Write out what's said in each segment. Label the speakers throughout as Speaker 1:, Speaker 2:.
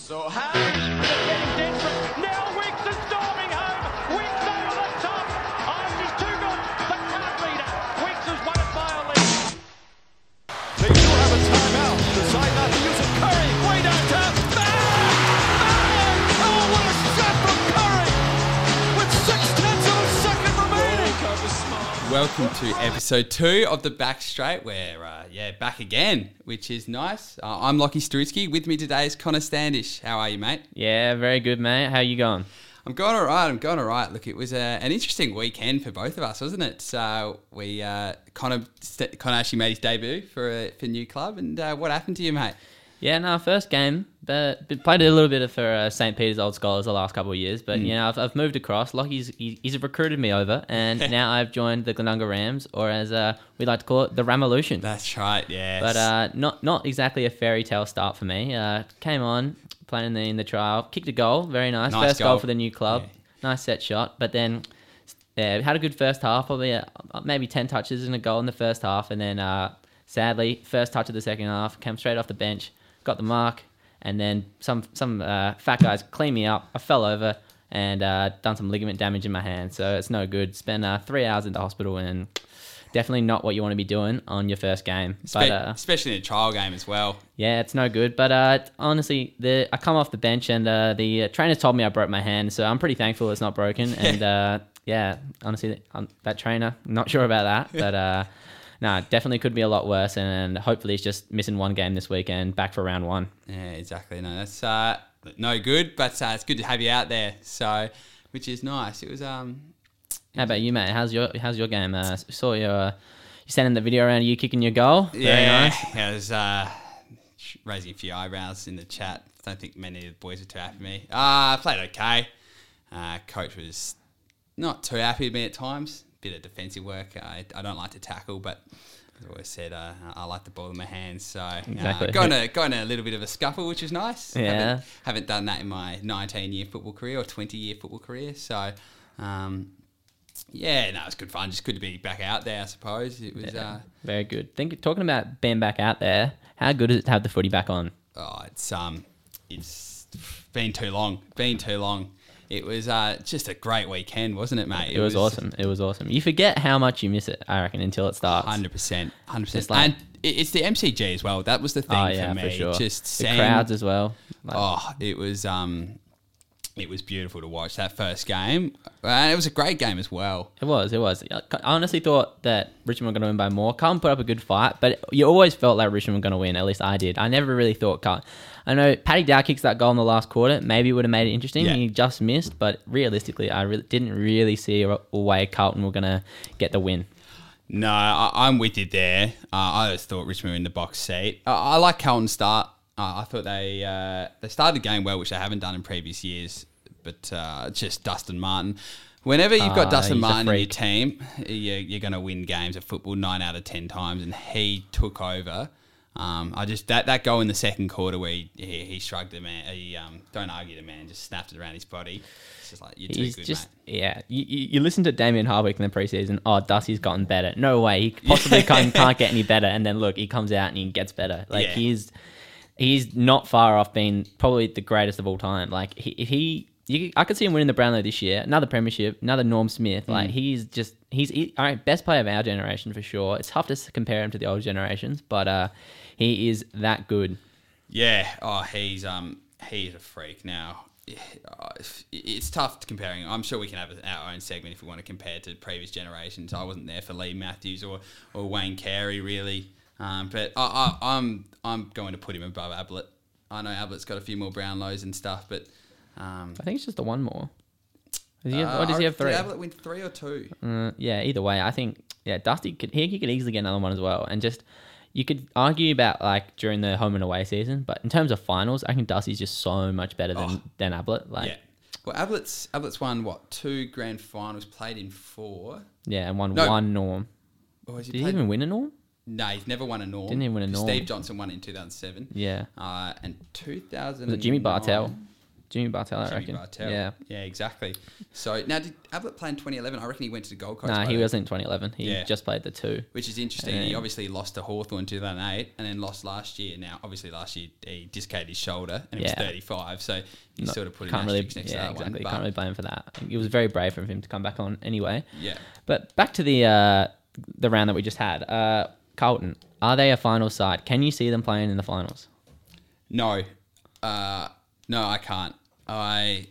Speaker 1: So how defends Denson. Now Weeks is storming home. Weeks over the top. Holmes is too good. The card leader. Weeks has won it by a lead.
Speaker 2: They do have a timeout. Decide not to use it. Curry way downtown. Bang! Bang! Oh, what a shot from Curry! With six tenths of a second remaining.
Speaker 3: Welcome to episode two of the Back Straight. We're uh, yeah back again, which is nice. Uh, I'm Lockie Strutsky. With me today is Connor Standish. How are you, mate?
Speaker 4: Yeah, very good, mate. How you going?
Speaker 3: I'm going all right. I'm going all right. Look, it was uh an interesting weekend for both of us, wasn't it? So we uh, Connor st- Connor actually made his debut for a for a new club. And uh, what happened to you, mate?
Speaker 4: Yeah, no, first game, but, but played a little bit of for uh, St. Peter's Old Scholars the last couple of years.
Speaker 3: Hmm.
Speaker 4: But you know, I've, I've moved across. Lockie's he, he's recruited me over, and now I've joined the Glenunga Rams, or as uh, we like to call it, the Ravolution.
Speaker 3: That's right. Yeah.
Speaker 4: But uh, not not exactly a fairy tale start for me. Uh, came on playing in the, in the trial, kicked a goal, very nice,
Speaker 3: Nice
Speaker 4: first goal.
Speaker 3: goal.
Speaker 4: for the new club,
Speaker 3: Yeah.
Speaker 4: nice set shot. But then yeah, had a good first half, probably uh, maybe ten touches and a goal in the first half, and then uh, sadly first touch of the second half came straight off the bench, got the mark, and then some some uh, fat guys clean me up. I fell over. And uh, done some ligament damage in my hand, so it's no good. Spent uh, three hours in the hospital, and definitely not what you want to be doing on your first game. uh,
Speaker 3: Spe- especially in a trial game as well.
Speaker 4: Yeah, it's no good. But uh, t- honestly, the I come off the bench and uh, the uh, trainer told me I broke my hand, so I'm pretty thankful it's not broken. And uh, yeah, honestly, um, that trainer, not sure about that, but uh, no, definitely could be a lot worse. And hopefully, it's just missing one game this weekend, back for round one.
Speaker 3: Yeah, exactly. No, that's uh, no good, but uh, it's good to have you out there. So, which is nice. It was um,
Speaker 4: How about you, mate? How's your How's your game? Uh, s- saw your uh, you sending the video around of you kicking your goal. Very nice.
Speaker 3: yeah, it was uh, sh- raising a few eyebrows in the chat. Don't think many of the boys were too happy with me. Uh, I played okay. Uh, coach was not too happy with me at times. Bit of defensive work. I, I don't like to tackle, but as I always said, uh, I like the ball in my hands. So uh,
Speaker 4: Exactly.
Speaker 3: got, in a, got in a little bit of a scuffle, which is nice.
Speaker 4: Yeah.
Speaker 3: Haven't, haven't done that in my 19 year football career or 20 year football career. So. Um, yeah, no, it was good fun. Just good to be back out there, I suppose. It was uh,
Speaker 4: Very good. Think talking about being back out there. How good is it to have the footy back on?
Speaker 3: oh, it's um, it's been too long. Been too long. It was uh, just a great weekend, wasn't it, mate?
Speaker 4: It, was, awesome. It was awesome. You forget how much you miss it, I reckon, until it starts.
Speaker 3: Hundred percent, hundred percent.
Speaker 4: Just like-
Speaker 3: And it- it's the MCG as well. That was the thing
Speaker 4: Oh
Speaker 3: for
Speaker 4: yeah, for,
Speaker 3: me.
Speaker 4: sure.
Speaker 3: Just
Speaker 4: the
Speaker 3: seeing-
Speaker 4: crowds as well. Like,
Speaker 3: Oh, it was um, it was beautiful to watch that first game, and it was a great game as well.
Speaker 4: It was. It was. I honestly thought that Richmond were going to win by more. Carlton put up a good fight, but you always felt like Richmond were going to win. At least I did. I never really thought Carlton. I know Paddy Dow kicks that goal in the last quarter. Maybe it would have made it interesting.
Speaker 3: Yeah.
Speaker 4: He just missed, but realistically, I really didn't really see a a way Carlton were going to get the win.
Speaker 3: No, I, I'm with you there. Uh, I just thought Richmond were in the box seat. I, I like Carlton's start. Uh, I thought they uh, they started the game well, which they haven't done in previous years. But uh, it's just Dustin Martin. Whenever you've got
Speaker 4: Ah,
Speaker 3: Dustin
Speaker 4: he's a
Speaker 3: Martin in your
Speaker 4: freak.
Speaker 3: team, you're, you're going to win games of football nine out of ten times, and he took over. Um, I just that that goal in the second quarter where he, he, he shrugged the man, he um, don't argue the man, just snapped it around his body. It's just like you're too
Speaker 4: He's
Speaker 3: good,
Speaker 4: just
Speaker 3: mate.
Speaker 4: yeah. You, you, you listen to Damien Hardwick in the preseason. Oh, Dusty's gotten better. No way he possibly can't, can't get any better. And then look, he comes out and he gets better. Like
Speaker 3: Yeah.
Speaker 4: he's he's not far off being probably the greatest of all time. Like he, if he you, I could see him winning the Brownlow this year. Another premiership. Another Norm Smith. Like
Speaker 3: Mm.
Speaker 4: he's just he's he, all right, best player of our generation for sure. It's tough to s- compare him to the old generations, but uh, he is that good.
Speaker 3: Yeah. Oh, he's um he's a freak now. yeah, uh, it's- It's tough to comparing. I'm sure we can have our own segment if we want to compare to previous generations. I wasn't there for Lee Matthews or, or Wayne Carey really, um, but I, I, I'm I'm going to put him above Ablett. I know Ablett's got a few more Brownlows and stuff, but um,
Speaker 4: I think it's just the one more. Does he have,
Speaker 3: uh,
Speaker 4: or does he
Speaker 3: I-
Speaker 4: have three?
Speaker 3: Did Ablett win three or two?
Speaker 4: Uh, yeah, either way, I think yeah, Dusty could he, he could easily get another one as well, and just you could argue about like during the home and away season, but in terms of finals, I think Dusty's just so much better than
Speaker 3: Oh.
Speaker 4: than Ablett. Like
Speaker 3: Yeah.
Speaker 4: yeah,
Speaker 3: Well, Ablett's Ablett's won what two grand finals? Played in four.
Speaker 4: and won
Speaker 3: No.
Speaker 4: one norm.
Speaker 3: Or has he
Speaker 4: Did he
Speaker 3: played-
Speaker 4: even win a norm?
Speaker 3: No, he's never won a norm.
Speaker 4: Didn't he win a norm?
Speaker 3: Steve Johnson won it in 2007.
Speaker 4: Yeah.
Speaker 3: Uh, and 2000.
Speaker 4: Was it Jimmy Bartell? Jimmy Bartell, I
Speaker 3: Jimmy
Speaker 4: reckon.
Speaker 3: Bartel.
Speaker 4: Yeah.
Speaker 3: yeah, exactly. So now, did Ablett play in 2011? I reckon he went to the Gold Coast. by
Speaker 4: Nah, he
Speaker 3: then,
Speaker 4: wasn't in 2011. He
Speaker 3: Yeah.
Speaker 4: just played the two.
Speaker 3: Which is interesting. he obviously lost to Hawthorn 2008 and then lost last year. Now, obviously, last year he dislocated his shoulder and he was
Speaker 4: Yeah.
Speaker 3: 35. So you
Speaker 4: Not-
Speaker 3: sort of put an
Speaker 4: can't really,
Speaker 3: asterisk next to
Speaker 4: yeah,
Speaker 3: that
Speaker 4: exactly.
Speaker 3: one.
Speaker 4: can't
Speaker 3: But
Speaker 4: really blame him for that. It was very brave of him to come back on anyway.
Speaker 3: yeah,
Speaker 4: But back to the uh, the round that we just had. Uh, Carlton, are they a final side? Can you see them playing in the finals?
Speaker 3: no, uh, no, I can't. I.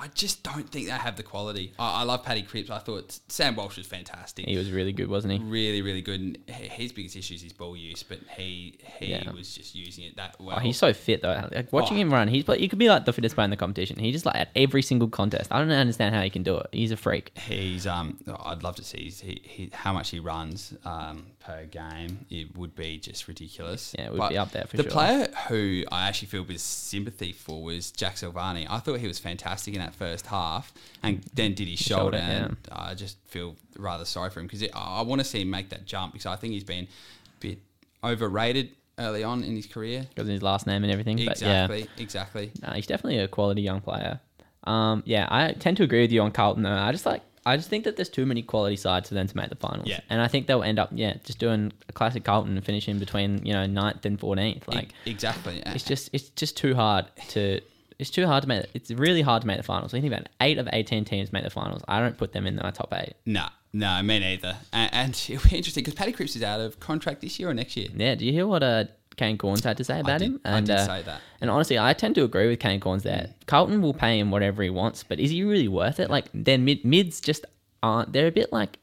Speaker 3: I just don't think they have the quality. I, I love Paddy Cripps. I thought Sam Walsh was fantastic.
Speaker 4: He was really good, wasn't he?
Speaker 3: really, really good. And h- his biggest issue is his ball use, but he he
Speaker 4: Yeah.
Speaker 3: was just using it that well.
Speaker 4: Oh, he's so fit though. Like watching
Speaker 3: Oh.
Speaker 4: him run, he's play, he could be like the fittest player in the competition. He just like at every single contest. I don't understand how he can do it. He's a freak.
Speaker 3: he's um. I'd love to see his, he, he, how much he runs um per game. It would be just ridiculous.
Speaker 4: Yeah, it would be up there for
Speaker 3: the
Speaker 4: sure.
Speaker 3: player who I actually feel with sympathy for was Jack Silvani. I thought he was fantastic in that first half, and then did his shoulder, and
Speaker 4: shoulder,
Speaker 3: I just feel rather sorry for him because I want to see him make that jump because I think he's been a bit overrated early on in his career.
Speaker 4: Because of his last name and everything.
Speaker 3: Exactly, exactly. E,
Speaker 4: But yeah, nah, he's definitely a quality young player. Um, yeah, I tend to agree with you on Carlton though. I just like I just think that there's too many quality sides for them to make the finals.
Speaker 3: Yeah.
Speaker 4: And I think they'll end up yeah just doing a classic Carlton and finishing between you know ninth and fourteenth. Like
Speaker 3: E- exactly.
Speaker 4: it's just it's just too hard to. It's too hard to make. It's really hard to make the finals. When you think about it, eight of eighteen teams make the finals. I don't put them in my top eight.
Speaker 3: No, no, me neither. And, and it'll be interesting because Paddy Cripps is out of contract this year or next year.
Speaker 4: Yeah, do you hear what uh, Kane Corns had to say about
Speaker 3: did-
Speaker 4: him?
Speaker 3: I did say that. Mm.
Speaker 4: And honestly, I tend to agree with Kane Corns there. Carlton will pay him whatever he wants, but is he really worth it? Like, their mid, mids just aren't. They're a bit like.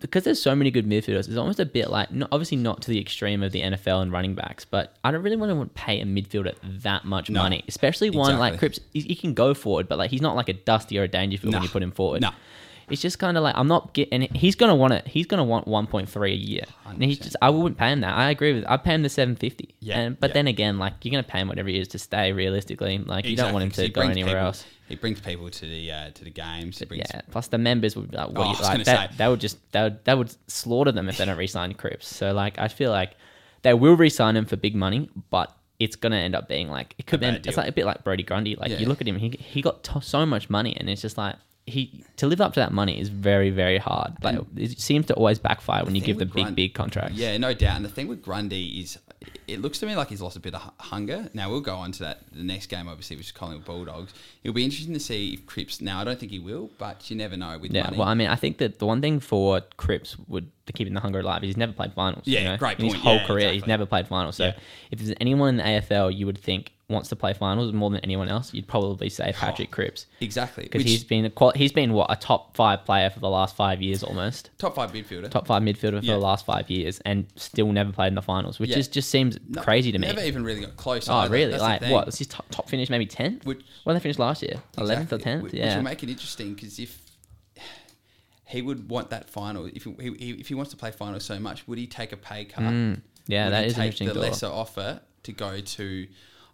Speaker 4: Because there's so many good midfielders, it's almost a bit like, not, obviously not to the extreme of the NFL and running backs, but I don't really want to pay a midfielder that much
Speaker 3: No,
Speaker 4: money, especially one like
Speaker 3: exactly.
Speaker 4: Cripps. He, he can go forward, but like he's not like a Dusty or a Dangerfield when
Speaker 3: Nah,
Speaker 4: you put him forward.
Speaker 3: nah.
Speaker 4: It's just kind of like I'm not getting. He's gonna want it. He's gonna want 1.3 a year, and he's
Speaker 3: 100%.
Speaker 4: just. I wouldn't pay him that. I agree with. I would pay him the 750.
Speaker 3: Yeah,
Speaker 4: And, but
Speaker 3: yeah.
Speaker 4: then again, like you're gonna pay him whatever he is to stay. Realistically, like you don't want him
Speaker 3: Exactly, 'cause
Speaker 4: to
Speaker 3: he
Speaker 4: go
Speaker 3: brings
Speaker 4: anywhere
Speaker 3: people-
Speaker 4: else.
Speaker 3: He brings people to the uh, to the games. He brings,
Speaker 4: Yeah. Plus the members would be like, what
Speaker 3: Oh, I
Speaker 4: you,
Speaker 3: was
Speaker 4: like
Speaker 3: gonna
Speaker 4: that.
Speaker 3: say.
Speaker 4: That would just that would, that would slaughter them if they don't re-sign Cripps. So like I feel like they will re-sign him for big money, but. It's gonna end up being like it could be.
Speaker 3: bad
Speaker 4: It's
Speaker 3: deal.
Speaker 4: like a bit like Brody Grundy. Like you
Speaker 3: Yeah.
Speaker 4: look at him, he he got to so much money, and it's just like he to live up to that money is very very hard. Like it seems to always backfire when you
Speaker 3: thing
Speaker 4: give them
Speaker 3: with
Speaker 4: big
Speaker 3: Grund-
Speaker 4: big contracts.
Speaker 3: Yeah, no doubt. And the thing with Grundy is, it looks to me like he's lost a bit of hu- hunger. Now we'll go on to that the next game, obviously, which is Collingwood Bulldogs. It'll be interesting to see if Cripps. Now I don't think he will, but you never know with
Speaker 4: Yeah,
Speaker 3: money.
Speaker 4: well, I mean, I think that the one thing for Cripps would to keeping the hunger alive is he's never played finals. you
Speaker 3: Yeah,
Speaker 4: know?
Speaker 3: great
Speaker 4: In his
Speaker 3: point.
Speaker 4: whole
Speaker 3: Yeah,
Speaker 4: career, he's
Speaker 3: exactly.
Speaker 4: never played finals. So
Speaker 3: Yeah.
Speaker 4: if there's anyone in the AFL you would think wants to play finals more than anyone else, you'd probably say Patrick Cripps
Speaker 3: exactly.
Speaker 4: because
Speaker 3: Oh. Which
Speaker 4: he's been a qual- he's been what a top five player for the last five years almost.
Speaker 3: top five midfielder.
Speaker 4: Top five midfielder for
Speaker 3: Yeah.
Speaker 4: the last five years, and still never played in the finals, which
Speaker 3: Yeah.
Speaker 4: is just seems
Speaker 3: No,
Speaker 4: crazy to me.
Speaker 3: Never even really got close.
Speaker 4: Oh,
Speaker 3: either.
Speaker 4: really?
Speaker 3: That's the
Speaker 4: like
Speaker 3: thing.
Speaker 4: what? Was his top, top finish maybe tenth? Where
Speaker 3: Which-
Speaker 4: did they finish last year? Eleventh
Speaker 3: Exactly,
Speaker 4: or
Speaker 3: whi-
Speaker 4: tenth?
Speaker 3: Which
Speaker 4: Yeah.
Speaker 3: will make it interesting because if he would want that final, if he, he if he wants to play final so much, would he take a pay cut?
Speaker 4: Mm. yeah,
Speaker 3: would
Speaker 4: that
Speaker 3: he
Speaker 4: is an
Speaker 3: take
Speaker 4: interesting
Speaker 3: the
Speaker 4: thought.
Speaker 3: lesser offer to go to.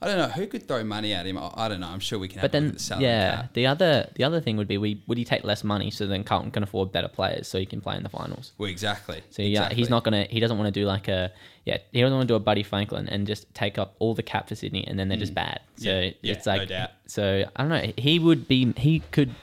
Speaker 3: I don't know who could throw money at him. I, I don't know. I'm sure we can. Have
Speaker 4: But
Speaker 3: a look
Speaker 4: then,
Speaker 3: at the salary
Speaker 4: yeah,
Speaker 3: cap.
Speaker 4: the other the other thing would be we would he take less money so then Carlton can afford better players so he can play in the finals.
Speaker 3: Well, exactly.
Speaker 4: So yeah,
Speaker 3: exactly.
Speaker 4: he's not gonna he doesn't want to do like a yeah he doesn't want to do a Buddy Franklin and just take up all the cap for Sydney and then they're just bad. So
Speaker 3: Mm. Yeah, yeah,
Speaker 4: it's like
Speaker 3: no doubt.
Speaker 4: so I don't know he would be he could.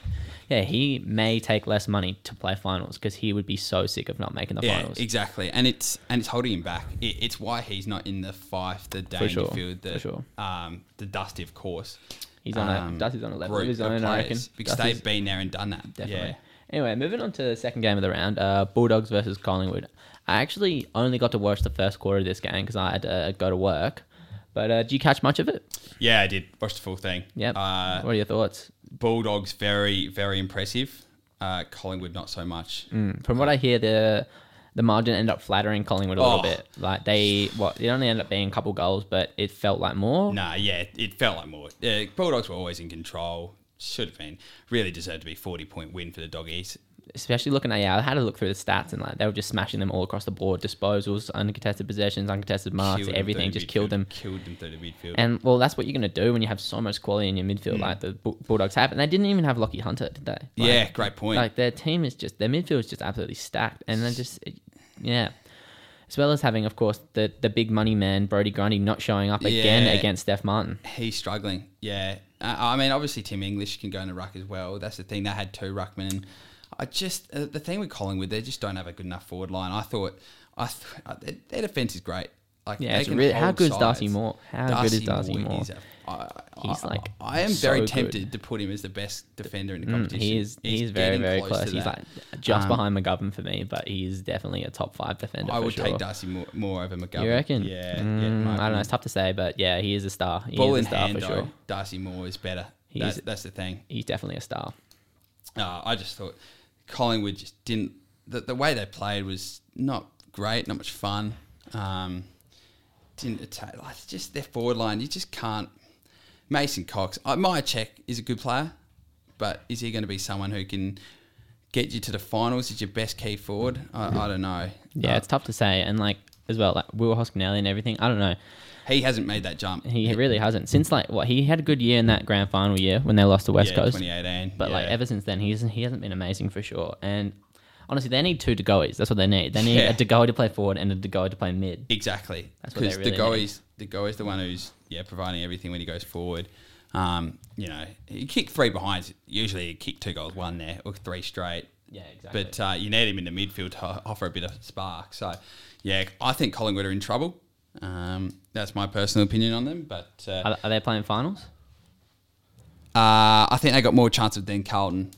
Speaker 4: Yeah, he may take less money to play finals because he would be so sick of not making the
Speaker 3: Yeah,
Speaker 4: finals.
Speaker 3: exactly, and it's and it's holding him back. It, it's why he's not in the five, the
Speaker 4: sure,
Speaker 3: Dangerfield,
Speaker 4: for
Speaker 3: the
Speaker 4: sure.
Speaker 3: um, the Dusty, of course.
Speaker 4: He's on a-
Speaker 3: um,
Speaker 4: Dusty's on a level of
Speaker 3: group
Speaker 4: his own, I reckon.
Speaker 3: players, because
Speaker 4: Dusty's-
Speaker 3: they've been there and done that.
Speaker 4: definitely.
Speaker 3: Yeah.
Speaker 4: Anyway, moving on to the second game of the round, uh, Bulldogs versus Collingwood. I actually only got to watch the first quarter of this game because I had to uh, go to work. But uh, did you catch much of it?
Speaker 3: Yeah, I did. Watched the full thing.
Speaker 4: Yep.
Speaker 3: Uh,
Speaker 4: what are your thoughts?
Speaker 3: Bulldogs very, very impressive. Uh, Collingwood not so much.
Speaker 4: Mm. From what I hear, the the margin ended up flattering Collingwood a
Speaker 3: Oh.
Speaker 4: little bit. Like they, what they only ended up being a couple goals, but it felt like more.
Speaker 3: Nah, yeah, it felt like more. Uh, Bulldogs were always in control. Should have been. Really deserved to be forty point win for the doggies.
Speaker 4: Especially looking at yeah, I had to look through the stats and like they were just smashing them all across the board, disposals, uncontested possessions, uncontested marks,
Speaker 3: Killed them
Speaker 4: everything,
Speaker 3: through the
Speaker 4: just killed
Speaker 3: midfield,
Speaker 4: them.
Speaker 3: Killed them through the midfield.
Speaker 4: And well, that's what you're going to do when you have so much quality in your midfield,
Speaker 3: Hmm.
Speaker 4: like the Bu- Bulldogs have. And they didn't even have Lockie Hunter, did they? Like,
Speaker 3: yeah, great point.
Speaker 4: Like their team is just their midfield is just absolutely stacked, and they're just yeah. as well as having, of course, the the big money man Brody Grundy not showing up again
Speaker 3: Yeah.
Speaker 4: against Steph Martin.
Speaker 3: He's struggling. Yeah. Uh, I mean, obviously Tim English can go in a ruck as well. That's the thing. They had two ruckmen. And I just uh, the thing with Collingwood, they just don't have a good enough forward line. I thought, I th- uh, their, their defense is great. Like
Speaker 4: Yeah,
Speaker 3: they
Speaker 4: it's
Speaker 3: can
Speaker 4: really- how
Speaker 3: hold
Speaker 4: good is
Speaker 3: sides.
Speaker 4: Darcy Moore? How good is Darcy Moore?
Speaker 3: is a- I- I-
Speaker 4: He's
Speaker 3: I-
Speaker 4: like
Speaker 3: I am
Speaker 4: so
Speaker 3: very
Speaker 4: good. Mm,
Speaker 3: tempted to put him as the best defender in the competition.
Speaker 4: Hmm, He is he's, very
Speaker 3: getting
Speaker 4: very
Speaker 3: to
Speaker 4: close. He's
Speaker 3: that.
Speaker 4: like just
Speaker 3: Um,
Speaker 4: behind McGovern for me, but he's definitely a top five defender.
Speaker 3: I
Speaker 4: for
Speaker 3: would
Speaker 4: sure.
Speaker 3: take Darcy Moore, Moore over McGovern.
Speaker 4: You reckon?
Speaker 3: Yeah. yeah,
Speaker 4: Mm,
Speaker 3: in my
Speaker 4: I don't know.
Speaker 3: opinion.
Speaker 4: It's tough to say, but yeah, he is a star. He
Speaker 3: Ball
Speaker 4: is
Speaker 3: in
Speaker 4: a star
Speaker 3: hand,
Speaker 4: for
Speaker 3: though,
Speaker 4: sure.
Speaker 3: Darcy Moore is better.
Speaker 4: He
Speaker 3: That's,
Speaker 4: is-
Speaker 3: that's the thing.
Speaker 4: He's definitely a star.
Speaker 3: Uh, I just thought Collingwood just didn't. The, the way they played was not great, not much fun. Um, didn't attack. Like, it's just their forward line, you just can't. Mason Cox, uh, my check is a good player, but is he going to be someone who can get you to the finals? Is your best key forward? I, I don't know.
Speaker 4: Yeah,
Speaker 3: Uh,
Speaker 4: it's tough to say. And like as well, like Will Hoskinelli and everything. I don't know.
Speaker 3: he hasn't made that jump.
Speaker 4: He really hasn't since like what he had a good year in that grand final year when they lost to West
Speaker 3: yeah,
Speaker 4: Coast.
Speaker 3: 2018.
Speaker 4: But like
Speaker 3: yeah.
Speaker 4: ever since then, he hasn't he hasn't been amazing for sure. And honestly, they need two Degoes. That's what they need. They need
Speaker 3: Yeah.
Speaker 4: a Degoe to play forward and a Degoe to play mid.
Speaker 3: Exactly.
Speaker 4: That's what they
Speaker 3: Because
Speaker 4: really
Speaker 3: the goal is the goal is the one who's yeah providing everything when he goes forward. Um, you know, he kicked three behinds. Usually, he kicked two goals, one there or three straight.
Speaker 4: Yeah, exactly.
Speaker 3: But uh, you need him in the midfield to ho- offer a bit of spark. So, yeah, I think Collingwood are in trouble. Um, that's my personal opinion on them. But uh, uh,
Speaker 4: Are, are they playing finals?
Speaker 3: I think they got more chances than Carlton.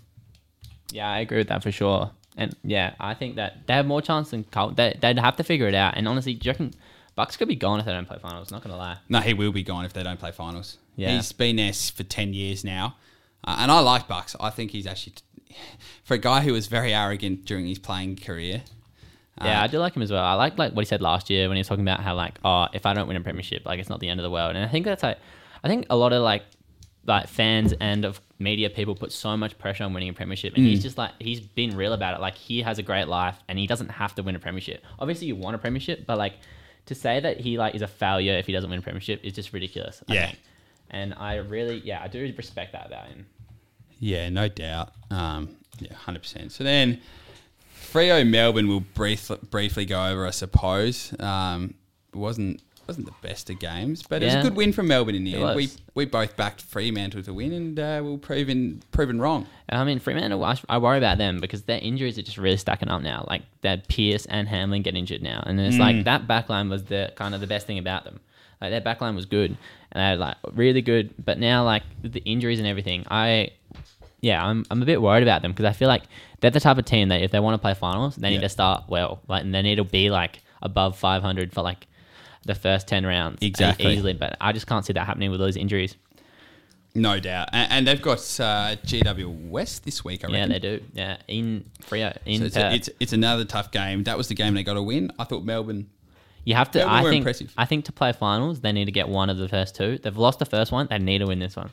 Speaker 4: Yeah, I agree with that for sure. And yeah, I think that they have more chance than Carlton. They, they'd have to figure it out. And honestly, do you reckon Bucks could be gone if they don't play finals? Not gonna lie.
Speaker 3: No, he will be gone if they don't play finals.
Speaker 4: Yeah.
Speaker 3: He's been there s- for 10 years now. Uh, and I like Bucks. I think he's actually, for a guy who was very arrogant during his playing career,
Speaker 4: Yeah,
Speaker 3: Uh,
Speaker 4: I do like him as well. I like like what he said last year when he was talking about how like, oh, if I don't win a premiership, like it's not the end of the world. And I think that's like, I think a lot of like like fans and of media people put so much pressure on winning a premiership, and he's just like he's been real about it. Like he has a great life, and he doesn't have to win a premiership. Obviously, you want a premiership, but like to say that he like is a failure if he doesn't win a premiership is just ridiculous. I
Speaker 3: Yeah.
Speaker 4: think. And I really, yeah, I do respect that about him.
Speaker 3: Yeah, no doubt. Um, yeah, hundred percent. So then, Frio Melbourne will briefly briefly go over, I suppose. Um, it wasn't wasn't the best of games, but it was
Speaker 4: Yeah.
Speaker 3: a good win for Melbourne in the
Speaker 4: It
Speaker 3: end. We
Speaker 4: was.
Speaker 3: we both backed Fremantle to win, and uh, we were proven proven wrong.
Speaker 4: I mean, Fremantle, I I worry about them because their injuries are just really stacking up now. Like, that Pierce and Hamlin get injured now. And it's
Speaker 3: Mm.
Speaker 4: like that back line was the kind of the best thing about them. Like, their back line was good. And they had, like, really good. But now, like, with the injuries and everything, I, yeah, I'm, I'm a bit worried about them because I feel like they're the type of team that if they want to play finals, they
Speaker 3: Yeah.
Speaker 4: need to start well. Like, and they need to be, like, above 500 for, like, the first 10 rounds. e-
Speaker 3: Exactly.
Speaker 4: Easily. But I just can't see that happening with those injuries.
Speaker 3: No doubt. And, and they've got uh, GW West this week. I
Speaker 4: Yeah,
Speaker 3: reckon.
Speaker 4: they do. Yeah, in Frio, in
Speaker 3: So it's,
Speaker 4: Perth.
Speaker 3: a, it's it's another tough game. That was the game they got to win. I thought Melbourne.
Speaker 4: You have to.
Speaker 3: Melbourne
Speaker 4: I
Speaker 3: were
Speaker 4: think.
Speaker 3: impressive.
Speaker 4: I think to play finals, they need to get one of the first two. They've lost the first one. They need to win this one.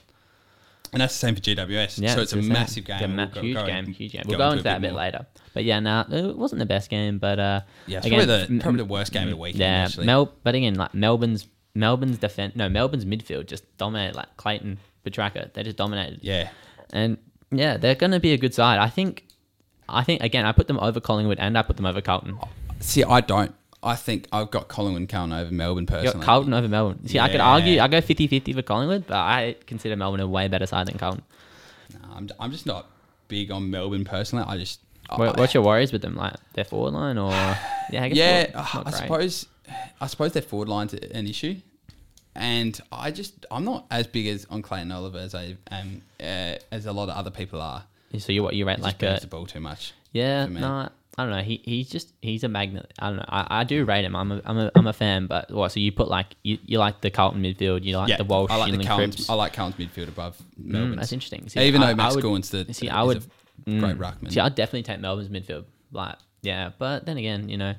Speaker 3: And that's the same for GWS.
Speaker 4: Yeah,
Speaker 3: so it's, a
Speaker 4: the same.
Speaker 3: massive game.
Speaker 4: It's a
Speaker 3: and
Speaker 4: ma-
Speaker 3: we'll go-
Speaker 4: huge
Speaker 3: go
Speaker 4: game.
Speaker 3: and
Speaker 4: Huge game.
Speaker 3: go
Speaker 4: We'll go into
Speaker 3: into
Speaker 4: that a bit
Speaker 3: more.
Speaker 4: later. But yeah, nah, it wasn't the best game. But uh,
Speaker 3: Yeah, it's
Speaker 4: again,
Speaker 3: probably the
Speaker 4: m-
Speaker 3: probably the worst game of the weekend.
Speaker 4: yeah,
Speaker 3: actually.
Speaker 4: Mel. But again, like Melbourne's Melbourne's defense. No, Melbourne's midfield just dominated. Like Clayton, Petraka, they just dominated.
Speaker 3: Yeah.
Speaker 4: and yeah, they're going to be a good side. I think. I think again, I put them over Collingwood and I put them over Carlton.
Speaker 3: See, I don't. I think I've got Collingwood Cowan over Melbourne
Speaker 4: You
Speaker 3: personally.
Speaker 4: got Carlton over Melbourne. See, I could
Speaker 3: Yeah.
Speaker 4: argue, I go 50-50 for Collingwood, but I consider Melbourne a way better side than Carlton.
Speaker 3: I'm, I'm just not big on Melbourne personally. I just.
Speaker 4: What,
Speaker 3: Oh, I-
Speaker 4: what's your worries with them? Like their forward line, or yeah, I guess
Speaker 3: Yeah, uh,
Speaker 4: forward- it's not
Speaker 3: I
Speaker 4: great.
Speaker 3: suppose. I suppose their forward line's an issue, and I just I'm not as big as on Clayton Oliver as I am uh, as a lot of other people are.
Speaker 4: So you what you rate
Speaker 3: He
Speaker 4: like
Speaker 3: just
Speaker 4: a
Speaker 3: moves the ball too much.
Speaker 4: yeah?
Speaker 3: for me.
Speaker 4: Nah, I don't know. He he's just he's a magnet. I don't know. I, I do rate him. I'm a, I'm a I'm a fan. But what? So you put like you, you like the Carlton midfield. You like the Walsh.
Speaker 3: I like the Mm,
Speaker 4: Schindling,
Speaker 3: Cowan's,
Speaker 4: Cripps. Mm,
Speaker 3: I like Cowan's midfield above Melbourne's.
Speaker 4: that's interesting. See,
Speaker 3: Even
Speaker 4: I-
Speaker 3: though Max
Speaker 4: I would-
Speaker 3: Gorn's the
Speaker 4: see,
Speaker 3: is
Speaker 4: I would-
Speaker 3: a great ruckman.
Speaker 4: See, I'd definitely take Melbourne's midfield. Like, yeah, but then again, you know,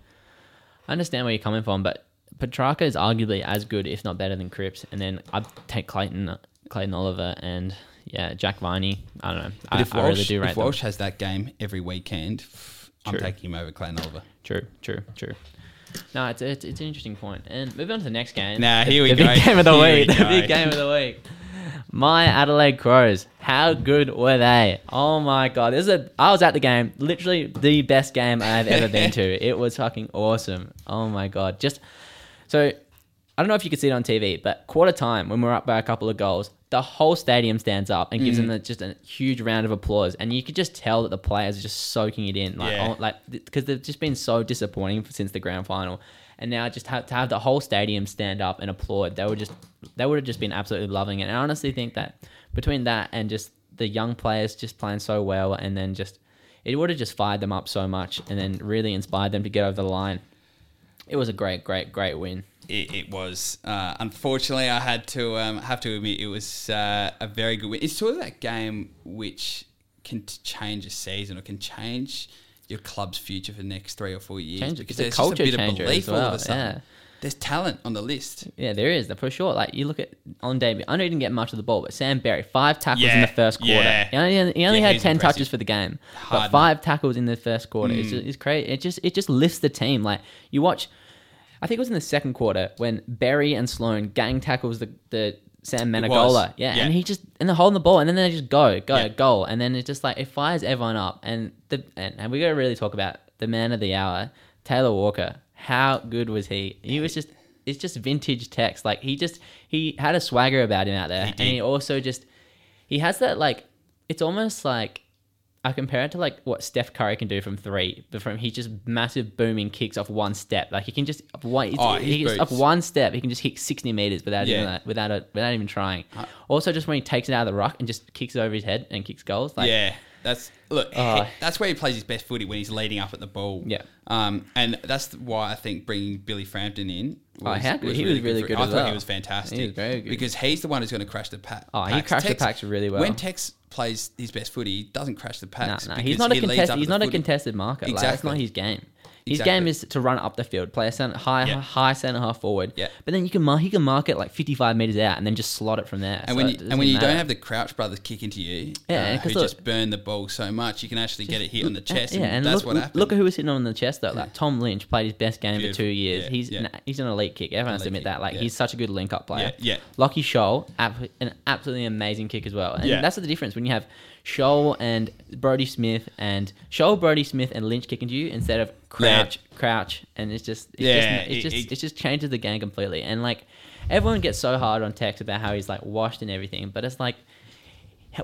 Speaker 4: I understand where you're coming from, but Petrarca is arguably as good, if not better, than Cripps. And then I'd take Clayton, Clayton Oliver, and yeah, Jack Viney. I don't know.
Speaker 3: But
Speaker 4: I,
Speaker 3: if
Speaker 4: I
Speaker 3: Walsh,
Speaker 4: really do rate
Speaker 3: if
Speaker 4: them.
Speaker 3: Walsh has that game every weekend, pff, I'm
Speaker 4: True.
Speaker 3: taking him over Clayton Oliver.
Speaker 4: True, true, true. No, it's, it's it's an interesting point. And moving on to the next game.
Speaker 3: Nah, here we
Speaker 4: the
Speaker 3: go.
Speaker 4: Big game of the
Speaker 3: Here we
Speaker 4: week. The
Speaker 3: go.
Speaker 4: big game of the week. My Adelaide Crows. How good were they? Oh my god! This is a. I was at the game. Literally the best game I've ever been to. It was fucking awesome. Oh my god! Just so I don't know if you could see it on TV, but quarter time when we're up by a couple of goals, the whole stadium stands up and gives them the, just a huge round of applause, and you could just tell that the players are just soaking it in, like
Speaker 3: Yeah.
Speaker 4: oh, like because they've just been so disappointing since the grand final, and now just have, to have the whole stadium stand up and applaud, they would just they would have just been absolutely loving it. And I honestly think that between that and just the young players just playing so well, and then just it would have just fired them up so much, and then really inspired them to get over the line. It was a great, great, great win.
Speaker 3: It, it was. Uh, unfortunately, I had to um, have to admit it was uh, a very good win. It's sort of that game which can t- change a season or can change your club's future for the next three or four years
Speaker 4: Change-
Speaker 3: because
Speaker 4: it's a
Speaker 3: there's
Speaker 4: culture
Speaker 3: just a bit of
Speaker 4: changer as
Speaker 3: belief all of
Speaker 4: well,
Speaker 3: a sudden.
Speaker 4: yeah.
Speaker 3: There's talent on the list.
Speaker 4: Yeah, there is for sure. Like you look at on debut, I know he didn't get much of the ball, but Sam Berry five tackles in
Speaker 3: Yeah,
Speaker 4: the first quarter.
Speaker 3: yeah.
Speaker 4: He only, he only
Speaker 3: Yeah,
Speaker 4: had
Speaker 3: he's
Speaker 4: ten
Speaker 3: impressive.
Speaker 4: touches for the game,
Speaker 3: Hard. Mm.
Speaker 4: but five tackles in the first quarter. It's, just, it's crazy. It just it just lifts the team. Like you watch, I think it was in the second quarter when Berry and Sloan gang tackles the the Sam Managola. Yeah,
Speaker 3: yeah.
Speaker 4: and he just and they're holding the ball, and then they just go go
Speaker 3: Yeah.
Speaker 4: goal, and then it just like it fires everyone up. And the and, and we got to really talk about the man of the hour, Taylor Walker. How good was he? He was just it's just vintage text. Like he just he had a swagger about him out there,
Speaker 3: He
Speaker 4: and
Speaker 3: did.
Speaker 4: he also just he has that like it's almost like I compare it to like what Steph Curry can do from three, but from he just massive booming kicks off one step. Like he can just up one,
Speaker 3: Oh, his
Speaker 4: he just up
Speaker 3: boots.
Speaker 4: one step, he can just hit sixty meters without
Speaker 3: Yeah. Uh,
Speaker 4: even that, without a, without even trying. also, just when he takes it out of the ruck and just kicks it over his head and kicks goals, like
Speaker 3: yeah, that's look.
Speaker 4: Oh.
Speaker 3: he- that's where he plays his best footy when he's leading up at the ball.
Speaker 4: Yeah.
Speaker 3: um, and that's why I think bringing Billy Frampton in.
Speaker 4: Oh, how good- he was really
Speaker 3: for-
Speaker 4: good
Speaker 3: I
Speaker 4: as
Speaker 3: thought he
Speaker 4: well.
Speaker 3: was fantastic.
Speaker 4: He was very good.
Speaker 3: because he's the one who's going to crash the pack.
Speaker 4: Oh, he crashed the packs really well.
Speaker 3: When Tex plays his best footy, he doesn't crash the
Speaker 4: nah,
Speaker 3: packs.
Speaker 4: nah.
Speaker 3: because
Speaker 4: he's not a
Speaker 3: he leads
Speaker 4: contest,
Speaker 3: up
Speaker 4: he's
Speaker 3: at the
Speaker 4: not a
Speaker 3: footy.
Speaker 4: contested marker. Like, that's not
Speaker 3: Exactly.
Speaker 4: his game. His
Speaker 3: Exactly.
Speaker 4: game is to run up the field, play a center, high,
Speaker 3: Yeah.
Speaker 4: high center half forward.
Speaker 3: Yeah.
Speaker 4: But then you can mark, he can mark it like fifty-five meters out, and then just slot it from there.
Speaker 3: And when you, and when you don't have the Crouch brothers kick into you,
Speaker 4: Yeah,
Speaker 3: uh, who
Speaker 4: 'cause look-
Speaker 3: just burn the ball so much, you can actually get it hit on the chest.
Speaker 4: Yeah,
Speaker 3: and,
Speaker 4: and
Speaker 3: that's
Speaker 4: look,
Speaker 3: what
Speaker 4: look-
Speaker 3: happened.
Speaker 4: look at who was sitting on the chest though. Like Tom Lynch played his best game
Speaker 3: Beautiful.
Speaker 4: for two years.
Speaker 3: Yeah,
Speaker 4: he's
Speaker 3: yeah.
Speaker 4: an, he's an elite kick. Everyone has to
Speaker 3: Elite
Speaker 4: admit
Speaker 3: kick,
Speaker 4: that. Like
Speaker 3: yeah.
Speaker 4: he's such a good link up player.
Speaker 3: Yeah, yeah.
Speaker 4: Lockie Scholl, ab- an absolutely amazing kick as well. And
Speaker 3: Yeah.
Speaker 4: that's the difference when you have Scholl and Brody Smith and Scholl, Brody Smith and Lynch kicking to you instead of Crouch, Crouch, and it's just it's
Speaker 3: Yeah,
Speaker 4: just, it,
Speaker 3: it-
Speaker 4: just
Speaker 3: it-
Speaker 4: it just changes the game completely. And like everyone gets so hard on Tex about how he's like washed and everything, but it's like.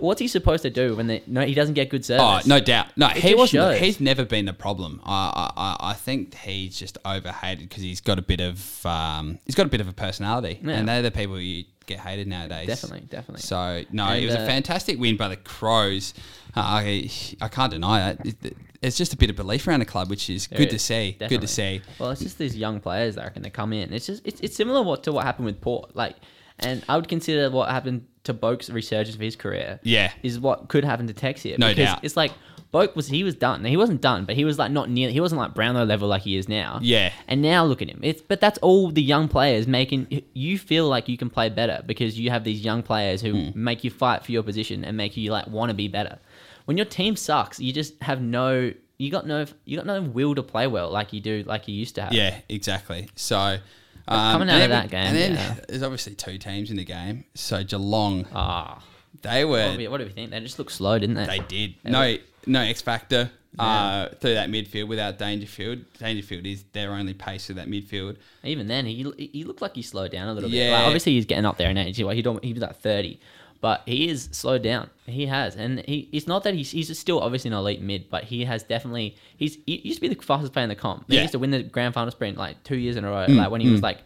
Speaker 4: What's he supposed to do when they, no, he doesn't get good
Speaker 3: Oh,
Speaker 4: service?
Speaker 3: no doubt. No, he
Speaker 4: just
Speaker 3: wasn't.
Speaker 4: shows.
Speaker 3: He's never been the problem. I, I, I- I think he's just overhated because he's got a bit of um, he's got a bit of a personality,
Speaker 4: Yeah.
Speaker 3: and they're the people you get hated nowadays.
Speaker 4: Definitely, definitely.
Speaker 3: So no,
Speaker 4: And,
Speaker 3: it was
Speaker 4: uh,
Speaker 3: a fantastic win by the Crows. Uh, I I can't deny it. It- it- It's just a bit of belief around the club, which is good to
Speaker 4: is,
Speaker 3: see. Good
Speaker 4: definitely.
Speaker 3: to see.
Speaker 4: Well, it's just these young players, I reckon, that come in. It's just it's, it's similar what, to what happened with Port, like, and I would consider what happened to Boak's resurgence of his career.
Speaker 3: Yeah.
Speaker 4: is what could happen to Tex here.
Speaker 3: No
Speaker 4: because
Speaker 3: doubt.
Speaker 4: It's like Boak was he was done. He wasn't done, but he was like not near. He wasn't like Brownlow level like he is now.
Speaker 3: Yeah.
Speaker 4: And now look at him. It's but that's all the young players making you feel like you can play better because you have these young players who
Speaker 3: Hmm.
Speaker 4: make you fight for your position and make you like want to be better. When your team sucks, you just have no you got no you got no will to play well like you do like you used to have.
Speaker 3: Yeah, exactly. So um,
Speaker 4: coming
Speaker 3: and
Speaker 4: out
Speaker 3: then-
Speaker 4: of that game,
Speaker 3: and then
Speaker 4: yeah.
Speaker 3: there's obviously two teams in the game. So Geelong,
Speaker 4: Ah.
Speaker 3: they were
Speaker 4: What do we- what do we think? They just looked slow, didn't they?
Speaker 3: They did. No, no X factor uh, through that midfield without Dangerfield. Dangerfield is their only pace through that midfield.
Speaker 4: Even then, he he looked like he slowed down a little bit.
Speaker 3: Yeah.
Speaker 4: Like, obviously, he's getting up there in age. Like, he don't, he was like thirty, but he is slowed down. He has, and he it's not that he's he's still obviously an elite mid, but he has definitely he's he used to be the fastest player in the comp. He
Speaker 3: Yeah.
Speaker 4: used to win the grand final sprint like two years in a row, like when he was like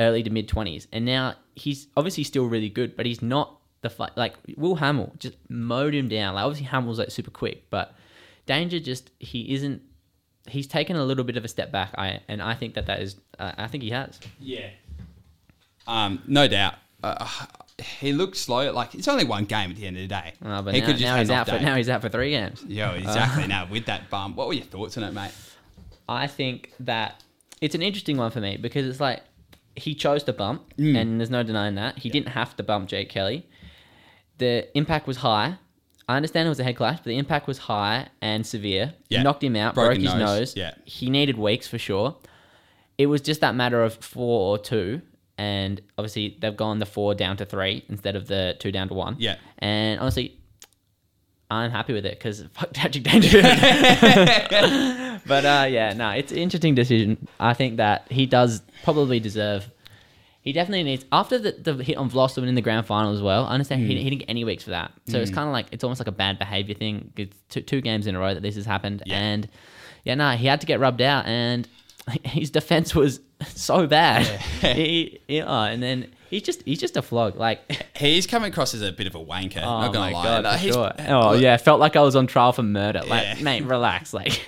Speaker 4: early to mid twenties, and now he's obviously still really good, but he's not the fi- like Will Hamill just mowed him down. Like obviously Hamill's like super quick, but Danger just he isn't. He's taken a little bit of a step back, I and I think that that is. Uh, I think he has.
Speaker 3: Yeah. Um, no doubt. Uh, he looked slow. Like it's only one game at the end of the day.
Speaker 4: Uh, but
Speaker 3: he
Speaker 4: now,
Speaker 3: could've
Speaker 4: now
Speaker 3: had
Speaker 4: he's
Speaker 3: an
Speaker 4: out
Speaker 3: off
Speaker 4: for
Speaker 3: day.
Speaker 4: now he's out for three games.
Speaker 3: Yeah, exactly. now with that bum, what were your thoughts on it, mate?
Speaker 4: I think that it's an interesting one for me because it's like he chose to bump,
Speaker 3: Mm.
Speaker 4: and there's no denying that he didn't have to bump Jake Kelly. The impact was high. I understand it was a head clash, but the impact was high and severe.
Speaker 3: Yeah.
Speaker 4: Knocked him out,
Speaker 3: Broken
Speaker 4: broke his
Speaker 3: nose.
Speaker 4: nose.
Speaker 3: Yeah.
Speaker 4: He needed weeks for sure. It was just that matter of four or two. and obviously they've gone the four down to three instead of the two down to one.
Speaker 3: Yeah.
Speaker 4: And honestly, I'm happy with it because fuck Patrick Dangerfield. but uh, yeah, no, it's an interesting decision. I think that he does probably deserve. He definitely needs after the, the hit on Vlossum in the grand final as well. I understand he, he didn't get any weeks for that, so it's kind of like it's almost like a bad behavior thing. It's two, two games in a row that this has happened,
Speaker 3: Yeah.
Speaker 4: and yeah, no, he had to get rubbed out, and his defense was so bad. he, he- oh, and then he's just he's just a flog. Like
Speaker 3: He's coming across as a bit of a wanker.
Speaker 4: Oh
Speaker 3: not gonna
Speaker 4: my
Speaker 3: lie.
Speaker 4: god,
Speaker 3: No,
Speaker 4: for
Speaker 3: he's- uh,
Speaker 4: sure. Oh
Speaker 3: look,
Speaker 4: yeah, felt like I was on trial for murder. Like,
Speaker 3: Yeah.
Speaker 4: mate, relax. Like,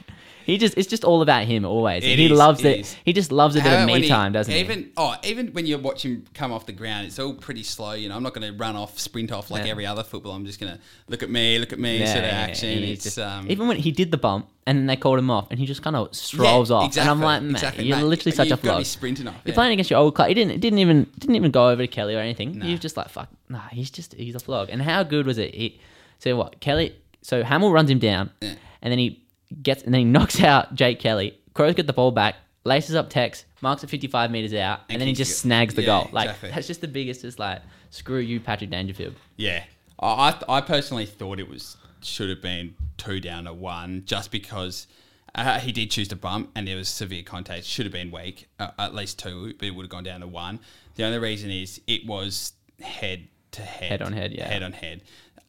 Speaker 4: he just—it's just all about him always.
Speaker 3: It
Speaker 4: he
Speaker 3: is,
Speaker 4: loves
Speaker 3: it
Speaker 4: it.
Speaker 3: is.
Speaker 4: He just loves a bit
Speaker 3: how
Speaker 4: of
Speaker 3: about when
Speaker 4: me
Speaker 3: he-
Speaker 4: time, doesn't
Speaker 3: even,
Speaker 4: he?
Speaker 3: oh, even when you watch him come off the ground, it's all pretty slow. You know, I'm not going to run off, sprint off like
Speaker 4: Yeah.
Speaker 3: every other football. I'm just going to look at me, look at me,
Speaker 4: Yeah,
Speaker 3: sort of
Speaker 4: yeah,
Speaker 3: action.
Speaker 4: he
Speaker 3: it's
Speaker 4: just-
Speaker 3: um,
Speaker 4: even when he did the bump and then they called him off, and he just kind of strolls
Speaker 3: Yeah,
Speaker 4: off, and I'm
Speaker 3: exactly,
Speaker 4: like, mate,
Speaker 3: exactly,
Speaker 4: you're
Speaker 3: mate.
Speaker 4: literally such a
Speaker 3: You've gotta be
Speaker 4: flog.
Speaker 3: sprinting off,
Speaker 4: You're
Speaker 3: yeah.
Speaker 4: playing against your old club. He didn't didn't even didn't even go over to Kelly or anything.
Speaker 3: Nah.
Speaker 4: He was just like, fuck, nah. He's just he's a flog. And how good was it? He, so what? Kelly. So Hamill runs him down,
Speaker 3: Yeah.
Speaker 4: and then he gets and then he knocks out Jake Kelly. Crows get the ball back, laces up Tex, marks it 55 meters out, and, then he
Speaker 3: kicks
Speaker 4: just
Speaker 3: it.
Speaker 4: snags the
Speaker 3: Yeah,
Speaker 4: goal. Like
Speaker 3: exactly.
Speaker 4: that's just the biggest. Just like screw you, Patrick Dangerfield.
Speaker 3: Yeah, I I, th- I personally thought it was should have been two down to one, just because uh, he did choose to bump and there was severe contact. Should have been weak, uh, at least two, but it would have gone down to one. The only reason is it was head to head,
Speaker 4: Head on head, yeah.
Speaker 3: head on head.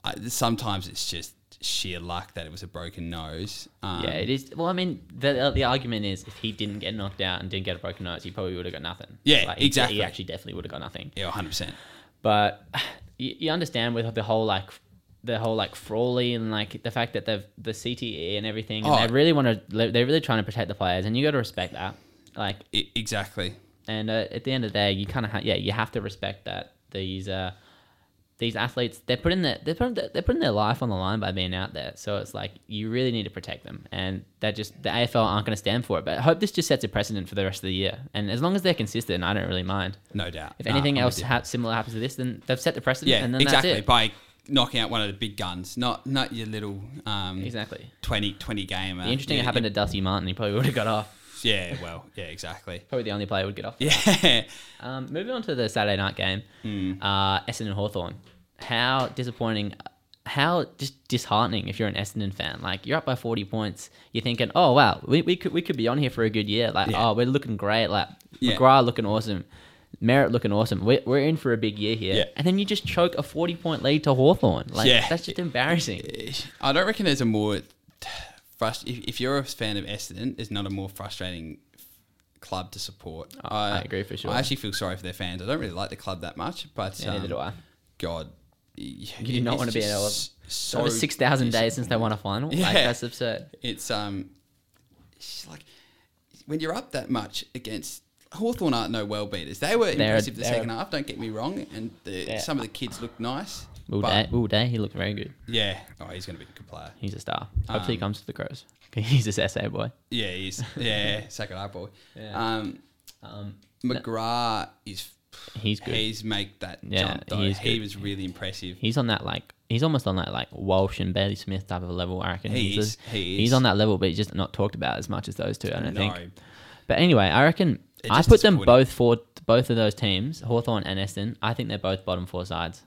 Speaker 3: I, sometimes it's just sheer luck that it was a broken nose. Um,
Speaker 4: Yeah, it is. Well, I mean, the the argument is if he didn't get knocked out and didn't get a broken nose, he probably would have got nothing.
Speaker 3: Yeah,
Speaker 4: he-
Speaker 3: exactly.
Speaker 4: He actually definitely would have got nothing.
Speaker 3: yeah, hundred percent.
Speaker 4: but you, you understand with the whole like the whole like Frawley and like the fact that they've the CTE and everything, and
Speaker 3: Oh.
Speaker 4: they really want to, they're really trying to protect the players, and you got to respect that. Like,
Speaker 3: E, Exactly.
Speaker 4: and uh, at the end of the day, you kind of ha- yeah, you have to respect that these uh these athletes they're putting their they're putting their, they're putting their life on the line by being out there. So it's like you really need to protect them, and that just the AFL aren't going to stand for it. But I hope this just sets a precedent for the rest of the year, and as long as they're consistent, I don't really mind.
Speaker 3: No doubt.
Speaker 4: If
Speaker 3: Nah,
Speaker 4: anything
Speaker 3: I'm with
Speaker 4: else
Speaker 3: you.
Speaker 4: ha- similar happens to this, then they've set the precedent,
Speaker 3: yeah,
Speaker 4: and then
Speaker 3: exactly.
Speaker 4: that's it.
Speaker 3: By knocking out one of the big guns, not not your little um,
Speaker 4: exactly.
Speaker 3: 20, 20 gamer.
Speaker 4: The interesting
Speaker 3: Yeah,
Speaker 4: it happened to Dusty Martin. He probably would have got off.
Speaker 3: Yeah, well, yeah, exactly.
Speaker 4: Probably the only player who would get off.
Speaker 3: Yeah.
Speaker 4: Um, moving on to the Saturday night game,
Speaker 3: Hmm.
Speaker 4: uh, Essendon Hawthorn. How disappointing, how just disheartening if you're an Essendon fan. Like, you're up by 40 points. You're thinking, oh, wow, we, we, could, we could be on here for a good year. Like,
Speaker 3: Yeah.
Speaker 4: oh, we're looking great. Like,
Speaker 3: Yeah.
Speaker 4: McGrath looking awesome. Merritt looking awesome. We're, we're in for a big year here.
Speaker 3: Yeah.
Speaker 4: And then you just choke a 40 point lead to Hawthorn. Like,
Speaker 3: Yeah.
Speaker 4: that's just embarrassing.
Speaker 3: I don't reckon there's a more frust- if, if you're a fan of Essendon, there's not a more frustrating f- club to support.
Speaker 4: Oh, I agree for sure.
Speaker 3: I actually feel sorry for their fans. I don't really like the club that much, but um,
Speaker 4: Yeah, neither do I.
Speaker 3: God, you
Speaker 4: do not wanna be at all-
Speaker 3: So
Speaker 4: Over 6,000 days since they won a final.
Speaker 3: Yeah.
Speaker 4: Like, that's absurd.
Speaker 3: It's um, it's like when you're up that much against Hawthorn aren't no well beaters. They were impressive the
Speaker 4: they're a-
Speaker 3: second half. Don't get me wrong, and the, some of the kids looked nice.
Speaker 4: Will
Speaker 3: but-
Speaker 4: Day, Will Day, he looked very good.
Speaker 3: Yeah. Oh, he's going to be a good player.
Speaker 4: He's a star. Hopefully
Speaker 3: Um,
Speaker 4: he comes to the Crows. He's this SA boy.
Speaker 3: Yeah, he is. Yeah, second half boy.
Speaker 4: Yeah.
Speaker 3: Um,
Speaker 4: Um,
Speaker 3: McGrath is.
Speaker 4: He's good.
Speaker 3: He's make that
Speaker 4: Yeah,
Speaker 3: jump though.
Speaker 4: he
Speaker 3: He,
Speaker 4: is good.
Speaker 3: was really impressive.
Speaker 4: he's on that like he's almost on that like Walsh and Bailey Smith type of level. I reckon
Speaker 3: He
Speaker 4: he's
Speaker 3: is,
Speaker 4: just-
Speaker 3: he
Speaker 4: he's
Speaker 3: is.
Speaker 4: on that level, but he's just not talked about as much as those two. I don't
Speaker 3: no,
Speaker 4: think. But anyway, I reckon
Speaker 3: It's
Speaker 4: I
Speaker 3: just
Speaker 4: put them
Speaker 3: disappointing.
Speaker 4: both for both of those teams, Hawthorn and Eston. I think they're both bottom four sides.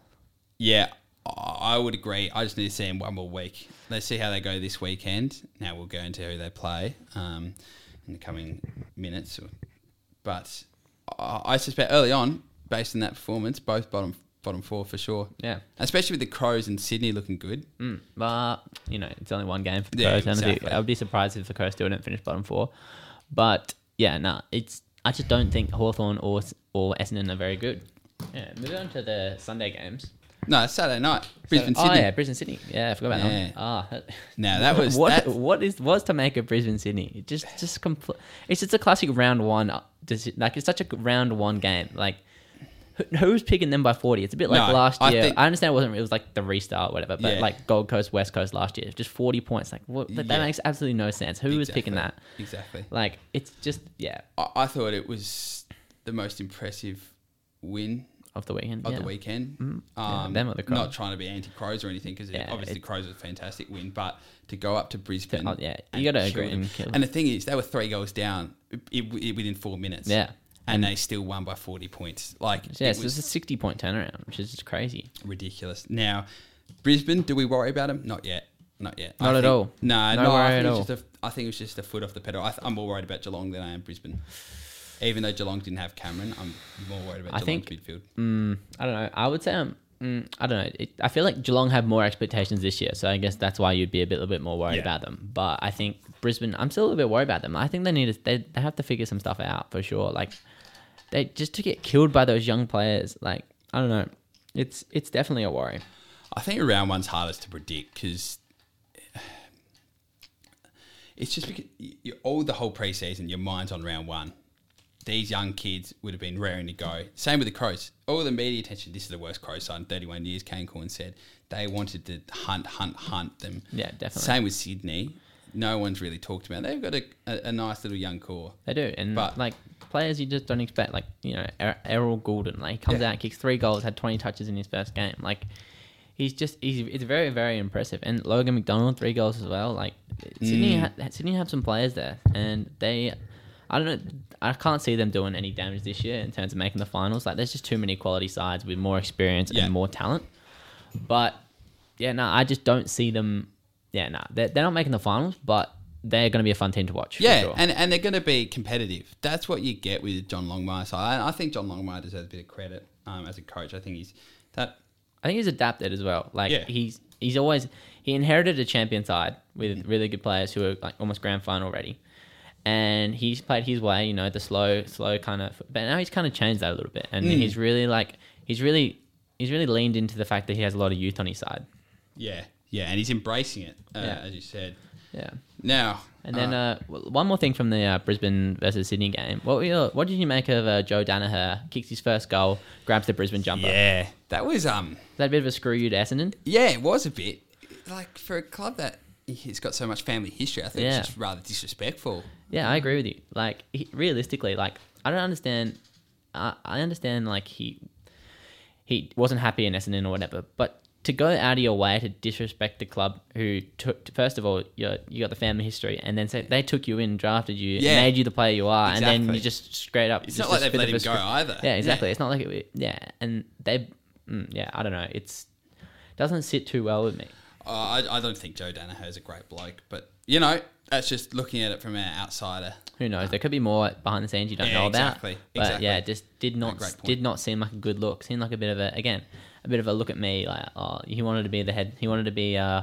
Speaker 3: yeah, I I would agree. I just need to see him one more week. Let's see how they go this weekend. Now we'll go into who they play um, in the coming minutes. Or, but I, I suspect early on, based on that performance, both bottom bottom four for sure.
Speaker 4: Yeah. Mm.
Speaker 3: especially with the Crows and Sydney looking good.
Speaker 4: But you know, it's only one game for the
Speaker 3: Yeah,
Speaker 4: Crows. and I think-
Speaker 3: exactly.
Speaker 4: I'd be surprised if the Crows still didn't finish bottom four. But yeah, no, it's I just don't think Hawthorn or or Essendon are very good. Yeah, moving on to the Sunday games.
Speaker 3: No, it's Saturday night, Brisbane
Speaker 4: oh,
Speaker 3: Sydney.
Speaker 4: yeah, Brisbane Sydney. Yeah, I forgot about
Speaker 3: Yeah.
Speaker 4: that. One. Ah, that-
Speaker 3: Now that was
Speaker 4: what
Speaker 3: that-
Speaker 4: what is what's to make of Brisbane Sydney? It just just compl- It's just a classic round one. uh, deci- Like it's such a round one game. Like who- who's picking them by forty? It's a bit like
Speaker 3: No,
Speaker 4: last
Speaker 3: I
Speaker 4: year. I,
Speaker 3: think-
Speaker 4: understand it wasn't. It was like the restart, or whatever. But
Speaker 3: Yeah.
Speaker 4: like Gold Coast, West Coast last year, just forty points. Like what, that, that
Speaker 3: Yeah.
Speaker 4: makes absolutely no sense. Who was picking that?
Speaker 3: Exactly, Exactly.
Speaker 4: Like it's just yeah
Speaker 3: I, I thought it was the most impressive win
Speaker 4: of the weekend.
Speaker 3: of
Speaker 4: yeah.
Speaker 3: the weekend.
Speaker 4: Mm. Yeah,
Speaker 3: Um,
Speaker 4: them or the Crows.
Speaker 3: Not trying to be anti Crows or anything because
Speaker 4: Yeah,
Speaker 3: obviously
Speaker 4: it-
Speaker 3: the Crows was a fantastic win, but to go up to Brisbane.
Speaker 4: oh, yeah,
Speaker 3: and
Speaker 4: you gotta
Speaker 3: kill
Speaker 4: agree
Speaker 3: them.
Speaker 4: and kill them.
Speaker 3: And the thing is, they were three goals down i i- within four minutes.
Speaker 4: Yeah.
Speaker 3: and they still won by 40 points. Like,
Speaker 4: Yes,
Speaker 3: it
Speaker 4: it was,
Speaker 3: was
Speaker 4: a 60 point turnaround, which is just crazy.
Speaker 3: ridiculous. Now, Brisbane, do we worry about them? Not yet. Not yet.
Speaker 4: Not
Speaker 3: I
Speaker 4: at
Speaker 3: think-
Speaker 4: all.
Speaker 3: No,
Speaker 4: No
Speaker 3: no, I
Speaker 4: worry
Speaker 3: think,
Speaker 4: at
Speaker 3: it was
Speaker 4: all.
Speaker 3: just a, I think it was just a foot off the pedal. I th- I'm more worried about Geelong than I am Brisbane. Even though Geelong didn't have Cameron, I'm more worried about
Speaker 4: I
Speaker 3: Geelong's
Speaker 4: think-
Speaker 3: midfield.
Speaker 4: I don't know. I would say I'm. Mm, I don't know. It, I feel like Geelong have more expectations this year, so I guess that's why you'd be a bit, little bit more worried
Speaker 3: Yeah.
Speaker 4: about them. But I think Brisbane, I'm still a little bit worried about them. I think they need to, they, they have to figure some stuff out for sure. Like they just to get killed by those young players. Like I don't know. It's it's definitely a worry.
Speaker 3: I think round one's hardest to predict because it's just because you, you, all the whole preseason, your mind's on round one. These young kids would have been raring to go. Same with the Crows. All the media attention. This is the worst Crows side in 31 years. Kane Corn said they wanted to hunt, hunt, hunt them.
Speaker 4: Yeah, definitely.
Speaker 3: Same with Sydney. No one's really talked about. They've got a, a, a nice little young core.
Speaker 4: They do, and
Speaker 3: But-
Speaker 4: like players you just don't expect. Like you know, er- Errol Goulden, like he comes
Speaker 3: Yeah.
Speaker 4: out, kicks three goals, had twenty touches in his first game. Like he's just he's it's very very impressive. And Logan McDonald, three goals as well. Like Sydney,
Speaker 3: Mm.
Speaker 4: ha- Sydney have some players there, and they. I don't know. I can't see them doing any damage this year in terms of making the finals. Like, there's just too many quality sides with more experience
Speaker 3: Yeah.
Speaker 4: and more talent. But yeah, no, I just don't see them. Yeah, no, they're, they're not making the finals, but they're going to be a fun team to watch. for
Speaker 3: Yeah,
Speaker 4: sure.
Speaker 3: and, and they're going to be competitive. That's what you get with John Longmire. So I, I think John Longmire deserves a bit of credit um, as a coach. I think he's that
Speaker 4: I think he's adapted as well. Like
Speaker 3: Yeah.
Speaker 4: he's he's always he inherited a champion side with really good players who are like almost grand final ready, and he's played his way. You know the slow slow kind of, but now he's kind of changed that a little bit, and
Speaker 3: Mm.
Speaker 4: he's really like he's really he's really leaned into the fact that he has a lot of youth on his side.
Speaker 3: Yeah, yeah, and he's embracing it, uh,
Speaker 4: Yeah.
Speaker 3: as you said.
Speaker 4: Yeah.
Speaker 3: Now,
Speaker 4: And then uh, w- one more thing from the uh, Brisbane versus Sydney game. What were your, what did you make of uh, Joe Danaher? Kicks his first goal, grabs the Brisbane jumper.
Speaker 3: yeah, that was um,
Speaker 4: Is that a bit of a screw you to Essendon?
Speaker 3: yeah, it was a bit like for a club that has got so much family history. I think
Speaker 4: Yeah.
Speaker 3: it's just rather disrespectful.
Speaker 4: Yeah, I agree with you. Like he, realistically, like I don't understand. I, I understand like he he wasn't happy in Essendon or whatever, but to go out of your way to disrespect the club who took first of all you you got the family history and then say they took you in drafted you and
Speaker 3: Yeah.
Speaker 4: made you the player you are and then
Speaker 3: Exactly.
Speaker 4: you just straight up
Speaker 3: It's
Speaker 4: just
Speaker 3: not like
Speaker 4: a
Speaker 3: they've
Speaker 4: bit
Speaker 3: let
Speaker 4: of
Speaker 3: him
Speaker 4: a
Speaker 3: go
Speaker 4: script-
Speaker 3: either.
Speaker 4: yeah exactly it's not like it, yeah and they mm, yeah I don't know it's doesn't sit too well with me
Speaker 3: Uh, I, I don't think Joe Danaher's a great bloke, but you know, that's just looking at it from an outsider.
Speaker 4: who knows? There could be more behind the scenes you don't
Speaker 3: Yeah,
Speaker 4: know about.
Speaker 3: exactly,
Speaker 4: But yeah, it
Speaker 3: exactly.
Speaker 4: just did not
Speaker 3: great point.
Speaker 4: did not seem like a good look. Seemed like a bit of a again, a bit of a look at me. Like oh, he wanted to be the head. He wanted to be uh,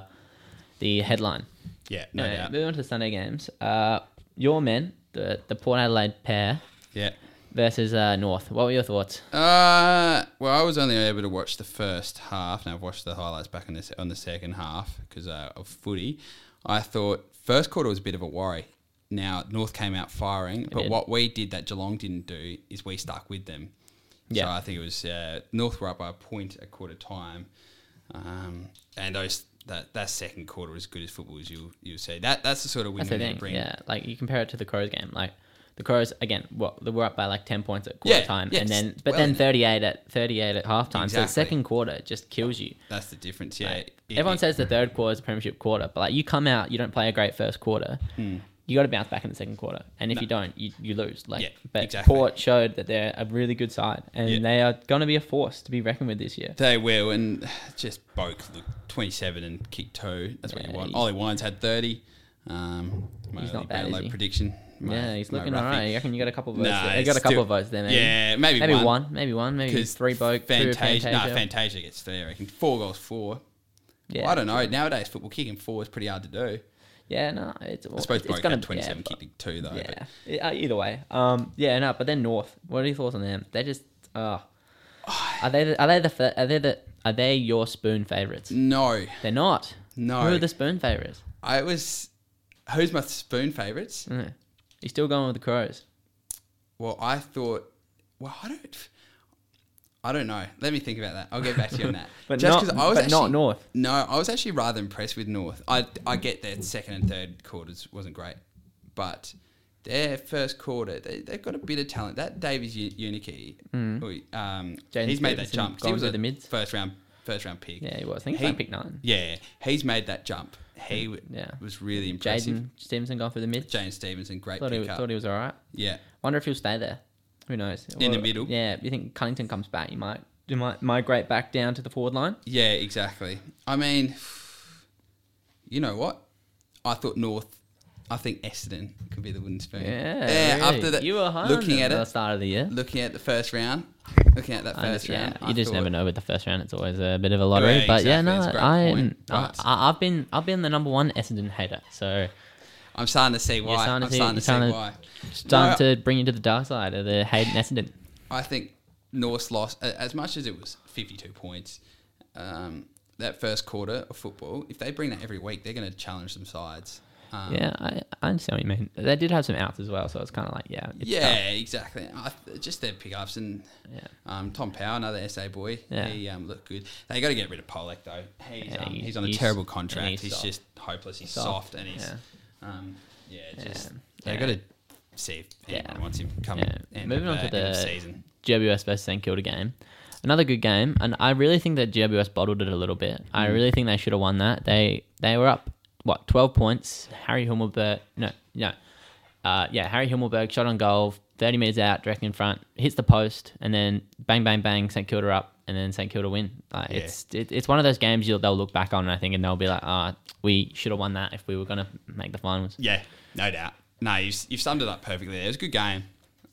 Speaker 4: the headline.
Speaker 3: Yeah, no
Speaker 4: No,
Speaker 3: doubt.
Speaker 4: moving on to the Sunday games. Uh, your men, the the Port Adelaide pair
Speaker 3: Yeah.
Speaker 4: versus uh, North. What were your thoughts?
Speaker 3: Uh, well, I was only able to watch the first half. Now I've watched the highlights back on this on the second half because uh, of footy. I thought first quarter was a bit of a worry. Now North came out firing, but
Speaker 4: did.
Speaker 3: what we did that Geelong didn't do is we stuck with them. So
Speaker 4: Yeah.
Speaker 3: I think it was uh, North were up by a point at quarter time, um, and those that that second quarter was as good as football as you you say. That that's the sort of win
Speaker 4: That's the
Speaker 3: we need
Speaker 4: thing.
Speaker 3: to bring.
Speaker 4: Yeah, like you compare it to the Crows game, like. The Crows again. What they were up by like ten points at quarter
Speaker 3: Yeah,
Speaker 4: time,
Speaker 3: yeah,
Speaker 4: and
Speaker 3: it's
Speaker 4: then but
Speaker 3: well in
Speaker 4: then
Speaker 3: it.
Speaker 4: thirty eight at thirty eight at halftime. So the
Speaker 3: Exactly.
Speaker 4: second quarter just kills you.
Speaker 3: That's the difference. Yeah, Uh, It-
Speaker 4: Everyone
Speaker 3: it-
Speaker 4: says the third quarter is the premiership quarter, but like you come out, you don't play a great first quarter. You got to bounce back in the second quarter, and if you don't, you, you lose. Like,
Speaker 3: Yeah,
Speaker 4: but
Speaker 3: exactly.
Speaker 4: Port showed that they're a really good side, and
Speaker 3: Yeah.
Speaker 4: they are going to be a force to be reckoned with this year.
Speaker 3: They will, and just Boak looked 27 and kicked two. That's what
Speaker 4: Yeah,
Speaker 3: you want.
Speaker 4: he's-
Speaker 3: Ollie Wines had 30. Um, my
Speaker 4: He's
Speaker 3: early
Speaker 4: not bad, is
Speaker 3: Brownlow
Speaker 4: he?
Speaker 3: prediction. My-
Speaker 4: yeah, he's
Speaker 3: my
Speaker 4: looking
Speaker 3: roughy.
Speaker 4: alright. I reckon you got a couple of votes.
Speaker 3: Nah,
Speaker 4: there. You got a
Speaker 3: it's
Speaker 4: couple
Speaker 3: still-
Speaker 4: of votes there, maybe.
Speaker 3: Yeah, maybe
Speaker 4: maybe
Speaker 3: one.
Speaker 4: one. maybe one, maybe
Speaker 3: Because
Speaker 4: three boke, two
Speaker 3: Fantasia. No,
Speaker 4: Fantasia.
Speaker 3: Fantasia gets three, I reckon. Four goals, four.
Speaker 4: yeah,
Speaker 3: Well, I don't know. Nowadays, football kicking four is pretty hard to do.
Speaker 4: Yeah, no, it's.
Speaker 3: I suppose
Speaker 4: it's,
Speaker 3: Boak
Speaker 4: gonna
Speaker 3: had 27
Speaker 4: yeah, but-
Speaker 3: kicking two, though. but-
Speaker 4: Yeah, E- uh, either way. Um, yeah, no, but then North. What are your thoughts on them? They just uh, are they the, are they the fa- are they the are they your spoon favorites?
Speaker 3: No,
Speaker 4: They're not.
Speaker 3: No.
Speaker 4: Who are the spoon favorites?
Speaker 3: I was. Who's my spoon favourites?
Speaker 4: Mm. You're still going with the Crows.
Speaker 3: Well, I thought. Well, I don't. I don't know. Let me think about that. I'll get back to you on that.
Speaker 4: But
Speaker 3: Just
Speaker 4: not-
Speaker 3: 'cause
Speaker 4: but not North.
Speaker 3: No, I was actually rather impressed with North. I I get their second and third quarters wasn't great, but their first quarter they they got a bit of talent. That Davies U- Unikey, who, um,
Speaker 4: Mm. James
Speaker 3: he's made that
Speaker 4: Stevenson
Speaker 3: jump. 'cause
Speaker 4: gone
Speaker 3: he was
Speaker 4: to
Speaker 3: a
Speaker 4: the mids.
Speaker 3: first round first round pick.
Speaker 4: Yeah, he was. I think he
Speaker 3: He-
Speaker 4: was pick nine.
Speaker 3: Yeah, he's made that jump. He w-
Speaker 4: Yeah.
Speaker 3: was really impressive.
Speaker 4: Jaden Stevenson gone for the mid.
Speaker 3: James Stevenson, great
Speaker 4: Thought he,
Speaker 3: pick up.
Speaker 4: thought he was all right.
Speaker 3: yeah,
Speaker 4: Wonder if he'll stay there. Who knows?
Speaker 3: In the middle.
Speaker 4: Yeah, you think Cunnington comes back, you might you might migrate back down to the forward line.
Speaker 3: Yeah, exactly. I mean, you know what? I thought North. I think Essendon could be the wooden spoon.
Speaker 4: Yeah,
Speaker 3: yeah.
Speaker 4: really.
Speaker 3: After that,
Speaker 4: you were high on
Speaker 3: looking at
Speaker 4: them the
Speaker 3: it,
Speaker 4: start of the year.
Speaker 3: looking at the first round, looking at that
Speaker 4: I
Speaker 3: first
Speaker 4: just- yeah,
Speaker 3: round.
Speaker 4: you just never know with the first round. It's always a bit of a lottery.
Speaker 3: Yeah,
Speaker 4: but yeah,
Speaker 3: exactly.
Speaker 4: no,
Speaker 3: It's a great
Speaker 4: I,
Speaker 3: point,
Speaker 4: I,
Speaker 3: but-
Speaker 4: I I've been I've been the number one Essendon hater. So
Speaker 3: I'm starting to see why.
Speaker 4: starting to
Speaker 3: I'm starting to
Speaker 4: see- you're
Speaker 3: see
Speaker 4: starting to-
Speaker 3: why.
Speaker 4: starting to bring you to the dark side of the hate and Essendon.
Speaker 3: I think Norse lost a- as much as it was 52 points. Um, that first quarter of football, if they bring that every week, they're going to challenge some sides. Um,
Speaker 4: Yeah, I, I understand what you mean. They did have some outs as well, so it's kind of like yeah, it's
Speaker 3: Yeah,
Speaker 4: tough.
Speaker 3: exactly. I, th- just their pickups and
Speaker 4: Yeah.
Speaker 3: um, Tom Powell, another SA boy.
Speaker 4: Yeah.
Speaker 3: He um, looked good. They got to get rid of Pollock though. He's,
Speaker 4: Yeah,
Speaker 3: um,
Speaker 4: he-
Speaker 3: he's on a
Speaker 4: he's-
Speaker 3: terrible
Speaker 4: and
Speaker 3: contract. He's,
Speaker 4: he's soft.
Speaker 3: just hopeless. He's soft,
Speaker 4: Soft,
Speaker 3: and he's
Speaker 4: yeah.
Speaker 3: um, yeah. Just
Speaker 4: Yeah.
Speaker 3: they got to see if anyone
Speaker 4: Yeah.
Speaker 3: wants him coming.
Speaker 4: Yeah.
Speaker 3: end
Speaker 4: Moving
Speaker 3: of,
Speaker 4: on to
Speaker 3: uh, end of
Speaker 4: the
Speaker 3: season.
Speaker 4: GWS versus St Kilda game. Another good game, and I really think that GWS bottled it a little bit.
Speaker 3: Hmm.
Speaker 4: I really think they should have won that. They they were up what twelve points. Harry Himmelberg, no, no, uh, yeah, Harry Himmelberg shot on goal, thirty meters out, directly in front, hits the post, and then bang, bang, bang, St Kilda up, and then St Kilda win. Like
Speaker 3: Yeah.
Speaker 4: it's it, it's one of those games you'll they'll look back on, I think, and they'll be like, ah, we should have won that if we were gonna make the finals.
Speaker 3: Yeah, no doubt. No, you've, you've summed it up perfectly. There. It was a good game.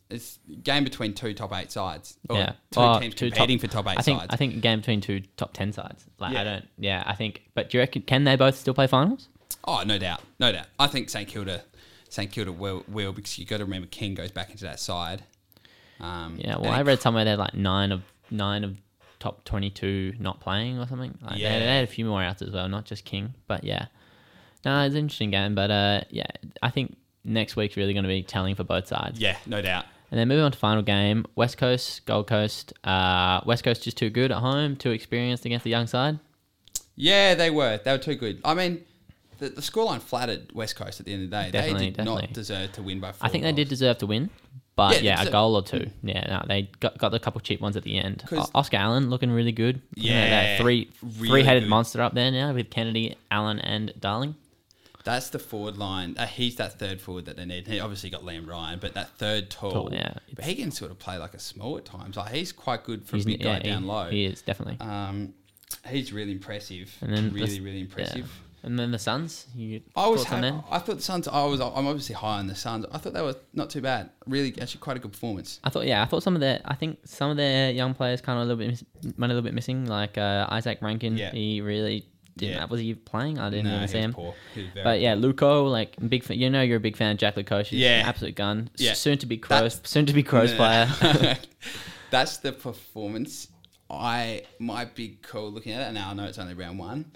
Speaker 3: It's a game between two top eight sides. Or
Speaker 4: yeah,
Speaker 3: two
Speaker 4: Well,
Speaker 3: teams
Speaker 4: two
Speaker 3: competing
Speaker 4: top-
Speaker 3: for top eight
Speaker 4: I think
Speaker 3: sides.
Speaker 4: I think a game between two top ten sides. Like
Speaker 3: Yeah.
Speaker 4: I don't. Yeah, I think. But do you reckon can they both still play finals?
Speaker 3: Oh, no doubt, no doubt. I think St Kilda, St Kilda will, will because you got to remember King goes back into that side. Um,
Speaker 4: Yeah. Well,
Speaker 3: and
Speaker 4: I
Speaker 3: it-
Speaker 4: read somewhere they're like nine of nine of top twenty two not playing or something. Like they,
Speaker 3: Yeah.
Speaker 4: they had a few more outs as well, not just King. But yeah, no, it's an interesting game. But uh, yeah, I think next week's really going to be telling for both sides.
Speaker 3: Yeah, no doubt.
Speaker 4: And then moving on to final game, West Coast Gold Coast. Uh, West Coast just too good at home, too experienced against the young side.
Speaker 3: Yeah, they were. They were too good. I mean, the, the scoreline flattered West Coast at the end of the day. they
Speaker 4: Definitely,
Speaker 3: did not
Speaker 4: definitely.
Speaker 3: deserve to win by four.
Speaker 4: I think they did
Speaker 3: goals.
Speaker 4: deserve to win,
Speaker 3: Yeah,
Speaker 4: but yeah,
Speaker 3: they
Speaker 4: a
Speaker 3: deserve-
Speaker 4: goal or two. Yeah, no, they got got the couple cheap ones at the end.
Speaker 3: 'Cause-
Speaker 4: O- Oscar Allen looking really good. Looking at
Speaker 3: Yeah,
Speaker 4: that three
Speaker 3: really
Speaker 4: three headed
Speaker 3: good.
Speaker 4: monster up there now with Kennedy, Allen, and Darling.
Speaker 3: That's the forward line. Uh, he's that third forward that they need. He obviously got Liam Ryan, but that third tall.
Speaker 4: Tall, yeah.
Speaker 3: But he can sort of play like a small at times. Like he's quite good from
Speaker 4: He's
Speaker 3: big guy
Speaker 4: yeah, he-
Speaker 3: down low.
Speaker 4: He is definitely.
Speaker 3: Um, he's really impressive.
Speaker 4: and then the
Speaker 3: really,
Speaker 4: s-
Speaker 3: really
Speaker 4: yeah.
Speaker 3: impressive.
Speaker 4: And then the Suns. You
Speaker 3: I was.
Speaker 4: thoughts on
Speaker 3: Ha-
Speaker 4: them?
Speaker 3: I thought the Suns. I was. I'm obviously high on the Suns. I thought they were not too bad. Really, actually, quite a good performance.
Speaker 4: I thought, yeah, I thought some of their, I think some of their young players kind of a little bit, mis- went a little bit missing. Like uh, Isaac Rankin,
Speaker 3: Yeah.
Speaker 4: he really didn't.
Speaker 3: Yeah.
Speaker 4: Have, was he playing? I didn't
Speaker 3: No,
Speaker 4: even
Speaker 3: he
Speaker 4: see
Speaker 3: was
Speaker 4: him.
Speaker 3: poor. He was very
Speaker 4: but yeah, Luco, like I'm big, fan, you know, you're a big fan of Jack Lukosh. He's
Speaker 3: Yeah.
Speaker 4: an absolute gun. S-
Speaker 3: Yeah.
Speaker 4: soon to be
Speaker 3: That-
Speaker 4: Crows, soon to be Crows player.
Speaker 3: That's the performance. I my big call looking at it now. I know it's only round one.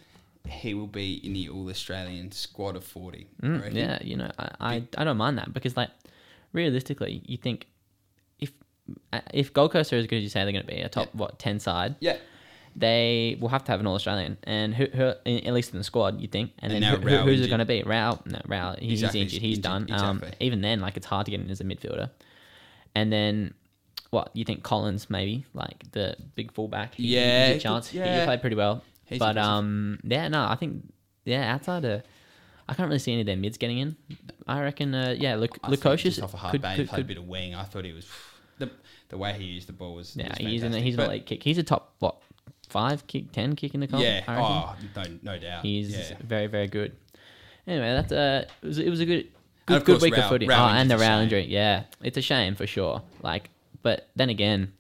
Speaker 3: He will be in the All Australian squad of forty. I reckon.
Speaker 4: Mm, yeah, you know, I, I, I don't mind that because like realistically, you think if uh, if Gold Coast are as good as you say they're going to be, a top
Speaker 3: Yeah.
Speaker 4: what ten side,
Speaker 3: Yeah.
Speaker 4: they will have to have an All Australian, and who, who in, at least in the squad, you think, and,
Speaker 3: And
Speaker 4: then
Speaker 3: now
Speaker 4: who, who-
Speaker 3: Rao
Speaker 4: who's
Speaker 3: injured.
Speaker 4: it going to be? Rao, no, Rao, he's
Speaker 3: Exactly, he's
Speaker 4: injured, he's
Speaker 3: injured,
Speaker 4: done. Um,
Speaker 3: exactly.
Speaker 4: even then, like it's hard to get in as a midfielder, and then. What you think, Collins? Maybe like the big fullback. He,
Speaker 3: Yeah,
Speaker 4: he's
Speaker 3: he
Speaker 4: a chance.
Speaker 3: could-
Speaker 4: He-
Speaker 3: yeah.
Speaker 4: He played pretty well,
Speaker 3: He's
Speaker 4: but
Speaker 3: impressive.
Speaker 4: um, yeah, no, I think yeah, outside of, I can't really see any of their mids getting in. I reckon, uh, yeah, look,
Speaker 3: I think he
Speaker 4: Lukosius
Speaker 3: just off a hard
Speaker 4: could,
Speaker 3: bang,
Speaker 4: could,
Speaker 3: played a
Speaker 4: could
Speaker 3: bit of wing. I thought he was the the way he used the ball was.
Speaker 4: yeah,
Speaker 3: was
Speaker 4: he's an
Speaker 3: fantastic.
Speaker 4: he's an
Speaker 3: But-
Speaker 4: elite kick. He's a top what five kick, ten kick in the comp.
Speaker 3: Yeah.
Speaker 4: I reckon.
Speaker 3: Oh, no, no doubt.
Speaker 4: He's
Speaker 3: yeah.
Speaker 4: very, very good. Anyway, that's uh, it was, it was a good,
Speaker 3: And
Speaker 4: good,
Speaker 3: of
Speaker 4: good
Speaker 3: course,
Speaker 4: week
Speaker 3: Rao-
Speaker 4: of footy.
Speaker 3: Rao
Speaker 4: oh, and the
Speaker 3: injury's a
Speaker 4: round
Speaker 3: shame.
Speaker 4: injury, yeah, it's a shame for sure. Like, but then again,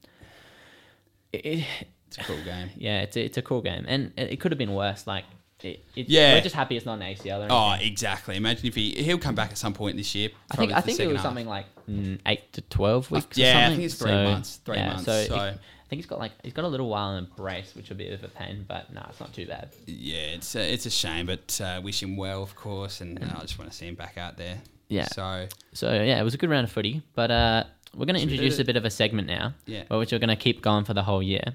Speaker 4: it, it-
Speaker 3: It's a cool game.
Speaker 4: yeah, it's a, it's a cool game, and it, it could have been worse. Like, it, it,
Speaker 3: Yeah.
Speaker 4: we're just happy it's not an ACL. Or anything.
Speaker 3: Oh, exactly. Imagine if he he'll come back at some point this year.
Speaker 4: I think
Speaker 3: probably
Speaker 4: I
Speaker 3: for
Speaker 4: think it
Speaker 3: second
Speaker 4: was
Speaker 3: half.
Speaker 4: something like mm, eight to twelve weeks.
Speaker 3: yeah, I
Speaker 4: or
Speaker 3: think
Speaker 4: something.
Speaker 3: it's three months, three months,
Speaker 4: it-
Speaker 3: so-
Speaker 4: I think he's got like he's got a little while in a brace, which will be a bit of a pain, but no, it's not too bad.
Speaker 3: Yeah, it's a, it's a shame, but uh, wish him well, of course, and uh, I just want to see him back out there.
Speaker 4: Yeah.
Speaker 3: So
Speaker 4: So yeah, it was a good round of footy, but uh, we're going to
Speaker 3: we do
Speaker 4: introduce
Speaker 3: the-
Speaker 4: a bit of a segment now,
Speaker 3: Yeah.
Speaker 4: but which we're going to keep going for the whole year.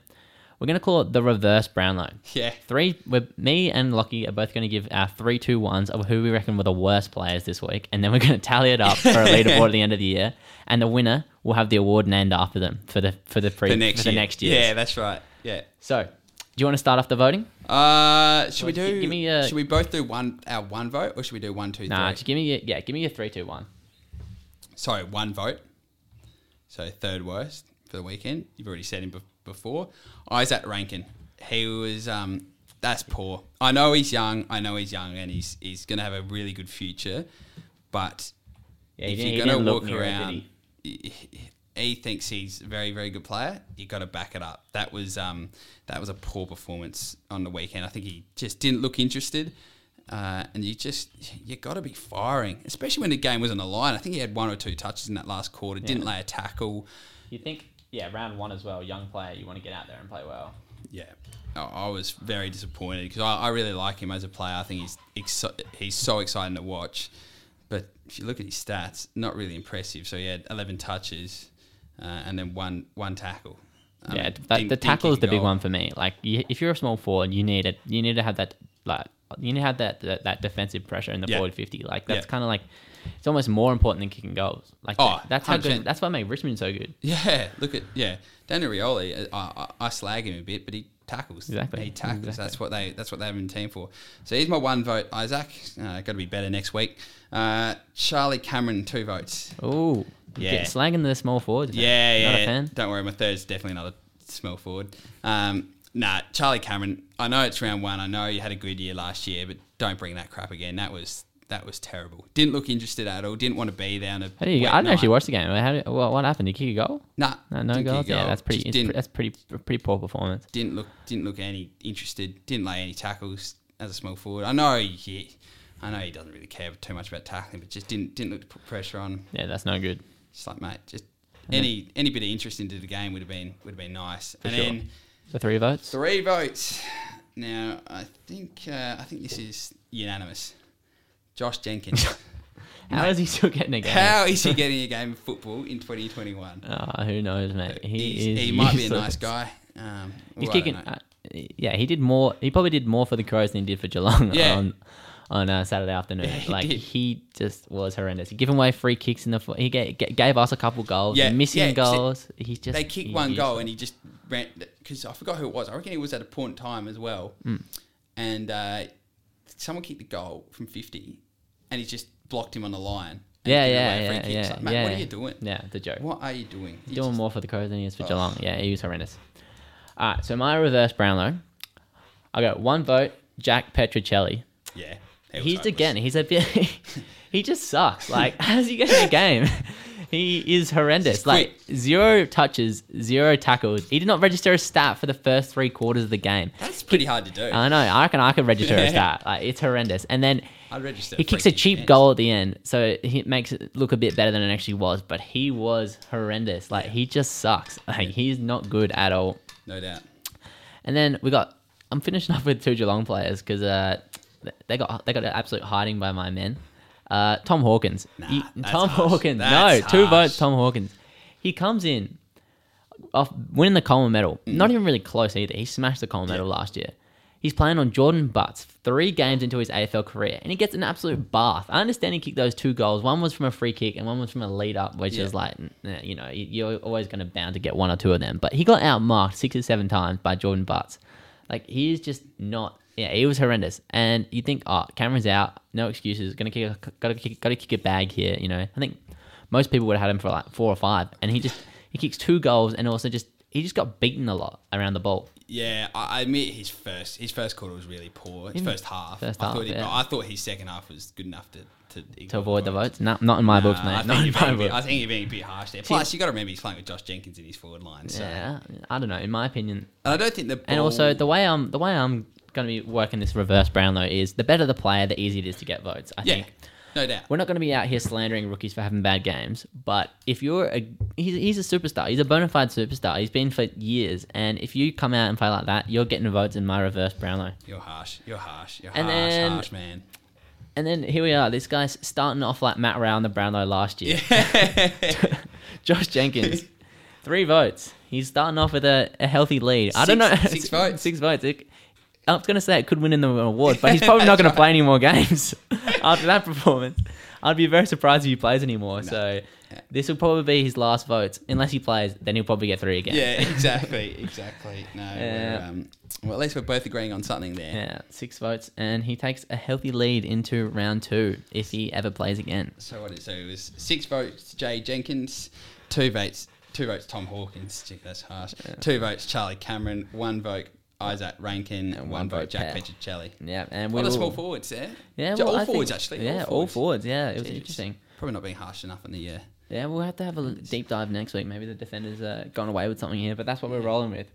Speaker 4: We're going to call it the reverse Brownlow.
Speaker 3: yeah,
Speaker 4: Three, we're, me and Lockie are both going to give our three, two, ones of who we reckon were the worst players this week, and then we're going to tally it up for a leaderboard at the end of the year, and the winner will have the award named after them for the for the pre
Speaker 3: the next
Speaker 4: for the
Speaker 3: year.
Speaker 4: next year.
Speaker 3: Yeah, that's right. Yeah.
Speaker 4: So, do you want to start off the voting?
Speaker 3: Uh, should we
Speaker 4: Well, gi-
Speaker 3: do?
Speaker 4: give me a-
Speaker 3: should we both do one our one vote, or should we do one, two, three?
Speaker 4: Nah, just give me your, yeah, give me your three, two, one.
Speaker 3: Sorry, one vote. so third worst for the weekend. You've already said him be- before. Isaac Rankin, he was um, that's poor. I know he's young. I know he's young, and he's he's gonna have a really good future. But
Speaker 4: Yeah,
Speaker 3: if
Speaker 4: didn't-
Speaker 3: you're gonna
Speaker 4: didn't look
Speaker 3: walk
Speaker 4: near it, did
Speaker 3: around,
Speaker 4: he?
Speaker 3: he? he thinks he's a very very good player. You got to back it up. That was um, that was a poor performance on the weekend. I think he just didn't look interested. Uh, and you just you got to be firing, especially when the game was on the line. I think he had one or two touches in that last quarter. Didn't lay a tackle.
Speaker 4: You think, yeah, round one as well, young player, you want to get out there and play well.
Speaker 3: Yeah, I, I was very disappointed because I, I really like him as a player. I think he's exci- he's so exciting to watch. But if you look at his stats, not really impressive. So he had 11 touches uh, and then one one tackle. I mean,
Speaker 4: yeah, that,
Speaker 3: didn't-
Speaker 4: the
Speaker 3: didn't
Speaker 4: tackle
Speaker 3: kick
Speaker 4: is
Speaker 3: a
Speaker 4: the big
Speaker 3: goal.
Speaker 4: one for me. Like, you, if you're a small forward, you need it. You need to have that like you need to have that that, that defensive pressure in the
Speaker 3: Yeah.
Speaker 4: forward fifty. Like that's
Speaker 3: Yeah.
Speaker 4: kind of like it's almost more important than kicking goals. Like
Speaker 3: Oh,
Speaker 4: that's how good.
Speaker 3: 100%.
Speaker 4: That's what made Richmond so good.
Speaker 3: Yeah, look at yeah, Daniel Rioli. uh, I, I, I slag him a bit, but he tackles.
Speaker 4: Exactly,
Speaker 3: he tackles.
Speaker 4: exactly.
Speaker 3: That's what they that's what they have him in the team for. So he's my one vote, Isaac. Uh, Got to be better next week. Uh, Charlie Cameron, two votes.
Speaker 4: Oh,
Speaker 3: Yeah.
Speaker 4: slanging the small forwards. man.
Speaker 3: Yeah, yeah.
Speaker 4: not a fan.
Speaker 3: Don't worry, my third's definitely another smell forward. Um, nah, Charlie Cameron. I know it's round one. I know you had a good year last year, but don't bring that crap again. That was that was terrible. Didn't look interested at all. Didn't want to be there. On a
Speaker 4: How do you?
Speaker 3: wet
Speaker 4: I didn't
Speaker 3: night.
Speaker 4: actually watch the game. How did, what, what happened? Did you kick a goal?
Speaker 3: Nah,
Speaker 4: No, no
Speaker 3: didn't kick a
Speaker 4: goals. Yeah,
Speaker 3: goal.
Speaker 4: that's pretty.
Speaker 3: Just
Speaker 4: It's,
Speaker 3: didn't,
Speaker 4: pre- that's pretty pretty poor performance.
Speaker 3: didn't look didn't look any interested. Didn't lay any tackles as a small forward. I know he, I know he doesn't really care too much about tackling, but just didn't didn't look to put pressure on.
Speaker 4: Yeah, that's no good.
Speaker 3: Just like mate, just any any bit of interest into the game would have been would have been nice. and
Speaker 4: sure.
Speaker 3: then.
Speaker 4: The three votes.
Speaker 3: Three votes. Now, I think uh, I think this is unanimous. Josh Jenkins.
Speaker 4: How is he still getting a game?
Speaker 3: How is he getting a game of football in 2021?
Speaker 4: Ah, who knows, mate? He
Speaker 3: He's-
Speaker 4: is.
Speaker 3: he might be a
Speaker 4: useless.
Speaker 3: nice guy. Um, well,
Speaker 4: He's
Speaker 3: I don't
Speaker 4: kicking.
Speaker 3: know.
Speaker 4: Uh, yeah, he did more. He probably did more for the Crows than he did for Geelong
Speaker 3: Yeah.
Speaker 4: on on uh, Saturday afternoon.
Speaker 3: he
Speaker 4: like
Speaker 3: did.
Speaker 4: he just was horrendous. He gave away free kicks in the. fo- He gave, gave us a couple goals.
Speaker 3: Yeah,
Speaker 4: missing
Speaker 3: yeah, 'cause it-
Speaker 4: goals. He's just.
Speaker 3: they kicked
Speaker 4: he-
Speaker 3: one
Speaker 4: he-
Speaker 3: goal and he just ran because I forgot who it was. I reckon it was at a point in time as well.
Speaker 4: Hmm.
Speaker 3: And uh, someone kicked a goal from 50 and he just blocked him on the line. and
Speaker 4: Yeah,
Speaker 3: given
Speaker 4: yeah,
Speaker 3: away a free
Speaker 4: yeah,
Speaker 3: kick. It's
Speaker 4: yeah,
Speaker 3: like, mate,
Speaker 4: yeah.
Speaker 3: What are you doing?
Speaker 4: Yeah, the joke.
Speaker 3: What are you doing? You
Speaker 4: doing
Speaker 3: just- Oh.
Speaker 4: more for the Crows than he is for Geelong. Yeah, he was horrendous. All right, so my reverse Brownlow. I got one vote. Jack Petricelli.
Speaker 3: Yeah. he was
Speaker 4: He's
Speaker 3: hopeless.
Speaker 4: again. He's a bit. he just sucks. Like, how's he getting a game? He is horrendous.
Speaker 3: Just
Speaker 4: Like zero touches, zero tackles. He did not register a stat for the first three quarters of the game.
Speaker 3: That's pretty hard to do.
Speaker 4: I know. I reckon I could register a stat. Like, it's horrendous. And then
Speaker 3: I'd register.
Speaker 4: he
Speaker 3: for
Speaker 4: kicks
Speaker 3: free
Speaker 4: a
Speaker 3: kick
Speaker 4: cheap
Speaker 3: next.
Speaker 4: goal at the end, so he makes it look a bit better than it actually was. But he was horrendous. Like, he just sucks. Like, he's not good at all.
Speaker 3: No doubt.
Speaker 4: And then we got. I'm finishing off with two Geelong players because uh, th- they got they got an absolute hiding by my men. Uh, Tom Hawkins.
Speaker 3: Nah,
Speaker 4: He-
Speaker 3: that's
Speaker 4: Tom
Speaker 3: harsh.
Speaker 4: Hawkins. no,
Speaker 3: That's
Speaker 4: two
Speaker 3: harsh.
Speaker 4: votes. Tom Hawkins. He comes in off winning the Coleman medal. Not even really close either. He smashed the Coleman medal last year. He's playing on Jordan Butts three games into his AFL career, and he gets an absolute bath. I understand he kicked those two goals. One was from a free kick, and one was from a lead up, which
Speaker 3: Yeah.
Speaker 4: is like, n- eh, you know, y- you're always going to bound to get one or two of them. But he got outmarked six or seven times by Jordan Butts. Like he is just not. Yeah, he was horrendous. And you think, oh, Cameron's out, no excuses. Gonna kick, a, gotta kick, gotta kick a bag here. You know, I think most people would have had him for like four or five, and he just he kicks two goals, and also just he just got beaten a lot around the ball.
Speaker 3: Yeah, I I admit his first his first quarter was really poor. His first half.
Speaker 4: First
Speaker 3: I
Speaker 4: half,
Speaker 3: thought he,
Speaker 4: yeah.
Speaker 3: I thought his second half was good enough to to,
Speaker 4: To avoid the votes, no, not in my books,
Speaker 3: I
Speaker 4: mate.
Speaker 3: think,
Speaker 4: Not in
Speaker 3: you're
Speaker 4: my
Speaker 3: being a bit,
Speaker 4: books.
Speaker 3: I think you're being a bit harsh there. Plus, you got to remember he's playing with Josh Jenkins in his forward line. So
Speaker 4: Yeah, I don't know. In my opinion,
Speaker 3: and I don't think the ball,
Speaker 4: And also the way I'm the way I'm going to be working this reverse Brownlow is the better the player, the easier it is to get votes. I
Speaker 3: yeah,
Speaker 4: think
Speaker 3: no doubt.
Speaker 4: we're not going to be out here slandering rookies for having bad games, but if you're a he's, he's a superstar, he's a bona fide superstar. He's been for years, and if you come out and play like that, you're getting votes in my reverse Brownlow.
Speaker 3: You're harsh. You're harsh. You're
Speaker 4: And
Speaker 3: harsh.
Speaker 4: then-
Speaker 3: harsh man.
Speaker 4: And then here we are. This guy's starting off like Matt Rowe on the Brownlow last year. Josh Jenkins, three votes. He's starting off with a, a healthy lead. I don't know.
Speaker 3: Six- six votes.
Speaker 4: Six votes. It- I was going to say it could win him the award, but he's probably not going to play any more games after that performance. I'd be very surprised if he plays anymore. So this will probably be his last votes. Unless he plays, then he'll probably get three again.
Speaker 3: Yeah, exactly, exactly. No,
Speaker 4: Yeah.
Speaker 3: we're, um, well, at least we're both agreeing on something there.
Speaker 4: Yeah, six votes, and he takes a healthy lead into round two if he ever plays again.
Speaker 3: So what? Is, so it was six votes, Jay Jenkins, two votes, Two votes Tom Hawkins. Gee, that's harsh. Two votes Charlie Cameron. One vote Isaac Rankin. And one, vote Jack
Speaker 4: Pat.
Speaker 3: Petruccelli.
Speaker 4: Yeah, and
Speaker 3: A
Speaker 4: we
Speaker 3: lot
Speaker 4: will,
Speaker 3: of small forwards there.
Speaker 4: Yeah,
Speaker 3: Ju-
Speaker 4: well,
Speaker 3: all
Speaker 4: I
Speaker 3: forwards
Speaker 4: think-
Speaker 3: actually.
Speaker 4: Yeah,
Speaker 3: all forwards.
Speaker 4: Yeah, it was
Speaker 3: Jeez.
Speaker 4: interesting.
Speaker 3: Probably not being harsh enough in the uh, year.
Speaker 4: Yeah, we'll have to have a deep dive next week. Maybe the defenders uh, gone away with something here, but that's what we're rolling with.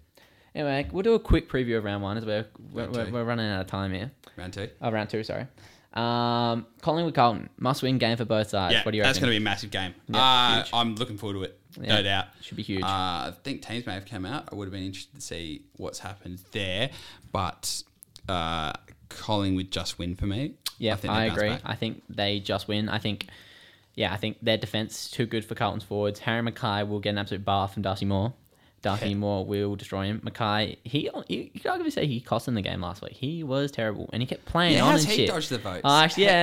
Speaker 4: Anyway, we'll do a quick preview of round one as we're we're,
Speaker 3: Round
Speaker 4: we're,
Speaker 3: two.
Speaker 4: we're running out of time here.
Speaker 3: Round two.
Speaker 4: Oh, round two, sorry. Um, Collingwood Carlton must win game for both sides.
Speaker 3: Yeah,
Speaker 4: what do you
Speaker 3: that's
Speaker 4: reckon?
Speaker 3: going to be a massive game.
Speaker 4: Yeah,
Speaker 3: uh,
Speaker 4: huge.
Speaker 3: I'm looking forward to it,
Speaker 4: Yeah,
Speaker 3: no doubt.
Speaker 4: should be huge.
Speaker 3: Uh, I think teams may have come out. I would have been interested to see what's happened there, but uh, Collingwood just win for me.
Speaker 4: yeah,
Speaker 3: think they
Speaker 4: I,
Speaker 3: bounce
Speaker 4: agree.
Speaker 3: back.
Speaker 4: I think they just win. I think, yeah, I think their defense is too good for Carlton's forwards. Harry Mackay will get an absolute bath from Darcy Moore. Darcy
Speaker 3: Yeah.
Speaker 4: Moore will destroy him. Mackay, he, he you can arguably say he cost him the game last week. He was terrible and he kept playing
Speaker 3: Yeah,
Speaker 4: on
Speaker 3: how's
Speaker 4: and
Speaker 3: he
Speaker 4: shit.
Speaker 3: dodged the votes?
Speaker 4: Oh, actually, yeah,
Speaker 3: Uh,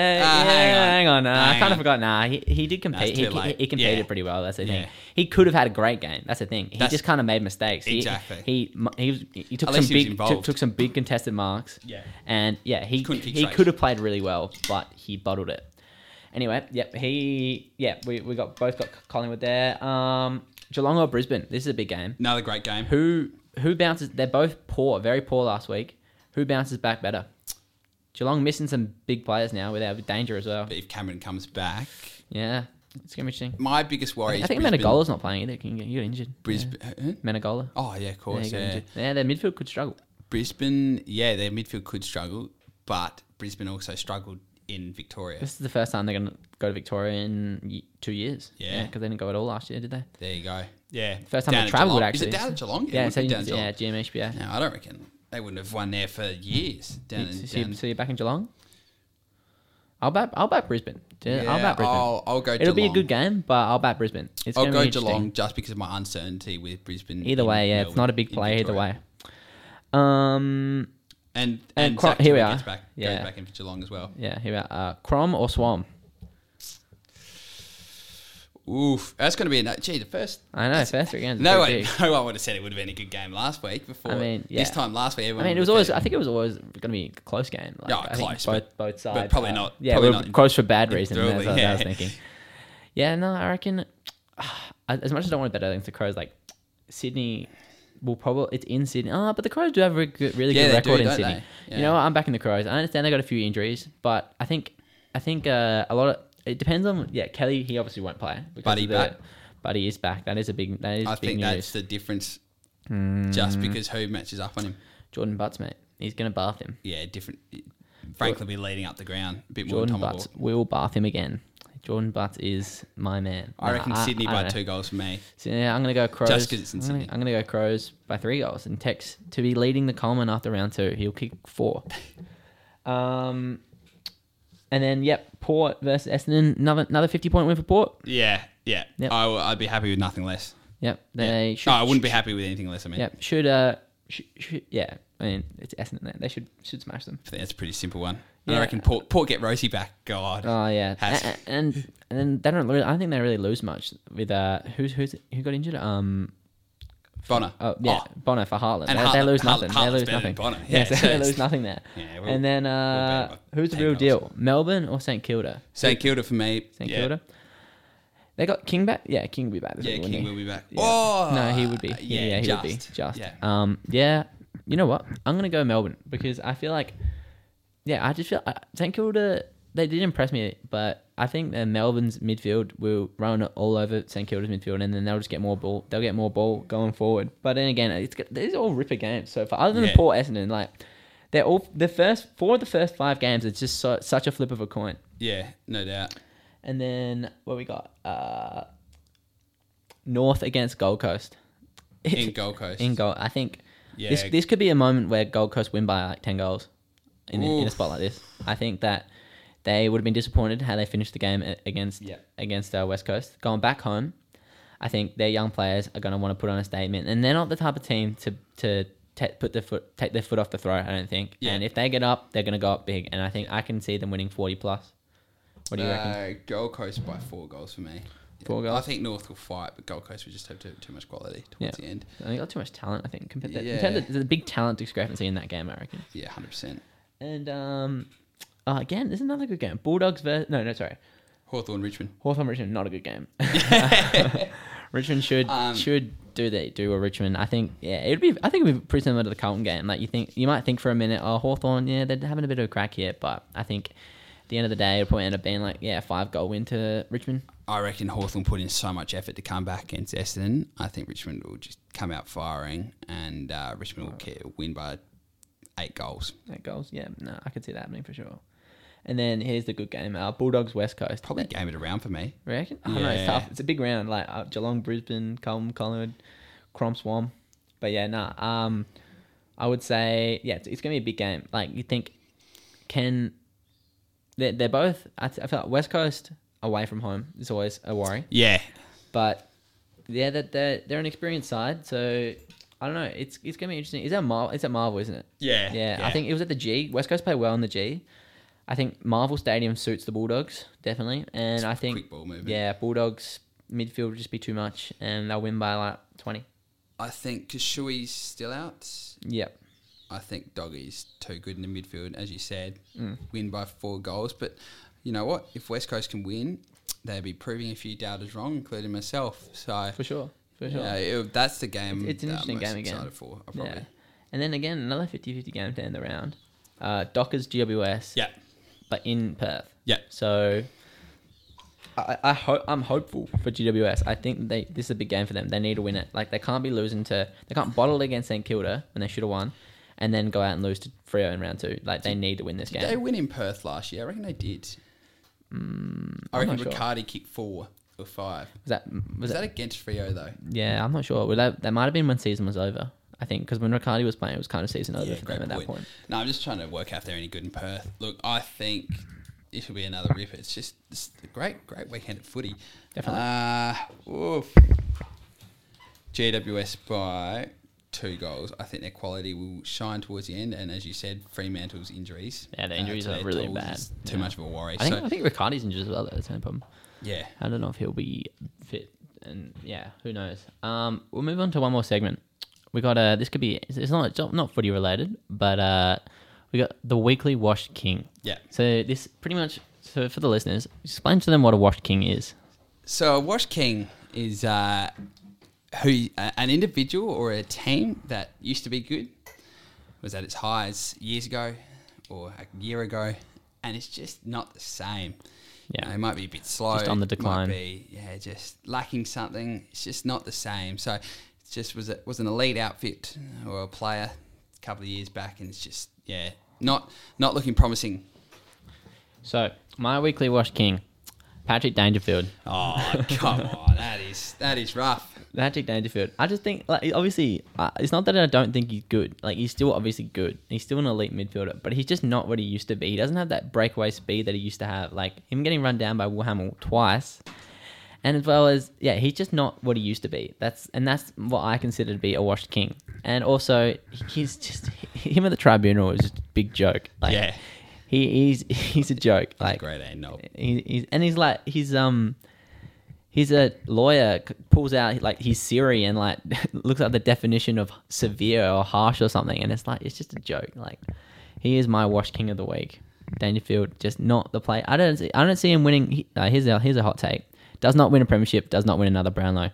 Speaker 4: yeah,
Speaker 3: hang on.
Speaker 4: hang on. Uh, I
Speaker 3: Hang
Speaker 4: kind
Speaker 3: on.
Speaker 4: of forgot. Nah, he, he did compete.
Speaker 3: it's
Speaker 4: He,
Speaker 3: too
Speaker 4: he,
Speaker 3: late.
Speaker 4: he competed
Speaker 3: Yeah.
Speaker 4: pretty well. That's the
Speaker 3: Yeah.
Speaker 4: thing. He could have had a great game. That's the thing. He
Speaker 3: That's-
Speaker 4: just kind of made mistakes. He-
Speaker 3: Exactly.
Speaker 4: He mu- he, was, he took
Speaker 3: At
Speaker 4: some
Speaker 3: least he was
Speaker 4: big took,
Speaker 3: involved.
Speaker 4: took some big contested marks.
Speaker 3: Yeah.
Speaker 4: And yeah, he
Speaker 3: Couldn't kick
Speaker 4: he
Speaker 3: straight.
Speaker 4: could have played really well, but he bottled it. Anyway, yep. He yeah. We, we got both got Collingwood there. Um, Geelong or Brisbane. This is a big game.
Speaker 3: Another great game.
Speaker 4: Who who bounces? They're both poor, very poor last week. Who bounces back better? Geelong missing some big players now without danger as well.
Speaker 3: But if Cameron comes back,
Speaker 4: Yeah, it's gonna be interesting.
Speaker 3: my biggest worry
Speaker 4: I
Speaker 3: is
Speaker 4: think
Speaker 3: Brisbane.
Speaker 4: Menegola's not playing either. Can you get you got injured?
Speaker 3: Brisbane. huh?
Speaker 4: Yeah. Menegola.
Speaker 3: Oh yeah, of
Speaker 4: yeah, he
Speaker 3: course.
Speaker 4: got
Speaker 3: Yeah,
Speaker 4: injured. yeah, their midfield could struggle.
Speaker 3: Brisbane. Yeah, their midfield could struggle, but Brisbane also struggled in Victoria.
Speaker 4: This is the first time they're gonna go to Victoria in y- two years.
Speaker 3: Yeah.
Speaker 4: because they didn't go at all last year, did they?
Speaker 3: There you go. Yeah,
Speaker 4: First time
Speaker 3: Down
Speaker 4: they
Speaker 3: at
Speaker 4: travelled
Speaker 3: Geelong.
Speaker 4: actually.
Speaker 3: Is it down at Geelong?
Speaker 4: Yeah,
Speaker 3: it would
Speaker 4: so
Speaker 3: be
Speaker 4: you-
Speaker 3: down at Geelong.
Speaker 4: yeah, GMHBA.
Speaker 3: No, I don't reckon they wouldn't have won there for years. Down in
Speaker 4: so,
Speaker 3: down-
Speaker 4: you, so you're back in Geelong. I'll back. I'll back Brisbane. Yeah, I'll
Speaker 3: Yeah,
Speaker 4: back Brisbane.
Speaker 3: I'll- I'll go
Speaker 4: It'll be a
Speaker 3: Geelong.
Speaker 4: good game, but I'll back Brisbane. It's
Speaker 3: I'll
Speaker 4: gonna
Speaker 3: go
Speaker 4: be interesting.
Speaker 3: Geelong just because of my uncertainty with Brisbane.
Speaker 4: Either
Speaker 3: in
Speaker 4: way, yeah, it's
Speaker 3: Melbourne,
Speaker 4: not a big
Speaker 3: in
Speaker 4: play either
Speaker 3: Victoria.
Speaker 4: way. Um,
Speaker 3: And and,
Speaker 4: And Cro-
Speaker 3: Zach
Speaker 4: here we
Speaker 3: Taylor gets
Speaker 4: are.
Speaker 3: Back,
Speaker 4: Yeah.
Speaker 3: goes back in for Geelong as well.
Speaker 4: yeah, here we are. Uh, Crom or Swam?
Speaker 3: Oof, that's going to be a no- gee the first.
Speaker 4: I know, first three games. are
Speaker 3: No
Speaker 4: pretty
Speaker 3: way,
Speaker 4: big.
Speaker 3: no one would have said it would have been a good game last week. Before
Speaker 4: I mean, yeah.
Speaker 3: this time last week,
Speaker 4: I
Speaker 3: everyone
Speaker 4: mean, it
Speaker 3: would
Speaker 4: was
Speaker 3: have
Speaker 4: always.
Speaker 3: said-
Speaker 4: I think it was always going to be a close game. Like,
Speaker 3: Yeah,
Speaker 4: I think
Speaker 3: close,
Speaker 4: both
Speaker 3: but-
Speaker 4: both sides.
Speaker 3: but probably
Speaker 4: uh,
Speaker 3: not-
Speaker 4: Yeah,
Speaker 3: probably
Speaker 4: we were
Speaker 3: not
Speaker 4: close for bad reasons.
Speaker 3: thoroughly,
Speaker 4: That's what I was
Speaker 3: yeah.
Speaker 4: thinking. Yeah, no, I reckon. As much as I want to bet against the Crows, like Sydney will probably it's in Sydney. Ah, but the Crows do have a good, really
Speaker 3: Yeah,
Speaker 4: good
Speaker 3: they
Speaker 4: record
Speaker 3: do,
Speaker 4: in
Speaker 3: don't
Speaker 4: Sydney.
Speaker 3: they?
Speaker 4: You know,
Speaker 3: Yeah.
Speaker 4: what? I'm backing the Crows. I understand they got a few injuries, but I think I think uh, a lot of it depends on yeah Kelly. He obviously won't play, because
Speaker 3: Buddy
Speaker 4: of the-
Speaker 3: back.
Speaker 4: Buddy is back. That is a big. That is
Speaker 3: I
Speaker 4: big
Speaker 3: think
Speaker 4: news. Mm.
Speaker 3: that's the difference. Just because who matches up on him,
Speaker 4: Jordan Butts, mate. He's gonna bath him.
Speaker 3: yeah, different. Franklin will be leading up the ground a bit more than
Speaker 4: Jordan
Speaker 3: Tom
Speaker 4: Butts will bath him again. Jordan Butts is my man.
Speaker 3: I reckon
Speaker 4: Nah,
Speaker 3: Sydney
Speaker 4: I
Speaker 3: by
Speaker 4: don't know.
Speaker 3: two goals for me.
Speaker 4: So, yeah, I'm gonna go Crows.
Speaker 3: Just 'cause it's in
Speaker 4: I'm gonna-
Speaker 3: Sydney.
Speaker 4: I'm gonna go Crows by three goals and Tex to be leading the Coleman after round two. He'll kick four. um, and then yep, Port versus Essendon. Another another 50 point win for Port.
Speaker 3: Yeah, yeah.
Speaker 4: Yep.
Speaker 3: I, w- I'd be happy with nothing less.
Speaker 4: Yep,
Speaker 3: Yeah.
Speaker 4: they should.
Speaker 3: no, I wouldn't be happy with anything less. I mean,
Speaker 4: Yep, should uh, sh- sh- yeah. I mean, it's Essendon. They should should smash them.
Speaker 3: I think that's a pretty simple one. And
Speaker 4: Yeah.
Speaker 3: I reckon Port, Port get Rosie back. God.
Speaker 4: Oh yeah,
Speaker 3: Has-
Speaker 4: A- a- and, and then they don't. Really, I don't think they really lose much with uh, who's who's who got injured? Um,
Speaker 3: Bonner.
Speaker 4: oh yeah,
Speaker 3: Oh,
Speaker 4: Bonner for Heartland.
Speaker 3: And
Speaker 4: they, they
Speaker 3: Hartland-
Speaker 4: lose
Speaker 3: Hartland-
Speaker 4: nothing.
Speaker 3: Hartland's
Speaker 4: they lose
Speaker 3: better than
Speaker 4: nothing.
Speaker 3: Bonner.
Speaker 4: Yeah,
Speaker 3: Yeah,
Speaker 4: so
Speaker 3: so
Speaker 4: they
Speaker 3: it's-
Speaker 4: lose nothing there.
Speaker 3: Yeah, we'll-
Speaker 4: and then
Speaker 3: we'll
Speaker 4: uh,
Speaker 3: bet about
Speaker 4: who's the
Speaker 3: 10
Speaker 4: real
Speaker 3: goals.
Speaker 4: deal? Melbourne or St Kilda?
Speaker 3: St Kilda for me.
Speaker 4: St
Speaker 3: yeah.
Speaker 4: Kilda. They got King back. Yeah, King will be back. this
Speaker 3: Yeah,
Speaker 4: week, wouldn't
Speaker 3: King
Speaker 4: he?
Speaker 3: will be back.
Speaker 4: Yeah.
Speaker 3: Oh,
Speaker 4: no, he would be. Yeah, uh, yeah, he would be. Just. Um, yeah. You know what? I'm gonna go Melbourne because I feel like, yeah, I just feel uh, St Kilda. They did impress me, but I think that Melbourne's midfield will run all over St Kilda's midfield, and then they'll just get more ball. They'll get more ball going forward. But then again, it's got- these are all ripper games so far. Other than
Speaker 3: Yeah.
Speaker 4: Port Essendon, like they're all the first four of the first five games. It's just so, such a flip of a coin.
Speaker 3: yeah, no doubt.
Speaker 4: And then what we got? Uh, North against Gold Coast.
Speaker 3: In Gold Coast.
Speaker 4: In goal, I think this
Speaker 3: Yeah.
Speaker 4: this could be a moment where Gold Coast win by like ten goals in, a- in a
Speaker 3: Oof.
Speaker 4: spot like this. I think that they would have been disappointed had they finished the game a- against
Speaker 3: Yeah.
Speaker 4: against uh, West Coast. Going back home, I think their young players are going to want to put on a statement, and they're not the type of team to to ta- put their foot take their foot off the throat. I don't think.
Speaker 3: Yeah.
Speaker 4: And if they get up, they're going to go up big, and I think I can see them winning forty plus. What do you reckon?
Speaker 3: Uh, Gold Coast by four goals for me. Yeah.
Speaker 4: Four goals?
Speaker 3: I think North will fight, but Gold Coast will just have too, too much quality
Speaker 4: Yeah.
Speaker 3: towards the end.
Speaker 4: They got too much talent, I think. Compared to,
Speaker 3: Yeah.
Speaker 4: compared to- there's a big talent discrepancy in that game, I reckon.
Speaker 3: Yeah, hundred percent.
Speaker 4: And um, uh, again, there's another good game. Bulldogs versus no, no, sorry,
Speaker 3: Hawthorn Richmond.
Speaker 4: Hawthorn Richmond. Not a good game. Richmond should
Speaker 3: Um,
Speaker 4: should do that. Do a Richmond. I think yeah, it'd be. I think it'd be pretty similar to the Carlton game. Like you think you might think for a minute, oh Hawthorn, yeah, they're having a bit of a crack here, but I think at the end of the day, it'll probably end up being like yeah, five goal win to Richmond.
Speaker 3: I reckon Hawthorn put in so much effort to come back against Essendon. I think Richmond will just come out firing and uh, Richmond will ca- win by eight goals.
Speaker 4: Eight goals. Yeah, no, I could see that happening for sure. And then here's the good game: uh, Bulldogs West Coast.
Speaker 3: Probably
Speaker 4: That-
Speaker 3: game it around for me.
Speaker 4: reckon. I don't know. It's
Speaker 3: Yeah.
Speaker 4: tough. It's a big round. Like uh, Geelong, Brisbane, Colm, Collingwood, Crom, Swam. But yeah, nah. Um, I would say yeah, it's, it's gonna be a big game. Like you think, can they're, they're both? I, th- I feel like West Coast away from home is always a worry.
Speaker 3: Yeah.
Speaker 4: But yeah, that they're, they're an experienced side, so. I don't know. It's it's gonna be interesting. Is that Marvel? It's at Marvel, isn't it?
Speaker 3: Yeah,
Speaker 4: Yeah. I
Speaker 3: yeah.
Speaker 4: think it was at the G. West Coast play well in the G. I think Marvel Stadium suits the Bulldogs definitely, and I think
Speaker 3: quick ball movement.
Speaker 4: yeah, Bulldogs midfield would just be too much, and they'll win by like twenty.
Speaker 3: I think Kashui's still out.
Speaker 4: Yep.
Speaker 3: I think Doggy's too good in the midfield, as you said.
Speaker 4: Mm.
Speaker 3: Win by four goals. But you know what? If West Coast can win, they'd be proving a few doubters wrong, including myself. So
Speaker 4: For sure. For sure.
Speaker 3: Yeah, it- that's the game.
Speaker 4: It's an
Speaker 3: that
Speaker 4: interesting
Speaker 3: I'm most
Speaker 4: game again.
Speaker 3: Excited for. I probably.
Speaker 4: Yeah. And then again, another 50-50 game to end the round. Uh, Dockers GWS.
Speaker 3: Yeah.
Speaker 4: But in Perth.
Speaker 3: Yeah.
Speaker 4: So I, I hope I'm hopeful for GWS. I think they this is a big game for them. They need to win it. Like they can't be losing to they can't bottle it against St Kilda when they should have won, and then go out and lose to Frio in round two. Like they need to win this
Speaker 3: Did
Speaker 4: game.
Speaker 3: they win in Perth last year? I reckon they did. I
Speaker 4: Mm, I'm
Speaker 3: reckon
Speaker 4: not sure.
Speaker 3: Riccardi kicked four or five.
Speaker 4: was that was
Speaker 3: Was
Speaker 4: that
Speaker 3: that against Frio though?
Speaker 4: Yeah, I'm not sure. Well, that, that might have been when season was over. I think because when Riccardi was playing, it was kind of season over for them at that point.
Speaker 3: No, I'm just trying to work out if they're any good in Perth. Look, I think it will be another ripper. It's just it's a great, great weekend at footy.
Speaker 4: Definitely.
Speaker 3: Uh, oof. GWS by two goals. I think their quality will shine towards the end. And as you said, Fremantle's injuries. Uh,
Speaker 4: Yeah, their injuries
Speaker 3: to
Speaker 4: are really
Speaker 3: tools
Speaker 4: bad.
Speaker 3: is Too
Speaker 4: Yeah.
Speaker 3: much of a worry.
Speaker 4: I think
Speaker 3: so,
Speaker 4: I think Riccardi's injured as well. Though, that's the only problem.
Speaker 3: yeah.
Speaker 4: I don't know if he'll be fit, and yeah, who knows. Um, we'll move on to one more segment. We got uh, this could be it's- it's not it's not- not footy related, but uh, we got the weekly washed king.
Speaker 3: Yeah.
Speaker 4: So this pretty much so for the listeners, explain to them what a washed king is.
Speaker 3: So a wash king is uh, who uh, an individual or a team that used to be good was at its highs years ago or a year ago, and it's just not the same.
Speaker 4: Yeah.
Speaker 3: You know, it might be a bit slow,
Speaker 4: Just on the
Speaker 3: it might
Speaker 4: decline.
Speaker 3: be, yeah, just lacking something. It's just not the same. So it's just was it was an elite outfit or a player a couple of years back, and it's just yeah, not not looking promising.
Speaker 4: So my weekly washed king, Patrick Dangerfield.
Speaker 3: Oh come on, that is that is rough.
Speaker 4: Magic Dangerfield. I just think, like, obviously, uh, it's not that I don't think he's good. Like, he's still obviously good. He's still an elite midfielder, but he's just not what he used to be. He doesn't have that breakaway speed that he used to have. Like, him getting run down by Wilhamel twice, and as well as, yeah, he's just not what he used to be. That's and that's what I consider to be a washed king. And also, he's just him at the tribunal is just a big joke. Like,
Speaker 3: Yeah.
Speaker 4: he, he's he's a joke. Like,
Speaker 3: Great A no.
Speaker 4: he, he's and he's like he's um he's a lawyer c- pulls out like his Siri and like looks up the definition of severe or harsh or something and it's like it's just a joke like he is my wash king of the week Dangerfield just not the play I don't see, I don't see him winning he, uh, here's a here's a hot take does not win a premiership does not win another Brownlow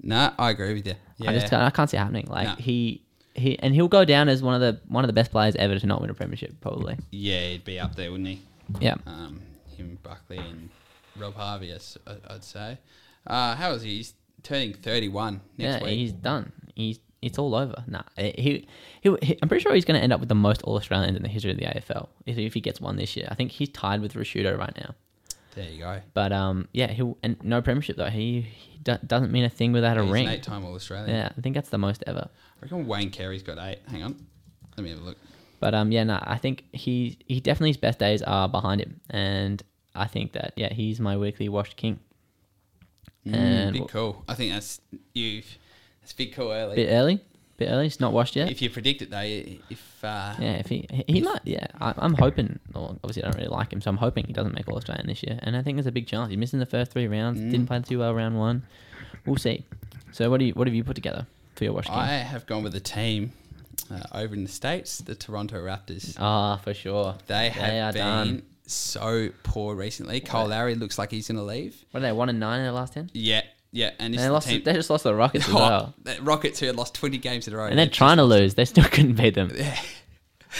Speaker 3: No, I agree with you. Yeah.
Speaker 4: I just can't, I can't see it happening like
Speaker 3: No.
Speaker 4: he he and he'll go down as one of the one of the best players ever to not win a premiership probably
Speaker 3: yeah, he'd be up there, wouldn't he?
Speaker 4: yeah
Speaker 3: Um, him, Buckley, and Rob Harvey, I s- I- I'd say. Uh, how is he? He's turning 31 next
Speaker 4: yeah,
Speaker 3: week.
Speaker 4: he's done. He's it's all over. Nah, eh, he, he, he- I'm pretty sure he's going to end up with the most All Australians in the history of the AFL if, if he gets one this year. I think he's tied with Rashudo right now.
Speaker 3: there you go.
Speaker 4: But um, yeah, he'll and no premiership though. He, he do, doesn't mean a thing without a
Speaker 3: He's
Speaker 4: ring.
Speaker 3: an eight-time All-Australian.
Speaker 4: Yeah, I think that's the most ever.
Speaker 3: I reckon Wayne Carey's got eight. Hang on. Let me have a look.
Speaker 4: But um, yeah, nah, I think he he definitely his best days are behind him, and I think that yeah, he's my weekly washed king.
Speaker 3: Mm,
Speaker 4: and
Speaker 3: big
Speaker 4: w-
Speaker 3: call. I think that's you. That's big call early.
Speaker 4: bit early, bit early. It's not washed yet.
Speaker 3: If you predict it, though, i- if... Uh,
Speaker 4: Yeah, if he he- he might. Yeah, I, I'm hoping. Well, obviously, I don't really like him, so I'm hoping he doesn't make All Australian this year. And I think there's a big chance. He's missing the first three rounds.
Speaker 3: Mm.
Speaker 4: Didn't play too well round one. We'll see. So, what do you what have you put together for your Washington?
Speaker 3: I have gone with a team uh, over in the States, the Toronto Raptors.
Speaker 4: Ah, for sure.
Speaker 3: They have
Speaker 4: are
Speaker 3: been so poor recently. Cole Lowry looks like he's going to leave.
Speaker 4: What are they? One and nine in the last ten.
Speaker 3: Yeah, yeah, and this
Speaker 4: And they
Speaker 3: is
Speaker 4: lost.
Speaker 3: the team.
Speaker 4: They just lost the Rockets as
Speaker 3: Oh,
Speaker 4: well,
Speaker 3: the Rockets who had lost twenty games in a row,
Speaker 4: and they're trying to lose. They still couldn't beat them because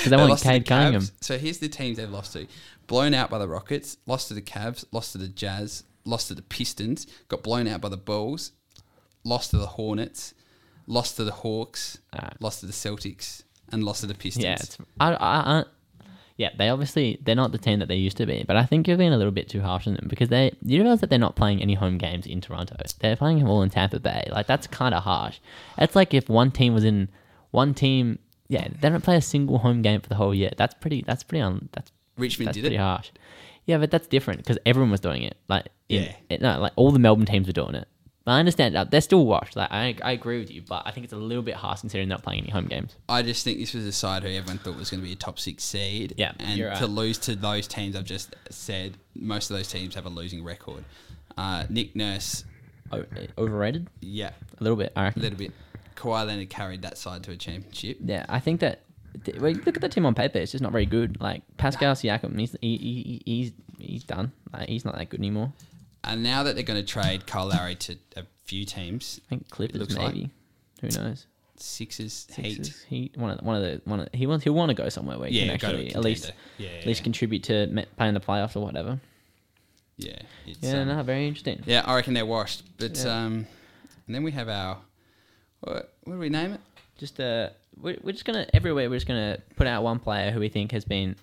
Speaker 4: they,
Speaker 3: They
Speaker 4: want
Speaker 3: lost to the
Speaker 4: Cade Cunningham.
Speaker 3: Cavs. So here's the teams they've lost to: blown out by the Rockets, lost to the Cavs, lost to the Jazz, lost to the Pistons, got blown out by the Bulls, lost to the Hornets, lost to the Hawks,
Speaker 4: Ah.
Speaker 3: lost to the Celtics, and lost to the Pistons.
Speaker 4: Yeah, it's, I, I, I, yeah. They obviously they're not the team that they used to be, but I think you're being a little bit too harsh on them because they you realize that they're not playing any home games in Toronto. They're playing them all in Tampa Bay. Like that's kind of harsh. It's like if one team was in one team. Yeah, they don't play a single home game for the whole year. That's pretty. That's pretty. Un, that's
Speaker 3: Richmond
Speaker 4: that's
Speaker 3: did
Speaker 4: pretty
Speaker 3: it.
Speaker 4: harsh. Yeah, but that's different because everyone was doing it. Like, in-
Speaker 3: Yeah.
Speaker 4: it- no, like all the Melbourne teams were doing it. But I understand that they're still washed. Like, I, I agree with you, but I think it's a little bit harsh considering they're not playing any home games.
Speaker 3: I just think this was a side who everyone thought was going to be a top six seed.
Speaker 4: Yeah,
Speaker 3: and
Speaker 4: you're
Speaker 3: to
Speaker 4: right.
Speaker 3: lose to those teams, I've just said most of those teams have a losing record. Uh, Nick Nurse,
Speaker 4: O- overrated
Speaker 3: yeah,
Speaker 4: a little bit. I
Speaker 3: a
Speaker 4: reckon.
Speaker 3: little bit. Kawhi Leonard carried that side to a championship.
Speaker 4: Yeah, I think that. th- Well, you look at the team on paper; it's just not very good. Like Pascal Siakam, he's he, he, he's he's done. Like, he's not that good anymore.
Speaker 3: And now that they're going to trade Kyle Lowry to a few teams,
Speaker 4: I think Clippers
Speaker 3: looks like.
Speaker 4: maybe. Who knows?
Speaker 3: Sixers, Heat,
Speaker 4: Sixers. He one of the, one of the one of, he wants he'll want to go somewhere where he
Speaker 3: Yeah,
Speaker 4: can
Speaker 3: go to a
Speaker 4: actually at least
Speaker 3: contender. Yeah,
Speaker 4: at least
Speaker 3: yeah.
Speaker 4: contribute to me- playing the playoffs or whatever.
Speaker 3: yeah, it's,
Speaker 4: Yeah,
Speaker 3: um,
Speaker 4: no, very interesting.
Speaker 3: yeah, I reckon they're washed. But
Speaker 4: Yeah.
Speaker 3: um, and then we have our what, what do we name it?
Speaker 4: Just uh, we're, we're just gonna everywhere we're just gonna put out one player who we think has been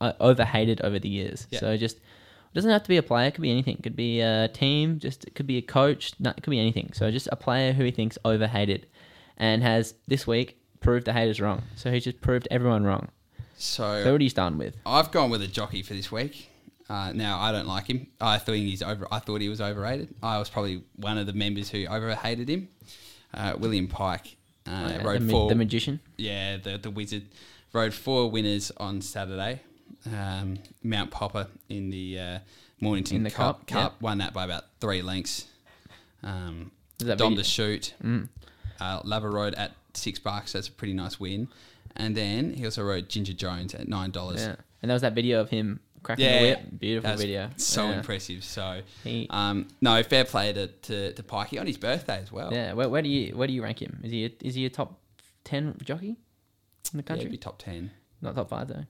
Speaker 4: uh, overhated over the years.
Speaker 3: Yeah.
Speaker 4: So just it doesn't have to be a player; it could be anything. It could be a team, just it could be a coach, no, it could be anything. So just a player who he thinks overhated, and has this week proved the haters wrong. So he just proved everyone wrong. So
Speaker 3: So
Speaker 4: what he's done with?
Speaker 3: I've gone with a jockey for this week. Uh, now I don't like him. I think he's over. I thought he was overrated. I was probably one of the members who overhated him. Uh, William Pike uh,
Speaker 4: Uh,
Speaker 3: rode
Speaker 4: the, ma-
Speaker 3: four.
Speaker 4: the magician.
Speaker 3: yeah, the, the wizard rode four winners on Saturday. Um, Mount Popper in the uh, Mornington
Speaker 4: In the
Speaker 3: Cup,
Speaker 4: cup, yeah.
Speaker 3: won that by about three lengths. Um,
Speaker 4: Does that
Speaker 3: Dom
Speaker 4: mean- Mm.
Speaker 3: to shoot. Uh, Lava rode at six bucks. That's a pretty nice win. And then he also rode Ginger Jones at nine dollars.
Speaker 4: Yeah, and there was that video of him cracking
Speaker 3: Yeah,
Speaker 4: the whip. Beautiful
Speaker 3: That's
Speaker 4: video.
Speaker 3: So
Speaker 4: yeah.
Speaker 3: impressive. So,
Speaker 4: He-
Speaker 3: um, no, fair play to, to, to Pikey on his birthday as well.
Speaker 4: Yeah, where, where do you where do you rank him? Is he a, is he a top ten jockey in the
Speaker 3: Yeah,
Speaker 4: country?
Speaker 3: he'd be top 10.
Speaker 4: Not top five though.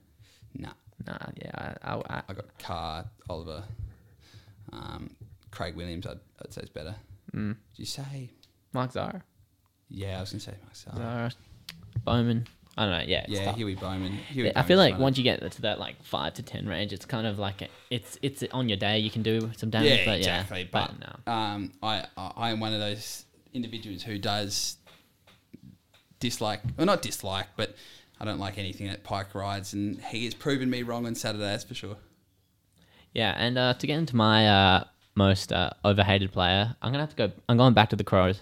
Speaker 3: Nah,
Speaker 4: Nah, yeah, I, I, I,
Speaker 3: I got Carr, Oliver, um, Craig Williams, I'd, I'd say is better. Mm. Did you say?
Speaker 4: Mark Zara,
Speaker 3: Yeah, I was going to say Mark Zara.
Speaker 4: Zara, Bowman. I don't know. Yeah, it's
Speaker 3: Yeah,
Speaker 4: tough.
Speaker 3: Huey Bowman. Huey
Speaker 4: I
Speaker 3: Bowman's
Speaker 4: feel like
Speaker 3: running.
Speaker 4: once you get to that like five to ten range, it's kind of like a, it's it's on your day. You can do some damage.
Speaker 3: Yeah,
Speaker 4: but
Speaker 3: exactly.
Speaker 4: Yeah,
Speaker 3: but
Speaker 4: but, no.
Speaker 3: um, I, I I am one of those individuals who does dislike, well, not dislike, but I don't like anything that Pike rides, and he has proven me wrong on Saturday. That's for sure.
Speaker 4: Yeah, and uh, to get into my uh, most uh, overhated player, I'm gonna have to go. I'm going back to the Crows.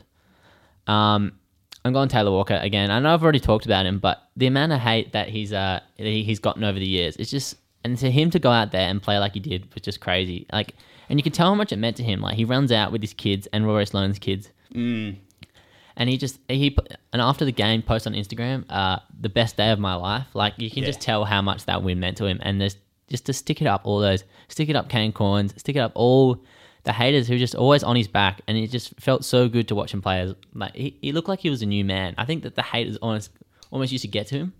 Speaker 4: Um, I'm going Taylor Walker again. I know I've already talked about him, but the amount of hate that he's uh that he- he's gotten over the years, it's just and to him to go out there and play like he did was just crazy. Like, and you could tell how much it meant to him. Like he runs out with his kids and Rory Sloan's kids. And he just he put- and after the game post on Instagram, uh, the best day of my life. Like you can just tell how much that win meant to him, and there's just to stick it up all those, stick it up Kane Corns, stick it up all the haters who are just always on his back, and it just felt so good to watch him play. as- Like he, he looked like he was a new man. I think that the haters almost almost used to get to him,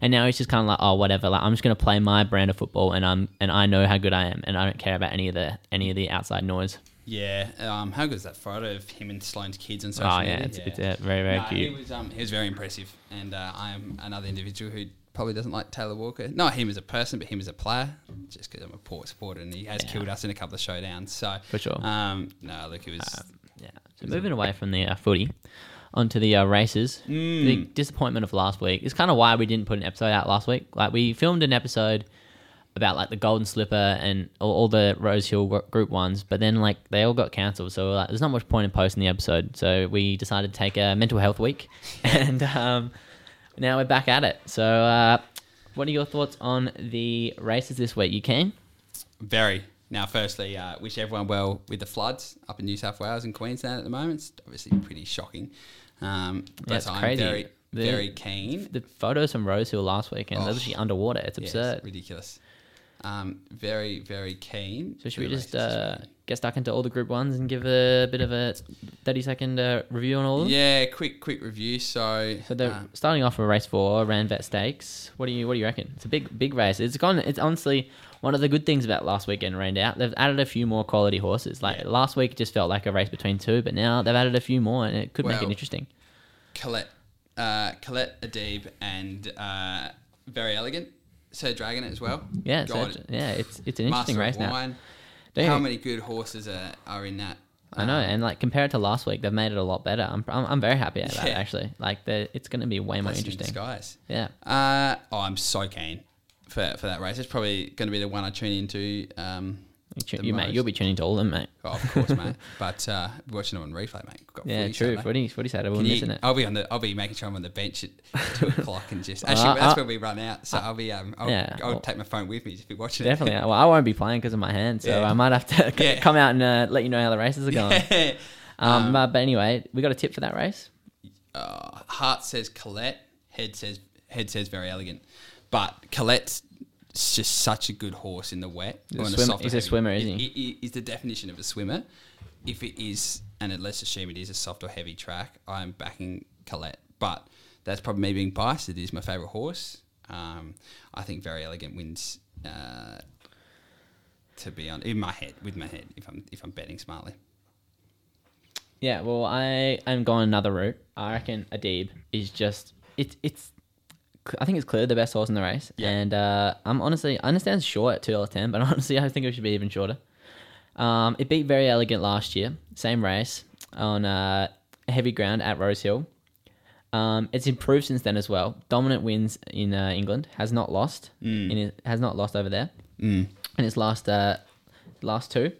Speaker 4: and now he's just kind of like, oh whatever, like I'm just gonna play my brand of football, and I'm and I know how good I am, and I don't care about any of the any of the outside noise.
Speaker 3: Yeah. Um, how good is that photo of him and Sloane's kids on social
Speaker 4: Oh
Speaker 3: media?
Speaker 4: yeah, it's, it's uh, very very
Speaker 3: Nah,
Speaker 4: cute.
Speaker 3: He was, um, he was very impressive, and uh, I am another individual who probably doesn't like Taylor Walker. Not him as a person, but him as a player, just because I'm a poor supporter, and he has killed us in a couple of showdowns. So
Speaker 4: For sure. Uh,
Speaker 3: Um, no, look, it was.
Speaker 4: Yeah. So moving away from the uh, footy onto the uh, races, the
Speaker 3: Mm.
Speaker 4: disappointment of last week is kind of why we didn't put an episode out last week. Like we filmed an episode about like the Golden Slipper and all, all the Rose Hill wo- group ones, but then like they all got cancelled. So like, there's not much point in posting the episode. So we decided to take a mental health week, and um, now we're back at it. So uh, what are your thoughts on the races this week? You can.
Speaker 3: Very. Now, firstly, uh, wish everyone well with the floods up in New South Wales and Queensland at the moment. It's obviously pretty shocking. Um, but
Speaker 4: it's
Speaker 3: I'm
Speaker 4: crazy.
Speaker 3: very,
Speaker 4: The-
Speaker 3: very keen.
Speaker 4: The photos from Rose Hill last weekend,
Speaker 3: Oh.
Speaker 4: they're literally underwater. It's
Speaker 3: Yeah, it's
Speaker 4: absurd.
Speaker 3: ridiculous. Um, very, very keen.
Speaker 4: So
Speaker 3: for
Speaker 4: should we
Speaker 3: the
Speaker 4: just
Speaker 3: races this
Speaker 4: uh,
Speaker 3: weekend.
Speaker 4: get stuck into all the group ones and give a bit of a thirty second uh, review on all of them?
Speaker 3: Yeah, quick, quick review. So,
Speaker 4: So they're
Speaker 3: um,
Speaker 4: starting off with race four, Randvet Stakes. What do you what do you reckon? It's a big big race. It's gone. It's honestly one of the good things about last weekend rained out. They've added a few more quality horses. Like last week, it just felt like a race between two, but now they've added a few more, and it could make it
Speaker 3: Well,
Speaker 4: interesting.
Speaker 3: Colette, uh, Colette Adib, and uh, very elegant Sir Dragon as well.
Speaker 4: Yeah, so
Speaker 3: God,
Speaker 4: it's, yeah, it's it's an
Speaker 3: Master
Speaker 4: interesting
Speaker 3: of
Speaker 4: race now.
Speaker 3: Wine.
Speaker 4: Don't
Speaker 3: How
Speaker 4: you-
Speaker 3: many good horses are, are in that?
Speaker 4: I know, and like compared to last week, they've made it a lot better. I'm I'm, I'm very happy about it
Speaker 3: Yeah.
Speaker 4: actually. Like they're- it's going to be way more
Speaker 3: Blessing in
Speaker 4: interesting.
Speaker 3: disguise.
Speaker 4: Yeah.
Speaker 3: Uh, oh, I'm so keen for, for that race. It's probably going to be the one I tune into. Um,
Speaker 4: You, tu-
Speaker 3: the
Speaker 4: you mate,
Speaker 3: most.
Speaker 4: you'll be tuning to all of them, mate.
Speaker 3: Oh, of course, mate. But uh, watching it on replay, mate. Got
Speaker 4: Yeah,
Speaker 3: footy
Speaker 4: true.
Speaker 3: Saturday.
Speaker 4: Footy, footy Saturday, we'll
Speaker 3: Can you-
Speaker 4: miss it.
Speaker 3: I'll be on the. I'll be making sure I'm on the bench at two o'clock and just. Actually,
Speaker 4: Uh,
Speaker 3: that's
Speaker 4: uh,
Speaker 3: when we run out. So I'll be. Um, I'll,
Speaker 4: yeah,
Speaker 3: I'll
Speaker 4: well-
Speaker 3: take my phone with me if you're watching
Speaker 4: Definitely. Well, I won't be playing because of my hand, so
Speaker 3: Yeah.
Speaker 4: I might have to c-
Speaker 3: Yeah.
Speaker 4: come out and uh, let you know how the races are
Speaker 3: it.
Speaker 4: going. Um, uh, but anyway, we got a tip for that race.
Speaker 3: uh, heart says Colette, head says head says very elegant, but Colette's s- just such a good horse in the wet.
Speaker 4: He's a
Speaker 3: or in
Speaker 4: swimmer-
Speaker 3: softer
Speaker 4: he's a
Speaker 3: heavy.
Speaker 4: swimmer,
Speaker 3: It-
Speaker 4: isn't he?
Speaker 3: it- it is the definition of a swimmer. If it is, and it- let's assume it is a soft or heavy track, I'm backing Colette. But that's probably me being biased. It is my favourite horse. Um, I think very elegant wins. Uh, to be on in my head, with my head, if I'm if I'm betting smartly.
Speaker 4: Yeah, well, I am going another route. I reckon Adib is just it's it's. I think it's clearly the best horse in the race,
Speaker 3: Yeah.
Speaker 4: and uh, I'm honestly I understand it's short at two dollars ten, but honestly I think it should be even shorter. Um, it beat very elegant last year, same race on uh, heavy ground at Rosehill. Um, it's improved since then as well. Dominant wins in uh, England has not lost. In it, has not lost over there. Mm. In its last uh, last two,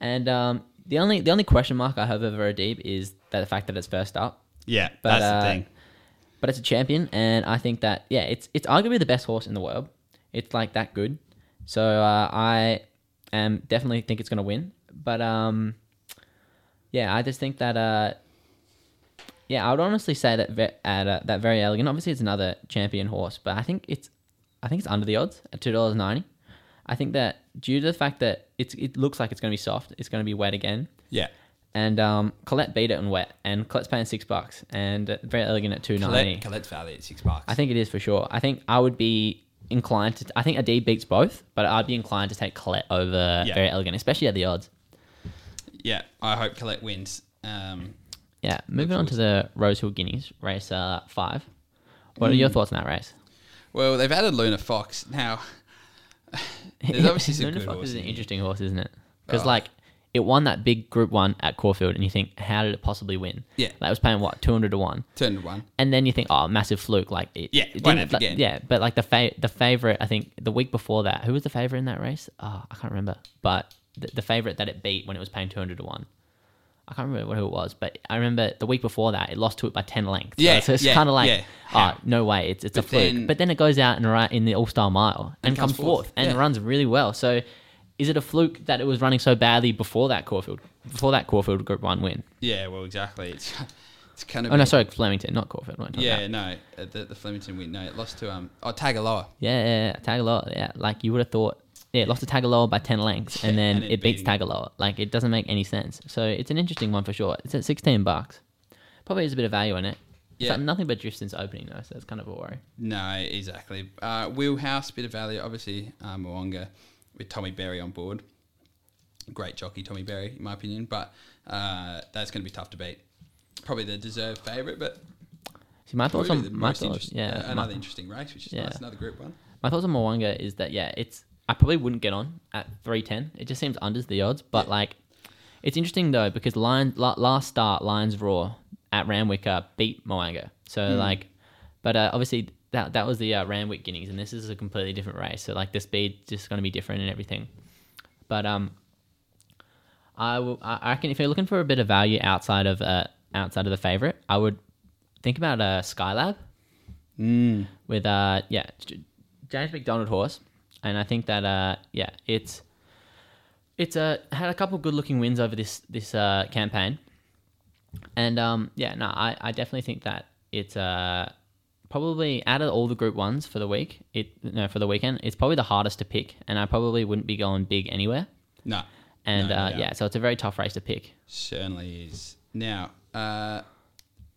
Speaker 4: and um, the only the only question mark I have over Adib is that the fact that it's first up.
Speaker 3: Yeah,
Speaker 4: But, that's the uh, thing. But it's a champion, and I think that yeah, it's it's arguably the best horse in the world. It's like that good. So uh, I am definitely think it's gonna win. But um, yeah, I just think that uh, yeah, I would honestly say that ve- at uh, that very elegant. Obviously, it's another champion horse, but I think it's I think it's under the odds at two dollars ninety. I think that due to the fact that it's it looks like it's gonna be soft, it's gonna be wet again.
Speaker 3: Yeah,
Speaker 4: And um, Colette beat it in wet, and Colette's paying six bucks, and uh, very elegant at two ninety.
Speaker 3: Colette, Colette's Valley at six bucks.
Speaker 4: I think it is for sure. I think I would be inclined to. I think Adib beats both, but I'd be inclined to take Colette over
Speaker 3: Yeah.
Speaker 4: very elegant, especially at the odds.
Speaker 3: Yeah, I hope Colette wins. Um,
Speaker 4: Yeah, moving on to the Rosehill Guineas race uh, five. What are your
Speaker 3: Hmm.
Speaker 4: thoughts on that race?
Speaker 3: well, they've added Luna Fox now. There's obviously some
Speaker 4: Luna
Speaker 3: good
Speaker 4: Fox
Speaker 3: horses
Speaker 4: is an
Speaker 3: in here.
Speaker 4: interesting horse, isn't it? Because
Speaker 3: Oh.
Speaker 4: like it won that big Group One at Caulfield, and you think, how did it possibly win?
Speaker 3: Yeah.
Speaker 4: that was paying what two hundred to one.
Speaker 3: Turn to one.
Speaker 4: and then you think, oh, massive fluke, like it,
Speaker 3: Yeah,
Speaker 4: it
Speaker 3: won't
Speaker 4: didn't-
Speaker 3: happen again.
Speaker 4: yeah. But like the fa- the favorite, I think the week before that, who was the favorite in that race? Oh, I can't remember, but the, the favorite that it beat when it was paying two hundred to one. I can't remember who it was, but I remember the week before that it lost to it by ten lengths.
Speaker 3: Yeah,
Speaker 4: so it's
Speaker 3: yeah,
Speaker 4: kind of like,
Speaker 3: yeah.
Speaker 4: oh, no way, it's it's a
Speaker 3: But
Speaker 4: fluke.
Speaker 3: then-
Speaker 4: but then it goes out and right in the All Star Mile and comes
Speaker 3: comes
Speaker 4: fourth,
Speaker 3: fourth,
Speaker 4: and
Speaker 3: yeah.
Speaker 4: runs really well. So. Is it a fluke that it was running so badly before that Caulfield, before that Caulfield Group One win?
Speaker 3: Yeah, well, exactly. It's it's kind of
Speaker 4: Oh no, sorry, Flemington, not Caulfield. what am I talking about?
Speaker 3: Yeah, no, uh, the, the Flemington win. No, it lost to um. Oh, Tagaloa.
Speaker 4: Yeah, yeah, yeah. Tagaloa. Yeah, like you would have thought. Yeah, it lost to Tagaloa by ten lengths, and
Speaker 3: Yeah,
Speaker 4: then
Speaker 3: and
Speaker 4: it,
Speaker 3: it
Speaker 4: beats
Speaker 3: beating-
Speaker 4: Tagaloa. Like it doesn't make any sense. So it's an interesting one for sure. It's at sixteen bucks. Probably is a bit of value in it. It's
Speaker 3: Yeah.
Speaker 4: like nothing but drift since opening though, so that's kind of a worry.
Speaker 3: No, exactly. Uh, Wheelhouse, bit of value, obviously. Uh, Mwanga with Tommy Berry on board. Great jockey, Tommy Berry, in my opinion. But uh, that's going to be tough to beat. Probably the deserved favourite, but
Speaker 4: See, my thoughts
Speaker 3: probably the
Speaker 4: on my
Speaker 3: most
Speaker 4: thoughts,
Speaker 3: interesting.
Speaker 4: yeah,
Speaker 3: uh,
Speaker 4: my,
Speaker 3: another interesting race, which is
Speaker 4: Yeah.
Speaker 3: nice. Another group one.
Speaker 4: my thoughts on Mwanga is that yeah, it's I probably wouldn't get on at three ten. It just seems unders the odds, but
Speaker 3: Yeah.
Speaker 4: like it's interesting though because Lions la- last start Lions Raw at Ramwicker beat Mwanga, so like, but uh, obviously that that was the uh, Ramwick Guineas, and this is a completely different race. So like the speed's just going to be different and everything, but um. I will. I I reckon if you're looking for a bit of value outside of uh, outside of the favorite, I would think about a Skylab with uh yeah J- James McDonald horse, and I think that uh yeah it's it's uh, had a couple good looking wins over this this uh, campaign, and um yeah no I, I definitely think that it's uh probably out of all the group ones for the week, it no for the weekend, it's probably the hardest to pick, and I probably wouldn't be going big anywhere.
Speaker 3: No.
Speaker 4: And
Speaker 3: No,
Speaker 4: uh,
Speaker 3: yeah.
Speaker 4: yeah, so it's a very tough race to pick.
Speaker 3: Certainly is. Now, uh,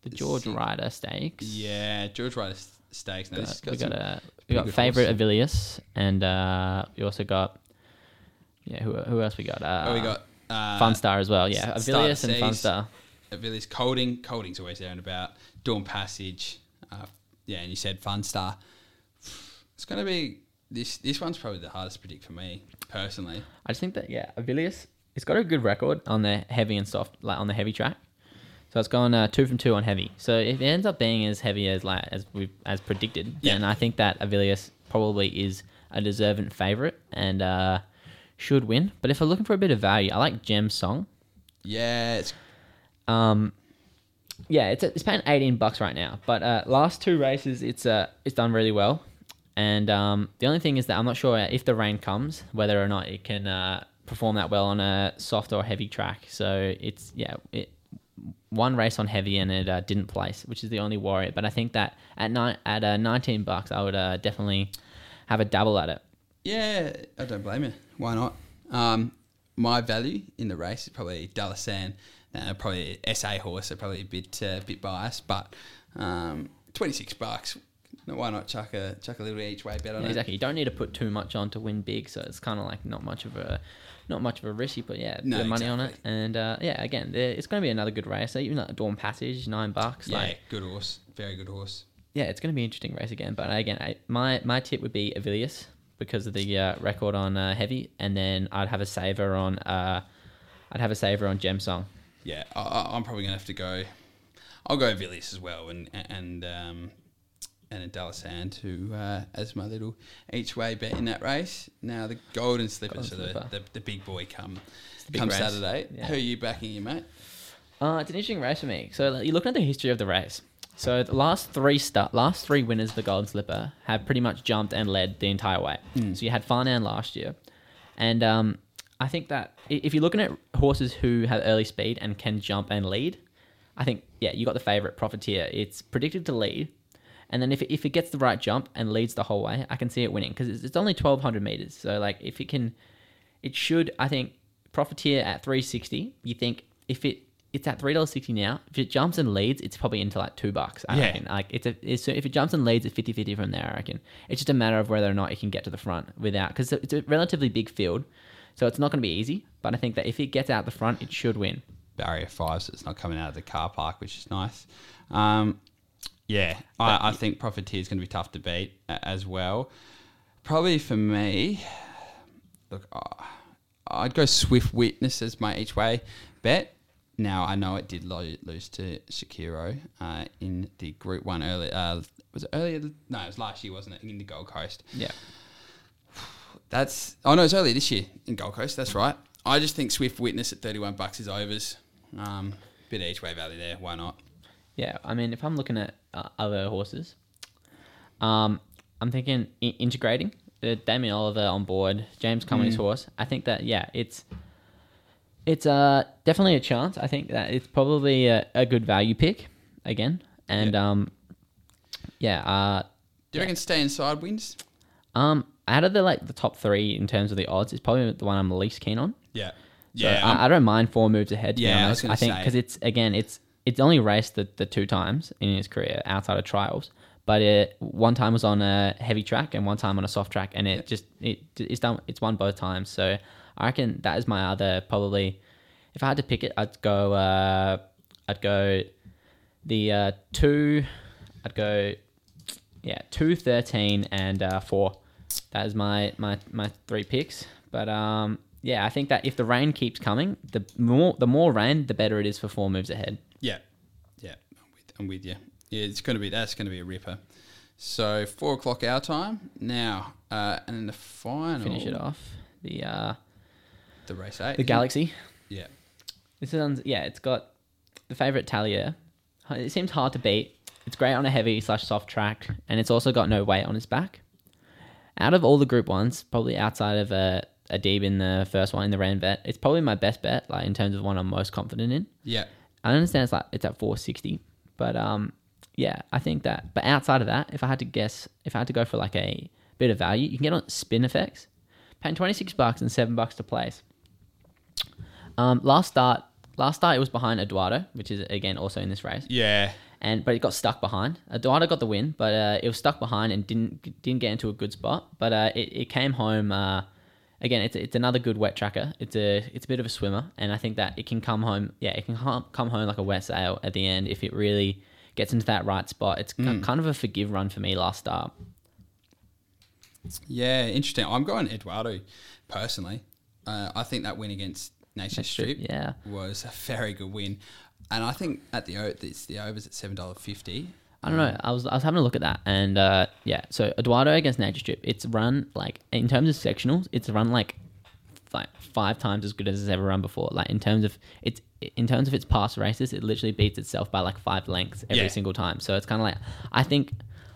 Speaker 4: The George
Speaker 3: See-
Speaker 4: Ryder Stakes.
Speaker 3: yeah, George Ryder s- Stakes. Now, this has
Speaker 4: Uh, we
Speaker 3: some-
Speaker 4: got a we
Speaker 3: pretty
Speaker 4: got
Speaker 3: good
Speaker 4: favorite
Speaker 3: horses.
Speaker 4: Avilius, and uh, we also got yeah who who else we got? Uh,
Speaker 3: Oh, we got uh,
Speaker 4: Funstar as well. Yeah,
Speaker 3: S- Star
Speaker 4: Avilius and
Speaker 3: Seas,
Speaker 4: Funstar.
Speaker 3: Avilius Colding. Colding's always there and about. Dawn Passage. Uh, yeah, and you said Funstar. It's going to be. This, this one's probably the hardest to predict for me personally.
Speaker 4: I just think that yeah, Avilius, it's got a good record on the heavy and soft, like on the heavy track. So it's gone uh, two from two on heavy. So if it ends up being as heavy as like as we as predicted,
Speaker 3: Yeah.
Speaker 4: then I think that Avilius probably is a deserving favourite and uh, should win. But if we're looking for a bit of value, I like Gem Song.
Speaker 3: Yeah, it's
Speaker 4: Yeah, it's it's paying eighteen bucks right now. But uh, last two races, it's uh it's done really well. And um, the only thing is that I'm not sure if the rain comes, whether or not it can uh, perform that well on a soft or heavy track. So it's yeah, it, one race on heavy and it uh, didn't place, which is the only worry. But I think that at ni- at uh, 19 bucks, I would uh, definitely have a double at it.
Speaker 3: Yeah, I don't blame you. Why not? Um, my value in the race is probably Dallasan, uh, probably SA horse, so probably a bit uh, bit biased, but um, twenty six bucks. Why not chuck a chuck a little each way bet on it?
Speaker 4: Exactly, you don't need to put too much on to win big, so it's kind of like not much of a not much of a risk. You put yeah, a
Speaker 3: No,
Speaker 4: bit of money on it,
Speaker 3: exactly.
Speaker 4: and uh, yeah, again, there, it's going to be another good race. So even like Dawn Passage, nine bucks,
Speaker 3: Yeah,
Speaker 4: like
Speaker 3: good horse, very good horse.
Speaker 4: yeah, it's going to be an interesting race again. But again, I, my my tip would be Avilius because of the uh, record on uh, heavy, and then I'd have a saver on uh, I'd have a saver on Gem Song.
Speaker 3: Yeah, I- I, I'm probably gonna have to go. I'll go Villius as well, and and um, and Dallasan to uh, as my little each way bet in that race. Now the Golden Slipper,
Speaker 4: Golden
Speaker 3: so
Speaker 4: Slipper.
Speaker 3: The, the the big boy come
Speaker 4: big
Speaker 3: come
Speaker 4: race.
Speaker 3: Saturday.
Speaker 4: Yeah.
Speaker 3: Who are you backing, you mate?
Speaker 4: Uh, it's an interesting race for me. So like, you're looking at the history of the race. So the last three stu- last three winners of the Golden Slipper have pretty much jumped and led the entire way. So you had Farnan last year, and um, I think that i- if you're looking at horses who have early speed and can jump and lead, I think yeah, you got the favorite Profiteer. It's predicted to lead, and then if it, if it gets the right jump and leads the whole way, I can see it winning because it's, it's only 1200 meters. So like if it can, it should I think Profiteer at 360. You think if it it's at three dollars sixty now. If it jumps and leads, it's probably into like two bucks. I
Speaker 3: Yeah.
Speaker 4: reckon. Like it's a it's, so if it jumps and leads, it's 50-50 from there. I reckon. It's just a matter of whether or not it can get to the front without because it's a relatively big field, so it's not going to be easy. But I think that if it gets out the front, it should win.
Speaker 3: barrier five, so it's not coming out of the car park, which is nice. Um, yeah, I, I think Profiteer is going to be tough to beat a- as well. Probably for me, look, I- I'd go Swift Witness as my each way bet. Now I know it did lo- lose to Shakiro uh, in the Group One earlier. Uh, was it earlier? No, it was last year, wasn't it? In the Gold Coast.
Speaker 4: Yeah.
Speaker 3: That's oh no, it's earlier this year in Gold Coast. That's right. I just think Swift Witness at thirty-one bucks is overs. Um, bit of each way value there. Why not?
Speaker 4: Yeah, I mean, if I'm looking at uh, other horses, um, I'm thinking I- integrating uh, Damien Oliver on board, James Cummings' horse. I think that yeah, it's it's uh, definitely a chance. I think that it's probably a, a good value pick again, and yeah. um, yeah, uh,
Speaker 3: Do you reckon stay inside wins?
Speaker 4: um, out of the like the top three in terms of the odds, it's probably the one I'm least keen on.
Speaker 3: Yeah,
Speaker 4: So
Speaker 3: yeah,
Speaker 4: I, I don't mind four moves ahead. To
Speaker 3: Yeah, I
Speaker 4: be
Speaker 3: was
Speaker 4: honest. I,
Speaker 3: gonna
Speaker 4: think
Speaker 3: say.
Speaker 4: because it's again, it's it's only raced the, the two times in his career outside of trials, but it, one time was on a heavy track and one time on a soft track, and it just it it's done it's won both times. So I reckon that is my other probably. If I had to pick it, I'd go. Uh, I'd go the uh, two. I'd go. Yeah, two thirteen and uh, four. That is my my my three picks. But um, yeah, I think that if the rain keeps coming, the more the more rain, the better it is for four moves ahead.
Speaker 3: yeah, yeah. I'm with, I'm with you. Yeah, it's going to be that's going to be a ripper. So four o'clock our time now, uh, and then the final
Speaker 4: Finish it off the uh,
Speaker 3: The race eight,
Speaker 4: Oh. the Galaxy.
Speaker 3: Yeah,
Speaker 4: This sounds yeah, it's got the favorite Talia. It seems hard to beat. It's great on a heavy slash soft track, and it's also got no weight on its back. Out of all the group ones, probably outside of a a Deeb in the first one in the Ran bet, it's probably my best bet, like in terms of one I'm most confident in.
Speaker 3: yeah.
Speaker 4: I understand it's like it's at 460, but um, yeah, I think that. But outside of that, if I had to guess, if I had to go for like a bit of value, you can get on spin effects, paying twenty six bucks and seven bucks to place. Um, last start, last start it was behind Eduardo, which is again also in this race,
Speaker 3: Yeah.
Speaker 4: and but it got stuck behind. Eduardo got the win, but uh, it was stuck behind and didn't didn't get into a good spot. But uh, it, it came home. Uh, again, it's it's another good wet tracker. It's a it's a bit of a swimmer, and I think that it can come home. Yeah, it can hum- come home like a wet sail at the end if it really gets into that right spot. It's ki- kind of a forgive run for me last start.
Speaker 3: Yeah, interesting. I'm going Eduardo personally. Uh, I think that win against Nation Strip
Speaker 4: Strip, yeah.
Speaker 3: was a very good win. And I think at the o- it's the overs at seven dollar fifty.
Speaker 4: I don't know. I was I was having a look at that, and uh, yeah. So Eduardo against Nature Strip, it's run like in terms of sectionals, it's run like like five times as good as it's ever run before. Like in terms of it's in terms of its past races, it literally beats itself by like five lengths every
Speaker 3: Yeah.
Speaker 4: single time. So it's kind of like I think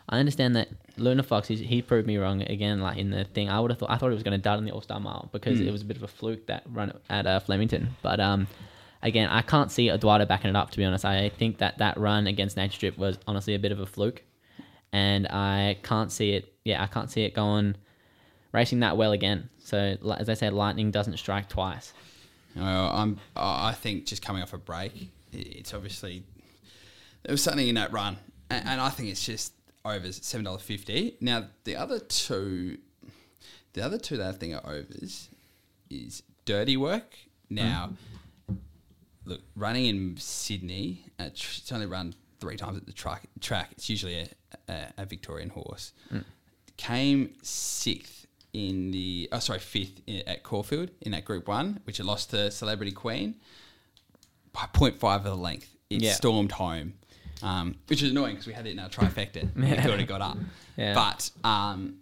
Speaker 4: I understand that Luna Fox he's, he proved me wrong again. Like in the thing, I would have thought I thought it was going to dart in the All Star Mile because it was a bit of a fluke that run at uh, Flemington, but um. Again, I can't see Eduardo backing it up. To be honest, I think that that run against Nature Strip was honestly a bit of a fluke, and I can't see it. Yeah, I can't see it going racing that well again. So li- as I said, lightning doesn't strike twice.
Speaker 3: Uh, I'm, I I think just coming off a break, i- it's obviously there was something in that run, and, and I think it's just overs at seven dollar fifty. Now the other two, the other two that I think are overs is dirty work. Now, look, running in Sydney, uh, tr- it's only run three times at the track. Track, it's usually a, a, a Victorian horse. Came sixth in the, oh sorry, fifth in, at Caulfield in that Group One, which it lost to Celebrity Queen by 0.5 of the length. It
Speaker 4: Yeah.
Speaker 3: stormed home, um, which is annoying because we had it in our trifecta. We thought it got up,
Speaker 4: Yeah.
Speaker 3: but um,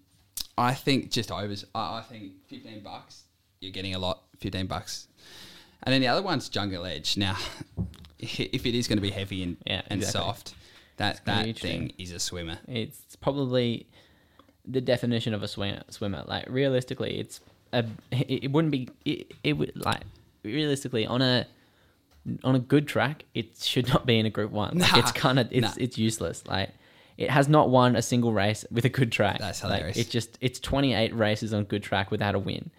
Speaker 3: I think just overs. I, I think 15 bucks, you're getting a lot. 15 bucks. And then the other one's Jungle Edge. Now, if it is going to be heavy and,
Speaker 4: Yeah,
Speaker 3: and
Speaker 4: exactly.
Speaker 3: soft, that,
Speaker 4: gonna
Speaker 3: that
Speaker 4: be
Speaker 3: thing is a swimmer.
Speaker 4: It's probably the definition of a swimmer. Swimmer, like realistically, it's a. It, it wouldn't be. It, it would like realistically on a on a good track. It should not be in a group one. Like, it's
Speaker 3: Nah,
Speaker 4: kind of it's
Speaker 3: nah.
Speaker 4: it's useless. Like it has not won a single race with a good track.
Speaker 3: That's
Speaker 4: Like,
Speaker 3: hilarious.
Speaker 4: it just it's twenty eight races on good track without a win.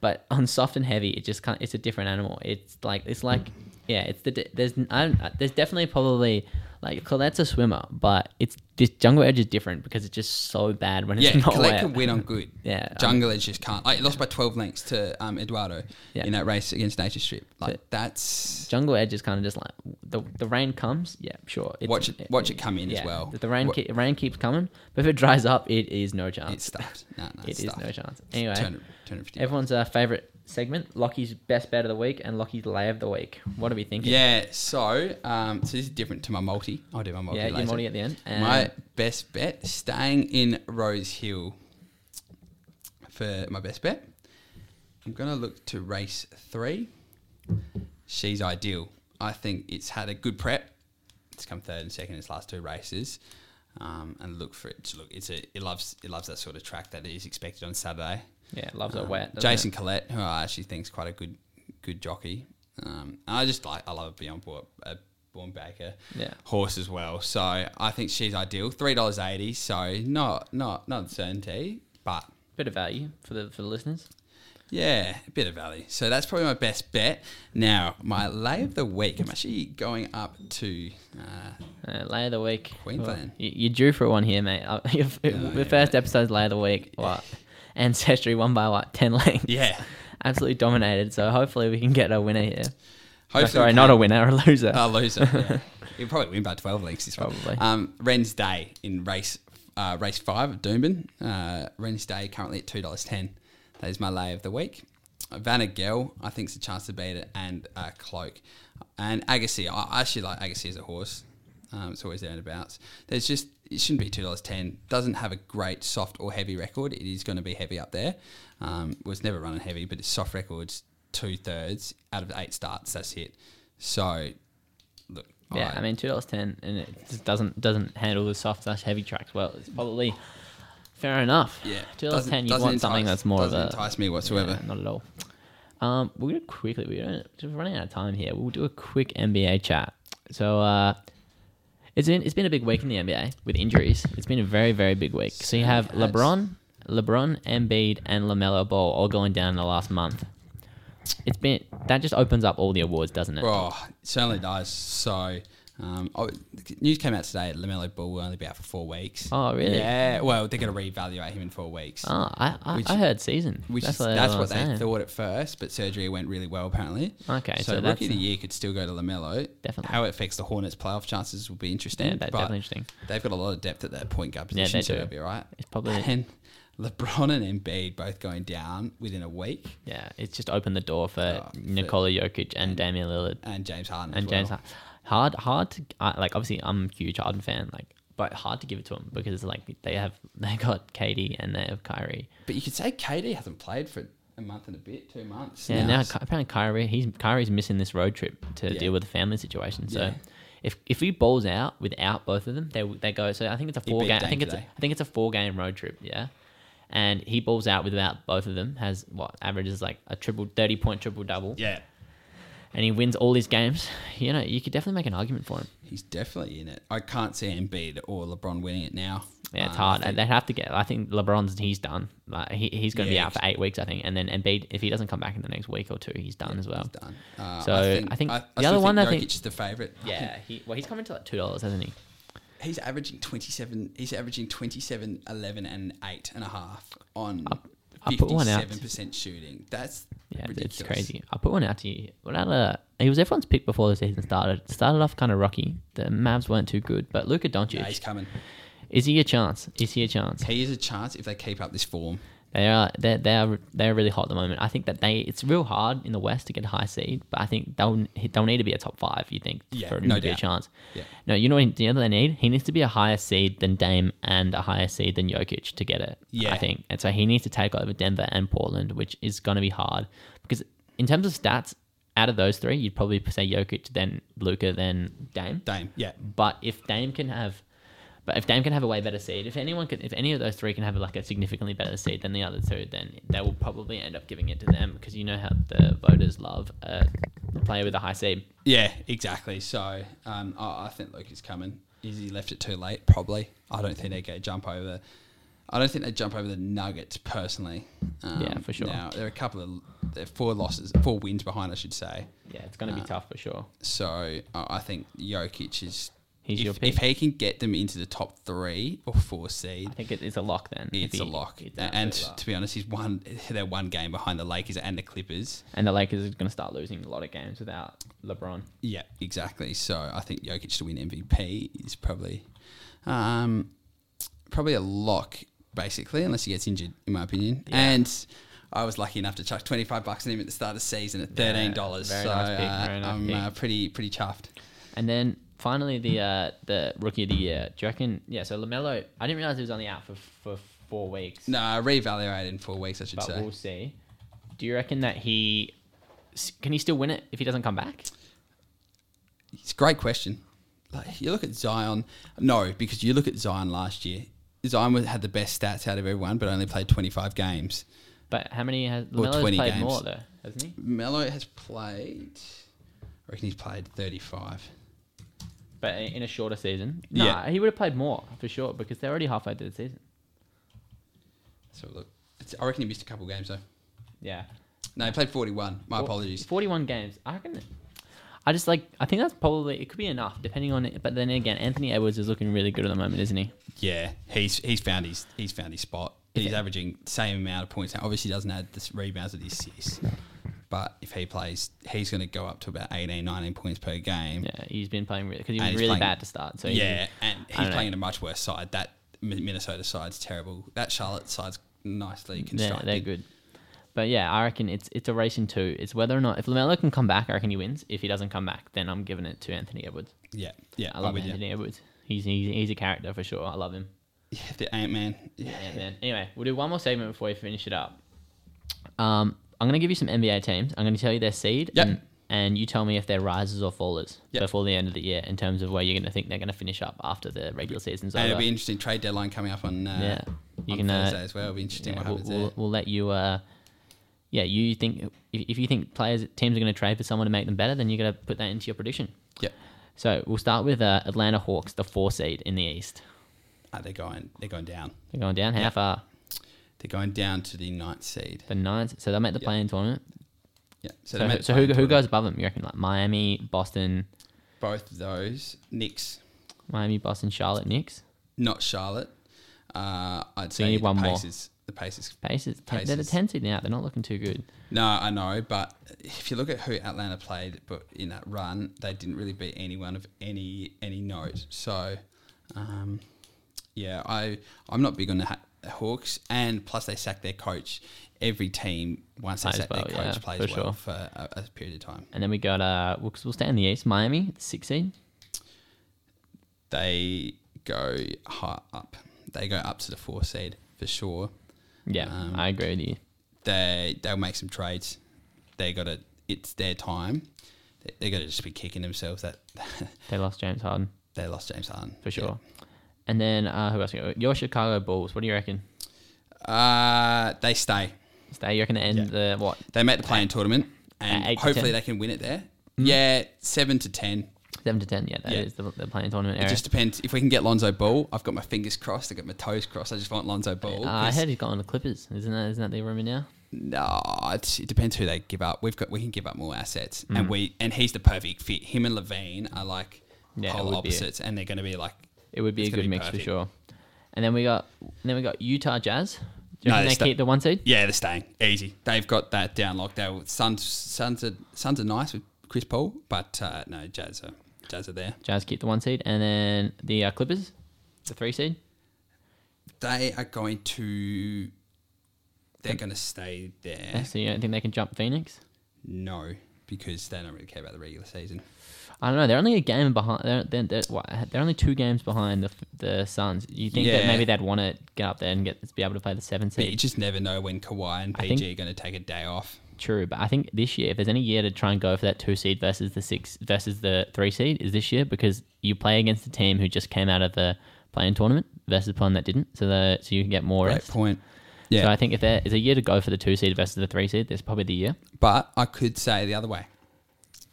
Speaker 4: but on soft and heavy, it just can't. It's a different animal. It's like it's like yeah. It's the de- there's I don't, uh, there's definitely probably like Colette's a swimmer, but it's this jungle edge is different because it's just so bad when it's
Speaker 3: Yeah,
Speaker 4: not
Speaker 3: Colette
Speaker 4: wet.
Speaker 3: can win on good.
Speaker 4: Yeah, um,
Speaker 3: Jungle Edge just can't. Like, it lost by 12 lengths to um, Eduardo
Speaker 4: Yeah.
Speaker 3: in that race against Nature Strip. Like,
Speaker 4: But-
Speaker 3: that's.
Speaker 4: Jungle edge is kind of just like the the rain comes. Yeah, sure. It's,
Speaker 3: Watch it- watch it come in as well.
Speaker 4: The, the rain
Speaker 3: Wha-
Speaker 4: ke- rain keeps coming, but if it dries up, it is no chance.
Speaker 3: It's stuffed. No, no,
Speaker 4: It
Speaker 3: it's
Speaker 4: is
Speaker 3: stuffed.
Speaker 4: no chance. Anyway,
Speaker 3: Turn, it- turn it 50 bucks.
Speaker 4: everyone's uh, favorite segment: Lockie's best bet of the week and Lockie's lay of the week. What are we thinking?
Speaker 3: Yeah, so um, so this is different to my multi. I'll do my multi.
Speaker 4: Yeah, your
Speaker 3: later.
Speaker 4: multi at the end, and-
Speaker 3: my best bet staying in Rose Hill for my best bet. I'm gonna look to race three. She's ideal. I think it's had a good prep. It's come third and second in its last two races. Um, and look for it to look. It's a it loves it loves that sort of track that is expected on Saturday.
Speaker 4: Yeah, loves a
Speaker 3: Um,
Speaker 4: wet. doesn't it?
Speaker 3: Jason Collette, who I actually think's quite a good good jockey. Um, and I just like I love a Beyond Bo- a Born Baker
Speaker 4: Yeah.
Speaker 3: horse as well. So I think she's ideal. Three dollars eighty, so not not not certainty, but
Speaker 4: bit of value for the for the listeners.
Speaker 3: yeah, a bit of value. So that's probably my best bet. Now, my lay of the week, I'm actually going up to uh,
Speaker 4: Uh, lay of the week.
Speaker 3: Queensland.
Speaker 4: Well, you, you're due for one here, mate. Uh, your, the
Speaker 3: yeah,
Speaker 4: first episode's lay of the week. What? Ancestry won by what? Ten lengths.
Speaker 3: Yeah.
Speaker 4: Absolutely dominated. So hopefully we can get a winner here. No,
Speaker 3: Hopefully
Speaker 4: sorry,
Speaker 3: we
Speaker 4: not
Speaker 3: can-
Speaker 4: a winner, a loser.
Speaker 3: A Oh, loser. Yeah. He'll probably win by twelve leagues this
Speaker 4: Probably.
Speaker 3: one. Um, Ren's Day in race uh, race five of Doomben. Uh, Ren's Day currently at two dollars ten. That is my lay of the week. Vanna Gell, I think, is a chance to beat it, and uh, Cloak, and Agassi. I I actually like Agassi as a horse. Um, it's always there and abouts. There's just it shouldn't be two dollars ten. Doesn't have a great soft or heavy record. It is going to be heavy up there. Um, was never running heavy, but its soft records two thirds out of eight starts. That's it. So look,
Speaker 4: yeah, I mean two dollars ten, and it just doesn't doesn't handle the soft slash heavy tracks well. It's probably fair enough.
Speaker 3: yeah,
Speaker 4: two dollars
Speaker 3: doesn't-
Speaker 4: ten. You
Speaker 3: doesn't
Speaker 4: want something
Speaker 3: entice-
Speaker 4: that's more of
Speaker 3: doesn't
Speaker 4: a
Speaker 3: entice me whatsoever.
Speaker 4: Yeah, not at all. Um, we're gonna quickly. We're, gonna, just running out of time here. We'll do a quick NBA chat. So uh, It's in, it's been a big week in the NBA with injuries. It's been a very very big week. So you have
Speaker 3: Certainly has.
Speaker 4: LeBron, LeBron, Embiid, and Lamelo Ball all going down in the last month. It's been that just opens up all the awards, doesn't it?
Speaker 3: Oh, it certainly does. So, um, oh, the news came out today that Lamelo Ball will only be out for four weeks.
Speaker 4: Oh, really?
Speaker 3: Yeah. Well, they're going to reevaluate him in four weeks.
Speaker 4: Oh, I, I,
Speaker 3: Which-
Speaker 4: I heard season.
Speaker 3: Which
Speaker 4: that's
Speaker 3: is,
Speaker 4: what,
Speaker 3: that's
Speaker 4: I
Speaker 3: what
Speaker 4: was
Speaker 3: they
Speaker 4: saying.
Speaker 3: thought at first, but surgery went really well apparently.
Speaker 4: Okay,
Speaker 3: so,
Speaker 4: so that's-
Speaker 3: rookie of the year could still go to Lamelo.
Speaker 4: Definitely.
Speaker 3: how it affects the Hornets' playoff chances will be interesting.
Speaker 4: Yeah, that's
Speaker 3: but
Speaker 4: definitely interesting.
Speaker 3: They've got a lot of depth at that point guard
Speaker 4: Yeah,
Speaker 3: position,
Speaker 4: they
Speaker 3: so
Speaker 4: do.
Speaker 3: it'll be all right.
Speaker 4: It's probably-
Speaker 3: and LeBron and Embiid both going down within a week,
Speaker 4: Yeah, it's just opened the door for
Speaker 3: Oh,
Speaker 4: Nikola Jokic and Damian Lillard
Speaker 3: and James Harden
Speaker 4: and
Speaker 3: as
Speaker 4: James.
Speaker 3: well.
Speaker 4: Harden. Hard, hard to I like. Obviously, I'm a huge Harden fan, like, but hard to give it to them because like they have they got Katie and they have Kyrie.
Speaker 3: But you could say KD hasn't played for a month and a bit, two months.
Speaker 4: Yeah, now
Speaker 3: so-
Speaker 4: Ky- apparently Kyrie he's Kyrie's missing this road trip to
Speaker 3: Yeah.
Speaker 4: deal with the family situation. So
Speaker 3: Yeah.
Speaker 4: if if he balls out without both of them, they they go. So I think it's a four
Speaker 3: beat
Speaker 4: game. I
Speaker 3: Dame
Speaker 4: think it's a,
Speaker 3: today.
Speaker 4: I think it's a four game road trip. Yeah, and he balls out without both of them. Has what averages like a triple thirty point triple double,
Speaker 3: yeah,
Speaker 4: and he wins all his games. You know, you could definitely make an argument for him.
Speaker 3: he's definitely in it. I can't see Embiid or LeBron winning it now.
Speaker 4: Yeah, it's
Speaker 3: Um, I
Speaker 4: hard.
Speaker 3: think-
Speaker 4: They'd have to get. I think LeBron's he's done. Like he, he's going to
Speaker 3: Yeah,
Speaker 4: be out for eight weeks, I think. And then Embiid, if he doesn't come back in the next week or two, he's done as well.
Speaker 3: He's done. Uh,
Speaker 4: So, I think the
Speaker 3: still
Speaker 4: other one, I
Speaker 3: Jokic
Speaker 4: think-
Speaker 3: is the favorite.
Speaker 4: Yeah, he, well, he's coming to like two dollars, hasn't he?
Speaker 3: he's averaging 27 he's averaging 27 11 and 8 and a half on
Speaker 4: I put one out.
Speaker 3: 57% shooting. That's
Speaker 4: Yeah,
Speaker 3: ridiculous.
Speaker 4: it's crazy. I put one out to you. What out of, he was everyone's pick before the season started. Started off kind of rocky. The Mavs weren't too good, but Luka Doncic
Speaker 3: Yeah, he's coming.
Speaker 4: is he a chance? Is he a chance?
Speaker 3: He is a chance if they keep up this form.
Speaker 4: They are they they are they are really hot at the moment. I think that they it's real hard in the West to get a high seed, but I think they'll they'll need to be a top five. You think
Speaker 3: Yeah,
Speaker 4: for him
Speaker 3: no
Speaker 4: to be a
Speaker 3: doubt.
Speaker 4: chance?
Speaker 3: Yeah.
Speaker 4: No, you know what the other they need? He needs to be a higher seed than Dame and a higher seed than Jokic to get it.
Speaker 3: Yeah.
Speaker 4: I think, and so he needs to take over Denver and Portland, which is going to be hard because in terms of stats, out of those three, you'd probably say Jokic, then Luca, then Dame.
Speaker 3: Dame. Yeah.
Speaker 4: But if Dame can have, but if Dame can have a way better seed, if anyone can, if any of those three can have like a significantly better seed than the other two, then they will probably end up giving it to them because you know how the voters love a player with a high seed.
Speaker 3: Yeah, exactly. So um, I, I think Luke is coming. Is he left it too late? Probably. I don't think they get a jump over. I don't think they jump over the Nuggets personally. Um,
Speaker 4: Yeah, for sure.
Speaker 3: Now there are a couple of there are four losses, four wins behind, I should say.
Speaker 4: Yeah, it's gonna be tough for sure.
Speaker 3: So I I think Jokic is.
Speaker 4: He's
Speaker 3: if,
Speaker 4: your pick.
Speaker 3: if he can get them into the top three or four seed,
Speaker 4: I think it is a lock then. if
Speaker 3: it's a
Speaker 4: he-
Speaker 3: lock.
Speaker 4: it's an
Speaker 3: And
Speaker 4: absolute lock.
Speaker 3: to be honest, he's one. They're one game behind the Lakers and the Clippers.
Speaker 4: and the Lakers are gonna start losing a lot of games without LeBron.
Speaker 3: Yeah, exactly. So I think Jokic to win MVP is probably, um, probably a lock basically, unless he gets injured, in my opinion. And I was lucky enough to chuck twenty five bucks on him at the start of the season at thirteen dollars.
Speaker 4: very
Speaker 3: so
Speaker 4: nice pick,
Speaker 3: uh,
Speaker 4: very nice
Speaker 3: I'm
Speaker 4: pick.
Speaker 3: uh, pretty pretty chuffed.
Speaker 4: And then finally the uh, the rookie of the year. Do you reckon? Yeah. So Lamelo, I didn't realize he was only out for for four weeks.
Speaker 3: No, I reevaluated in four weeks. I should
Speaker 4: but
Speaker 3: say.
Speaker 4: we'll see. Do you reckon that he s- can he still win it if he doesn't come back?
Speaker 3: It's a great question. Like you look at Zion, no, because you look at Zion last year. Zion was- had the best stats out of everyone, but only played 25 games.
Speaker 4: But how many has Lamelo's
Speaker 3: 20
Speaker 4: played
Speaker 3: games.
Speaker 4: more though, hasn't he?
Speaker 3: Melo has played. I reckon he's played 35.
Speaker 4: But i- in a shorter season,
Speaker 3: Yeah.
Speaker 4: nah, he would have played more for sure because they're already halfway through the season.
Speaker 3: So look, it's, I reckon he missed a couple games though.
Speaker 4: Yeah,
Speaker 3: No, he played 41. My
Speaker 4: Well,
Speaker 3: apologies.
Speaker 4: Forty-one games. I reckon. I just like. I think that's probably it. Could be enough depending on it. But then again, Anthony Edwards is looking really good at the moment, isn't he?
Speaker 3: Yeah, he's he's found his he's found his spot. He's
Speaker 4: Yeah.
Speaker 3: averaging same amount of points. Now, obviously, he doesn't add the rebounds with his assists, but if he plays, he's going to go up to about 18, 19 points per game.
Speaker 4: Yeah, he's been playing really because he
Speaker 3: And
Speaker 4: was
Speaker 3: he's
Speaker 4: really
Speaker 3: playing-
Speaker 4: bad to start. So he's-
Speaker 3: yeah, and
Speaker 4: don't
Speaker 3: he's
Speaker 4: know.
Speaker 3: playing a much worse side. That Mi- Minnesota side's terrible. That Charlotte side's nicely
Speaker 4: Yeah,
Speaker 3: constructed.
Speaker 4: they're good. But yeah, I reckon it's it's a racing two. It's whether or not if Lamelo can come back, I reckon he wins. If he doesn't come back, then I'm giving it to Anthony Edwards.
Speaker 3: Yeah, yeah,
Speaker 4: I
Speaker 3: I'm
Speaker 4: love
Speaker 3: with
Speaker 4: Anthony Edwards. He's, he's he's a character for sure. I love him.
Speaker 3: you. Yeah, the Ant Man. Yeah.
Speaker 4: Yeah, man. Anyway, we'll do one more segment before we finish it up. Um, I'm gonna give you some NBA teams. I'm gonna tell you their seed.
Speaker 3: Yep.
Speaker 4: And, and you tell me if they're risers or fallers
Speaker 3: Yep.
Speaker 4: before the end of the year in terms of where you're gonna think they're gonna finish up after the regular season's
Speaker 3: And
Speaker 4: over.
Speaker 3: it'll be interesting trade deadline coming up on uh,
Speaker 4: Yeah, you
Speaker 3: on
Speaker 4: can, uh,
Speaker 3: Thursday as well. It'll be interesting
Speaker 4: Yeah,
Speaker 3: what
Speaker 4: we'll,
Speaker 3: happens
Speaker 4: we'll, we'll let you. Uh, yeah, you think if, if you think players teams are going to trade for someone to make them better, then you're going to put that into your prediction.
Speaker 3: there.
Speaker 4: So we'll start with uh, Atlanta Hawks, the four seed in the East.
Speaker 3: Uh, they're going. They're going down.
Speaker 4: They're going down. How far?
Speaker 3: They're going down to the ninth seed.
Speaker 4: The ninth. So they'll make the
Speaker 3: Yeah.
Speaker 4: play-in tournament.
Speaker 3: Yeah. they
Speaker 4: So,
Speaker 3: made
Speaker 4: who-
Speaker 3: the
Speaker 4: so who,
Speaker 3: play-in
Speaker 4: who
Speaker 3: tournament.
Speaker 4: goes above them? You reckon like Miami, Boston,
Speaker 3: Both of those. Knicks,
Speaker 4: Miami, Boston, Charlotte, Knicks,
Speaker 3: not Charlotte. Uh, I'd
Speaker 4: you
Speaker 3: say
Speaker 4: need
Speaker 3: the
Speaker 4: one more.
Speaker 3: Pacers. The Pacers.
Speaker 4: Pacers. Ten, they're the
Speaker 3: Pacers.
Speaker 4: ten seed now. They're not looking too good.
Speaker 3: No, I know, but if you look at who Atlanta played, but in that run, they didn't really beat anyone of any any note. So, um, yeah, I I'm not big on the ha- Hawks, and plus they sacked their coach. Every team once they
Speaker 4: Plays
Speaker 3: sack their
Speaker 4: well,
Speaker 3: coach
Speaker 4: yeah,
Speaker 3: plays
Speaker 4: for
Speaker 3: well
Speaker 4: sure.
Speaker 3: for a, a period of time.
Speaker 4: And then we got uh, we'll, we'll stay in the East. Miami, the six seed.
Speaker 3: They go high up. They go up to the four seed for sure.
Speaker 4: Yeah,
Speaker 3: Um,
Speaker 4: I agree with you.
Speaker 3: they they'll make some trades. They got to. It's their time. They, they got to just be kicking themselves that
Speaker 4: They lost James Harden
Speaker 3: they lost James Harden
Speaker 4: for sure. And then uh, who else? we got? Your Chicago Bulls. What do you reckon?
Speaker 3: Yeah. Uh, they stay.
Speaker 4: Stay. You reckon to end the what?
Speaker 3: They make the playing tournament, and
Speaker 4: At eight to
Speaker 3: hopefully
Speaker 4: ten. Hmm.
Speaker 3: they can win it there. Yeah, seven to ten.
Speaker 4: Seven to ten. Yeah, that is
Speaker 3: Yeah.
Speaker 4: the, the playing tournament
Speaker 3: It
Speaker 4: area.
Speaker 3: just depends. If we can get Lonzo Ball, I've got my fingers crossed. I got my toes crossed. I just want Lonzo Ball.
Speaker 4: Uh, I
Speaker 3: 'cause-
Speaker 4: heard he's got on the Clippers. Isn't that isn't that the rumor now?
Speaker 3: No, it's, it depends who they give up. We've got we can give up more assets,
Speaker 4: Hmm.
Speaker 3: and we and he's the perfect fit. Him and Levine are like
Speaker 4: Yeah, it
Speaker 3: polar
Speaker 4: would be a-
Speaker 3: opposites, and they're going to be like
Speaker 4: It would be
Speaker 3: It's
Speaker 4: a
Speaker 3: gonna
Speaker 4: good
Speaker 3: be
Speaker 4: mix
Speaker 3: perfect.
Speaker 4: for sure. And then we got then we got Utah Jazz. Do you
Speaker 3: No,
Speaker 4: reckon
Speaker 3: they
Speaker 4: they
Speaker 3: sta-
Speaker 4: keep the one seed?
Speaker 3: Yeah, they're staying easy. They've got that down locked. They were, Suns, Suns are Suns are nice with Chris Paul, but uh, no, Jazz are Jazz are there.
Speaker 4: Jazz keep the one seed, and then the uh, Clippers, the three seed.
Speaker 3: They are going to. They're going to stay there.
Speaker 4: So you don't think they can jump Phoenix?
Speaker 3: No, because they don't really care about the regular season.
Speaker 4: I don't know. They're only a game behind. They're they're, they're, what, they're only two games behind the the Suns. You think that
Speaker 3: Yeah.
Speaker 4: maybe they'd want to get up there and get be able to play the seven
Speaker 3: But you
Speaker 4: seed?
Speaker 3: just never know when Kawhi and
Speaker 4: I
Speaker 3: PG
Speaker 4: think-
Speaker 3: are going to take a day off.
Speaker 4: True, but I think this year, if there's any year to try and go for that two seed versus the six versus the three seed, is this year because you play against a team who just came out of the playing tournament versus a one that didn't. So the so you can get more
Speaker 3: Great
Speaker 4: rest.
Speaker 3: point.
Speaker 4: So
Speaker 3: Yeah,
Speaker 4: I think if there is a year to go for the two seed versus the three seed, there's probably the year.
Speaker 3: but I could say the other way.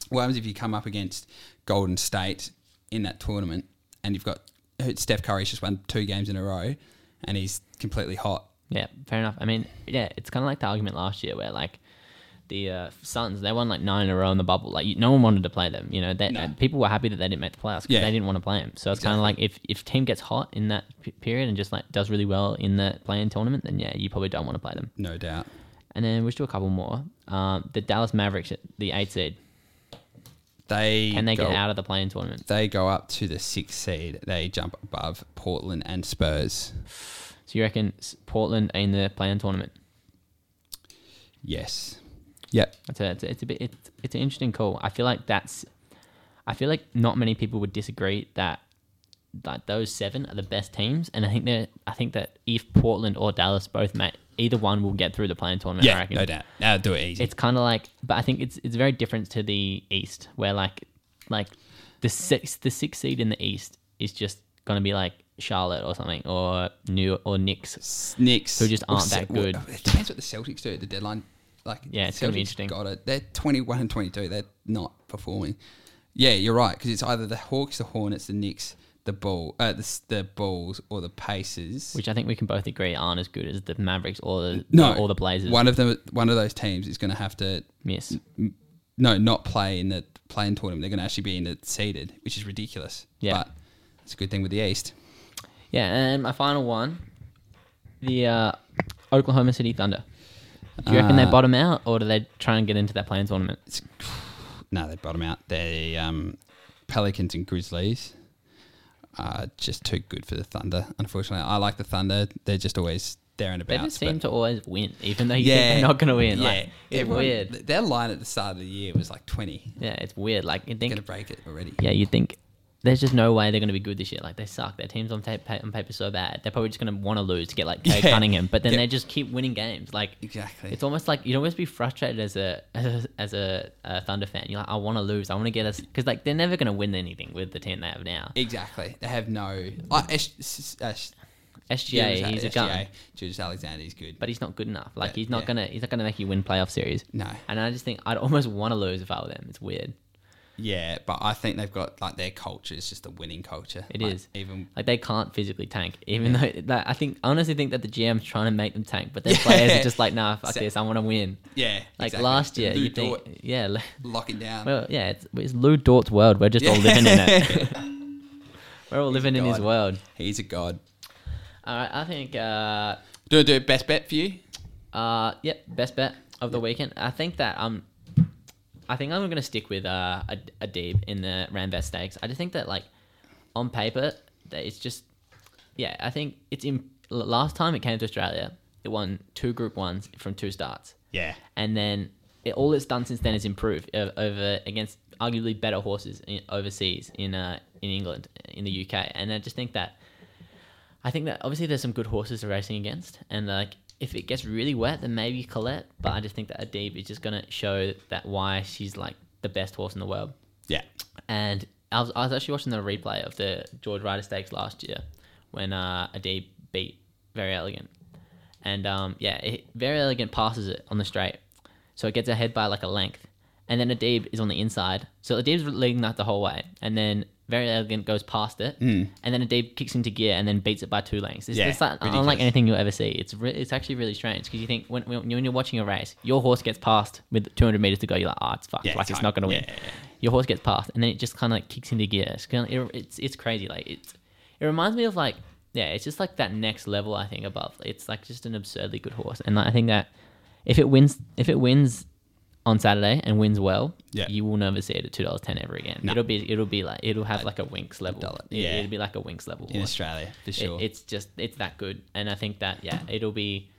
Speaker 3: What happens if you come up against Golden State in that tournament and you've got Steph Curry's just won two games in a row and he's completely hot
Speaker 4: Yeah, fair enough. I mean, yeah, it's kind of like the argument last year where like the uh, Suns they won like nine in a row in the bubble. Like you, no one wanted to play them. You know, they,
Speaker 3: No.
Speaker 4: uh, people were happy that they didn't make the playoffs because
Speaker 3: Yeah.
Speaker 4: they didn't want to play them. So it's kind of like if if team gets hot in that p- period and just like does really well in that playing tournament, then yeah, you probably don't want to play them.
Speaker 3: No doubt.
Speaker 4: And then we'll do a couple more. Um, the Dallas Mavericks, at the eight seed,
Speaker 3: They
Speaker 4: can they
Speaker 3: go,
Speaker 4: get out of the playing tournament?
Speaker 3: They go up to the sixth seed. They jump above Portland and Spurs.
Speaker 4: So you reckon s- Portland in the playing tournament?
Speaker 3: Yes. Yep.
Speaker 4: That's a, it's, a, it's a bit it's, it's an interesting call. I feel like that's I feel like not many people would disagree that like those seven are the best teams, and I think that I think that if Portland or Dallas both make either one will get through the playing tournament. I
Speaker 3: Yeah.
Speaker 4: reckon.
Speaker 3: No doubt. That'll do it easy.
Speaker 4: It's kind of like, but I think it's it's very different to the East, where like like the six the sixth seed in the East is just gonna be like Charlotte or something or New or Knicks.
Speaker 3: Knicks
Speaker 4: who just
Speaker 3: Well,
Speaker 4: aren't that
Speaker 3: Ce- well,
Speaker 4: good.
Speaker 3: It depends what the Celtics do at the deadline. Like
Speaker 4: Yeah, it's
Speaker 3: Celtics
Speaker 4: gonna be interesting.
Speaker 3: Got it. They're twenty one and twenty two. They're not performing. Yeah, you're right because it's either the Hawks, the Hornets, the Knicks, the Bull, uh, the, S- the Bulls, or the Pacers.
Speaker 4: Which I think we can both agree aren't as good as the Mavericks or the
Speaker 3: no,
Speaker 4: or the Blazers.
Speaker 3: One of them, one of those teams is going to have to
Speaker 4: miss.
Speaker 3: no, not play in the playing tournament. They're going to actually be in the seeded, which is ridiculous.
Speaker 4: Yeah.
Speaker 3: But it's a good thing with the East.
Speaker 4: Yeah, and my final one, the uh, Oklahoma City Thunder. Do you reckon they
Speaker 3: Uh,
Speaker 4: bottom out, or do they try and get into that playing tournament?
Speaker 3: No, they bottom out. They um, Pelicans and Grizzlies are just too good for the Thunder. Unfortunately, I like the Thunder. They're just always there and
Speaker 4: They
Speaker 3: about.
Speaker 4: just seem to always win, even though you think they're not going to win. like, it's weird.
Speaker 3: Their line at the start of the year was like twenty.
Speaker 4: yeah, it's weird. Like you
Speaker 3: Going
Speaker 4: think,
Speaker 3: to break it already.
Speaker 4: yeah, you think there's just no way they're going to be good this year. Like they suck. Their team's on, ta- pa- on paper so bad. They're probably just going to want to lose to get like Cade
Speaker 3: Yeah.
Speaker 4: Cunningham, but then
Speaker 3: Yeah.
Speaker 4: they just keep winning games. Like
Speaker 3: Exactly.
Speaker 4: It's almost like you'd almost be frustrated as a as a, as a, uh Thunder fan. You're like, I want to lose. I want to get us because like they're never going to win anything with the team they have now.
Speaker 3: Exactly. They have no. Uh, Ash, S- Ash,
Speaker 4: SGA,
Speaker 3: Julius-
Speaker 4: he's a
Speaker 3: SGA.
Speaker 4: gun,
Speaker 3: Julius Alexander is good.
Speaker 4: but he's not good enough. Like
Speaker 3: Yeah,
Speaker 4: he's not
Speaker 3: yeah.
Speaker 4: gonna he's not gonna make you win playoff series.
Speaker 3: No.
Speaker 4: And I just think I'd almost want to lose if I were them. It's weird.
Speaker 3: Yeah, but I think they've got like their culture is just a winning culture.
Speaker 4: It
Speaker 3: It
Speaker 4: is
Speaker 3: is even
Speaker 4: like they can't physically tank, even though that, I think I honestly think that the GM's trying to make them tank, but their players are just like, nah, fuck
Speaker 3: Sa-
Speaker 4: this, I want to win.
Speaker 3: yeah.
Speaker 4: Like
Speaker 3: exactly.
Speaker 4: last year,
Speaker 3: Lou
Speaker 4: you think,
Speaker 3: Dort,
Speaker 4: yeah, le-
Speaker 3: lock it down.
Speaker 4: well, yeah, it's, it's Lou Dort's world. We're just all living in it. We're all living in his
Speaker 3: god.
Speaker 4: world.
Speaker 3: He's a god.
Speaker 4: All right, I think. Uh,
Speaker 3: Do I do a best bet for you?
Speaker 4: Uh, yep, best bet of the weekend. I think that um, I think I'm gonna stick with uh a, a Deeb in the Rambet Stakes. I just think that like on paper that it's just yeah. I think it's in last time it came to Australia, it won two Group Ones from two starts,
Speaker 3: Yeah.
Speaker 4: and then it, all it's done since then is improve o- over against arguably better horses in, overseas in uh in England in the UK, and I just think that I think that obviously there's some good horses they're racing against, and like if it gets really wet, then maybe Colette. But I just think that Adib is just gonna show that why she's like the best horse in the world.
Speaker 3: Yeah.
Speaker 4: And I was, I was actually watching the replay of the George Ryder Stakes last year when uh, Adib beat Very Elegant, and um, yeah, it, Very Elegant passes it on the straight, so it gets ahead by like a length, and then Adib is on the inside, so Adib's leading that the whole way, and then Very Elegant goes past it, and then Adib kicks into gear and then beats it by two lengths. It's,
Speaker 3: Hmm. Yeah,
Speaker 4: it's like, unlike
Speaker 3: ridiculous.
Speaker 4: anything you'll ever see. It's re- it's actually really strange because you think when, when when you're watching a race, your horse gets past with 200 meters to go, you're like, oh, it's fucked,
Speaker 3: Yeah,
Speaker 4: like
Speaker 3: it's
Speaker 4: it's
Speaker 3: tight.
Speaker 4: not gonna win
Speaker 3: Yeah, yeah, yeah.
Speaker 4: your horse gets past, and then it just kind of like kicks into gear. It's kind of, it, it's it's crazy. Like it's it reminds me of like yeah, it's just like that next level. I think above it's like just an absurdly good horse, and like, I think that if it wins if it wins on Saturday and wins well,
Speaker 3: Yeah.
Speaker 4: you will never see it at two dollars ten ever again.
Speaker 3: No.
Speaker 4: It'll be it'll be like it'll have like a Winx level.
Speaker 3: dollar-
Speaker 4: It,
Speaker 3: yeah.
Speaker 4: it'll be like a Winx level
Speaker 3: In
Speaker 4: horse.
Speaker 3: Australia, for
Speaker 4: It-
Speaker 3: sure.
Speaker 4: it's just it's that good, and I think that yeah, it'll be.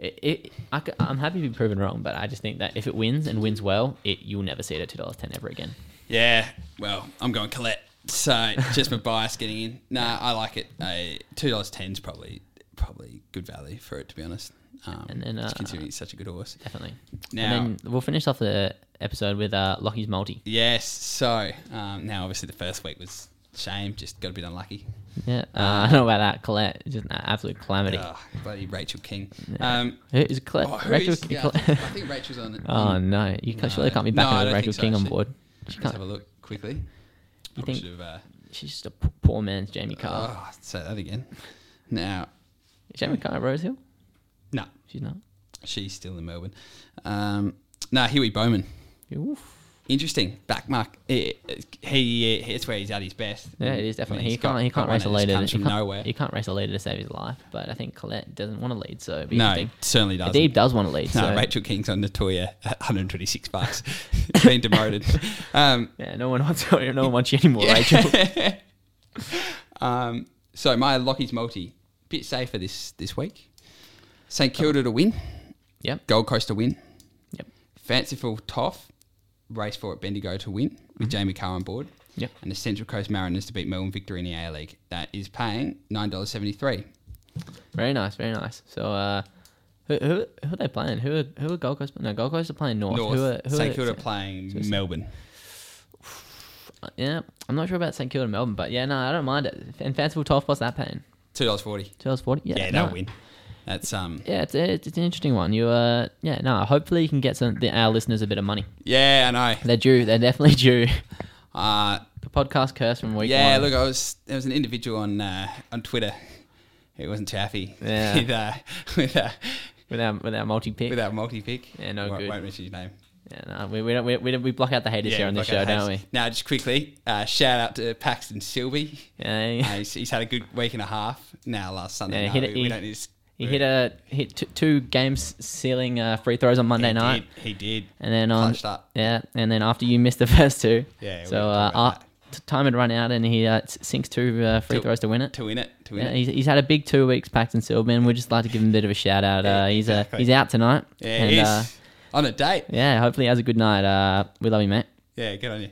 Speaker 4: It, it, I, c- I'm happy to be proven wrong, but I just think that if it wins and wins well, it you'll never see it at two dollars ten ever again.
Speaker 3: yeah. Well, I'm going Colette. So just my bias getting in. Nah, I like it. Uh, Two dollars ten's probably probably good value for it to be honest. Um,
Speaker 4: And then, uh,
Speaker 3: considering it's such a good horse.
Speaker 4: Definitely.
Speaker 3: Now-
Speaker 4: and then we'll finish off the episode with uh, Lockie's multi.
Speaker 3: Yes. So um, now, obviously, the first week was shame. Just got a bit unlucky.
Speaker 4: Yeah, uh, I don't know about that. Colette, just an absolute calamity.
Speaker 3: Ugh, bloody Rachel King. Um,
Speaker 4: Who is Colette?
Speaker 3: oh, who
Speaker 4: Rachel
Speaker 3: is- yeah, I
Speaker 4: Colette-
Speaker 3: think- I think Rachel's on it.
Speaker 4: oh no, you can't, surely
Speaker 3: No.
Speaker 4: can't be
Speaker 3: No,
Speaker 4: backing
Speaker 3: I
Speaker 4: with
Speaker 3: don't
Speaker 4: Rachel
Speaker 3: think so,
Speaker 4: King on
Speaker 3: actually.
Speaker 4: board. She
Speaker 3: Let's
Speaker 4: can't.
Speaker 3: have a look quickly. Probably
Speaker 4: think-
Speaker 3: should have. Uh,
Speaker 4: She's just a p- poor man's Jamie Carr.
Speaker 3: oh, say that again. Now,
Speaker 4: Is Jamie Carr at Rosehill?
Speaker 3: no,
Speaker 4: She's not.
Speaker 3: she's still in Melbourne. Um, no, Huey Bowman.
Speaker 4: Oof.
Speaker 3: Interesting backmark. He, he, it's where he's at his best.
Speaker 4: Yeah, it is definitely. he
Speaker 3: Mm. He's got-
Speaker 4: can't. He
Speaker 3: got
Speaker 4: can't
Speaker 3: one
Speaker 4: race a
Speaker 3: that just
Speaker 4: leader.
Speaker 3: comes
Speaker 4: He
Speaker 3: from
Speaker 4: can't-
Speaker 3: nowhere.
Speaker 4: He can't race a leader to save his life. But I think Colette doesn't want to lead, so it'd be
Speaker 3: No,
Speaker 4: interesting.
Speaker 3: certainly doesn't.
Speaker 4: Adib does want to lead.
Speaker 3: No,
Speaker 4: so
Speaker 3: Rachel King's on Natoya at 126 bucks. Been demoted. Um,
Speaker 4: Yeah, no one wants. No one wants you anymore, Rachel.
Speaker 3: um, so my Lockie's multi bit safer this this week. St Kilda to win,
Speaker 4: Yep.
Speaker 3: Gold Coast to win,
Speaker 4: Yep.
Speaker 3: Fanciful Toff race four at Bendigo to win with Jamie Carr on board.
Speaker 4: Mm-hmm. Yep.
Speaker 3: And the Central Coast Mariners to beat Melbourne Victory in the A League. That is paying nine dollars seventy three.
Speaker 4: Very nice, very nice. So, uh, who, who, who are they playing? Who are, who are Gold Coast? No, Gold Coast are playing North.
Speaker 3: North
Speaker 4: who are, who
Speaker 3: St
Speaker 4: are-
Speaker 3: Kilda playing Melbourne.
Speaker 4: Yeah, I'm not sure about St Kilda and Melbourne, but yeah, no, I don't mind it. And fanciful twelve plus that paying
Speaker 3: Two dollars forty.
Speaker 4: two dollars forty. Yeah,
Speaker 3: Yeah, they'll
Speaker 4: no.
Speaker 3: win. That's um.
Speaker 4: Yeah, it's, it's, it's an interesting one. You uh, yeah, no. Hopefully, you can get some the, our listeners a bit of money.
Speaker 3: Yeah, I know.
Speaker 4: They're due. They're definitely due.
Speaker 3: Uh,
Speaker 4: The podcast curse from week
Speaker 3: Yeah,
Speaker 4: one.
Speaker 3: look, I was there was an individual on uh, on Twitter. It wasn't Chaffee.
Speaker 4: Yeah.
Speaker 3: with uh, with uh,
Speaker 4: with our with our multi pick.
Speaker 3: with our multi pick.
Speaker 4: Yeah, no
Speaker 3: won't,
Speaker 4: good.
Speaker 3: Won't mention his name.
Speaker 4: Yeah, no, we, we don't we, we don't- we block out the haters here on the
Speaker 3: fuck
Speaker 4: show,
Speaker 3: our
Speaker 4: don't we?
Speaker 3: hates. Now, just quickly, uh, shout out to Paxton Silby.
Speaker 4: Yeah.
Speaker 3: Uh, he's, he's had a good week and a half. Now, last Sunday,
Speaker 4: Yeah,
Speaker 3: no,
Speaker 4: he hit a-
Speaker 3: we,
Speaker 4: he-
Speaker 3: don't need. to-
Speaker 4: He hit a hit t- two games ceiling uh, free throws on Monday
Speaker 3: He
Speaker 4: night.
Speaker 3: Did, he did.
Speaker 4: And then on
Speaker 3: Clutched up.
Speaker 4: yeah, and then after you missed the first two,
Speaker 3: Yeah, we
Speaker 4: So
Speaker 3: don't
Speaker 4: uh,
Speaker 3: talk about
Speaker 4: uh, t- time had run out, and he uh, s- sinks two uh, free
Speaker 3: Two-
Speaker 4: throws to win it.
Speaker 3: to win it. To win
Speaker 4: Yeah,
Speaker 3: it.
Speaker 4: he's, he's had a big two weeks, Paxton Silverman. We'd just like to give him a bit of a shout out. Uh, he's uh,
Speaker 3: exactly.
Speaker 4: he's out tonight.
Speaker 3: Yeah, he
Speaker 4: Uh,
Speaker 3: is. on a date.
Speaker 4: yeah, hopefully he has a good night. Uh, we love you, mate.
Speaker 3: Yeah, good on you.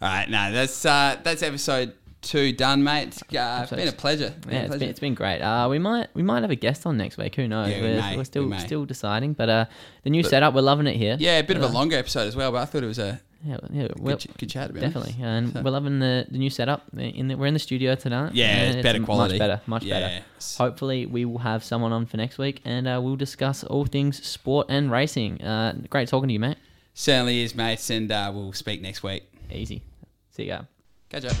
Speaker 3: All right, no, that's uh, that's episode two done, mate. It's uh,
Speaker 4: Episode-
Speaker 3: been a pleasure. Been
Speaker 4: Yeah,
Speaker 3: a
Speaker 4: it's
Speaker 3: pleasure.
Speaker 4: been, it's been great. Uh, we might we might have a guest on next week. Who knows?
Speaker 3: Yeah, we
Speaker 4: we're,
Speaker 3: may,
Speaker 4: are still
Speaker 3: we may.
Speaker 4: still deciding, but uh, the new setup, we're loving it here.
Speaker 3: Yeah, a bit of a
Speaker 4: Uh,
Speaker 3: longer episode as well, but I thought it was a
Speaker 4: Yeah, yeah, we're-
Speaker 3: good, ch- good chat. To be honest.
Speaker 4: Definitely, and
Speaker 3: So-
Speaker 4: we're loving the, the new setup. In the, we're in the studio tonight.
Speaker 3: Yeah,
Speaker 4: and
Speaker 3: it's better quality.
Speaker 4: Much better, much better.
Speaker 3: Yes.
Speaker 4: Hopefully, we will have someone on for next week, and uh, we'll discuss all things sport and racing. Uh, great talking to you, mate.
Speaker 3: Certainly is, mates, and uh, we'll speak next week.
Speaker 4: Easy. See you.
Speaker 3: Catch up.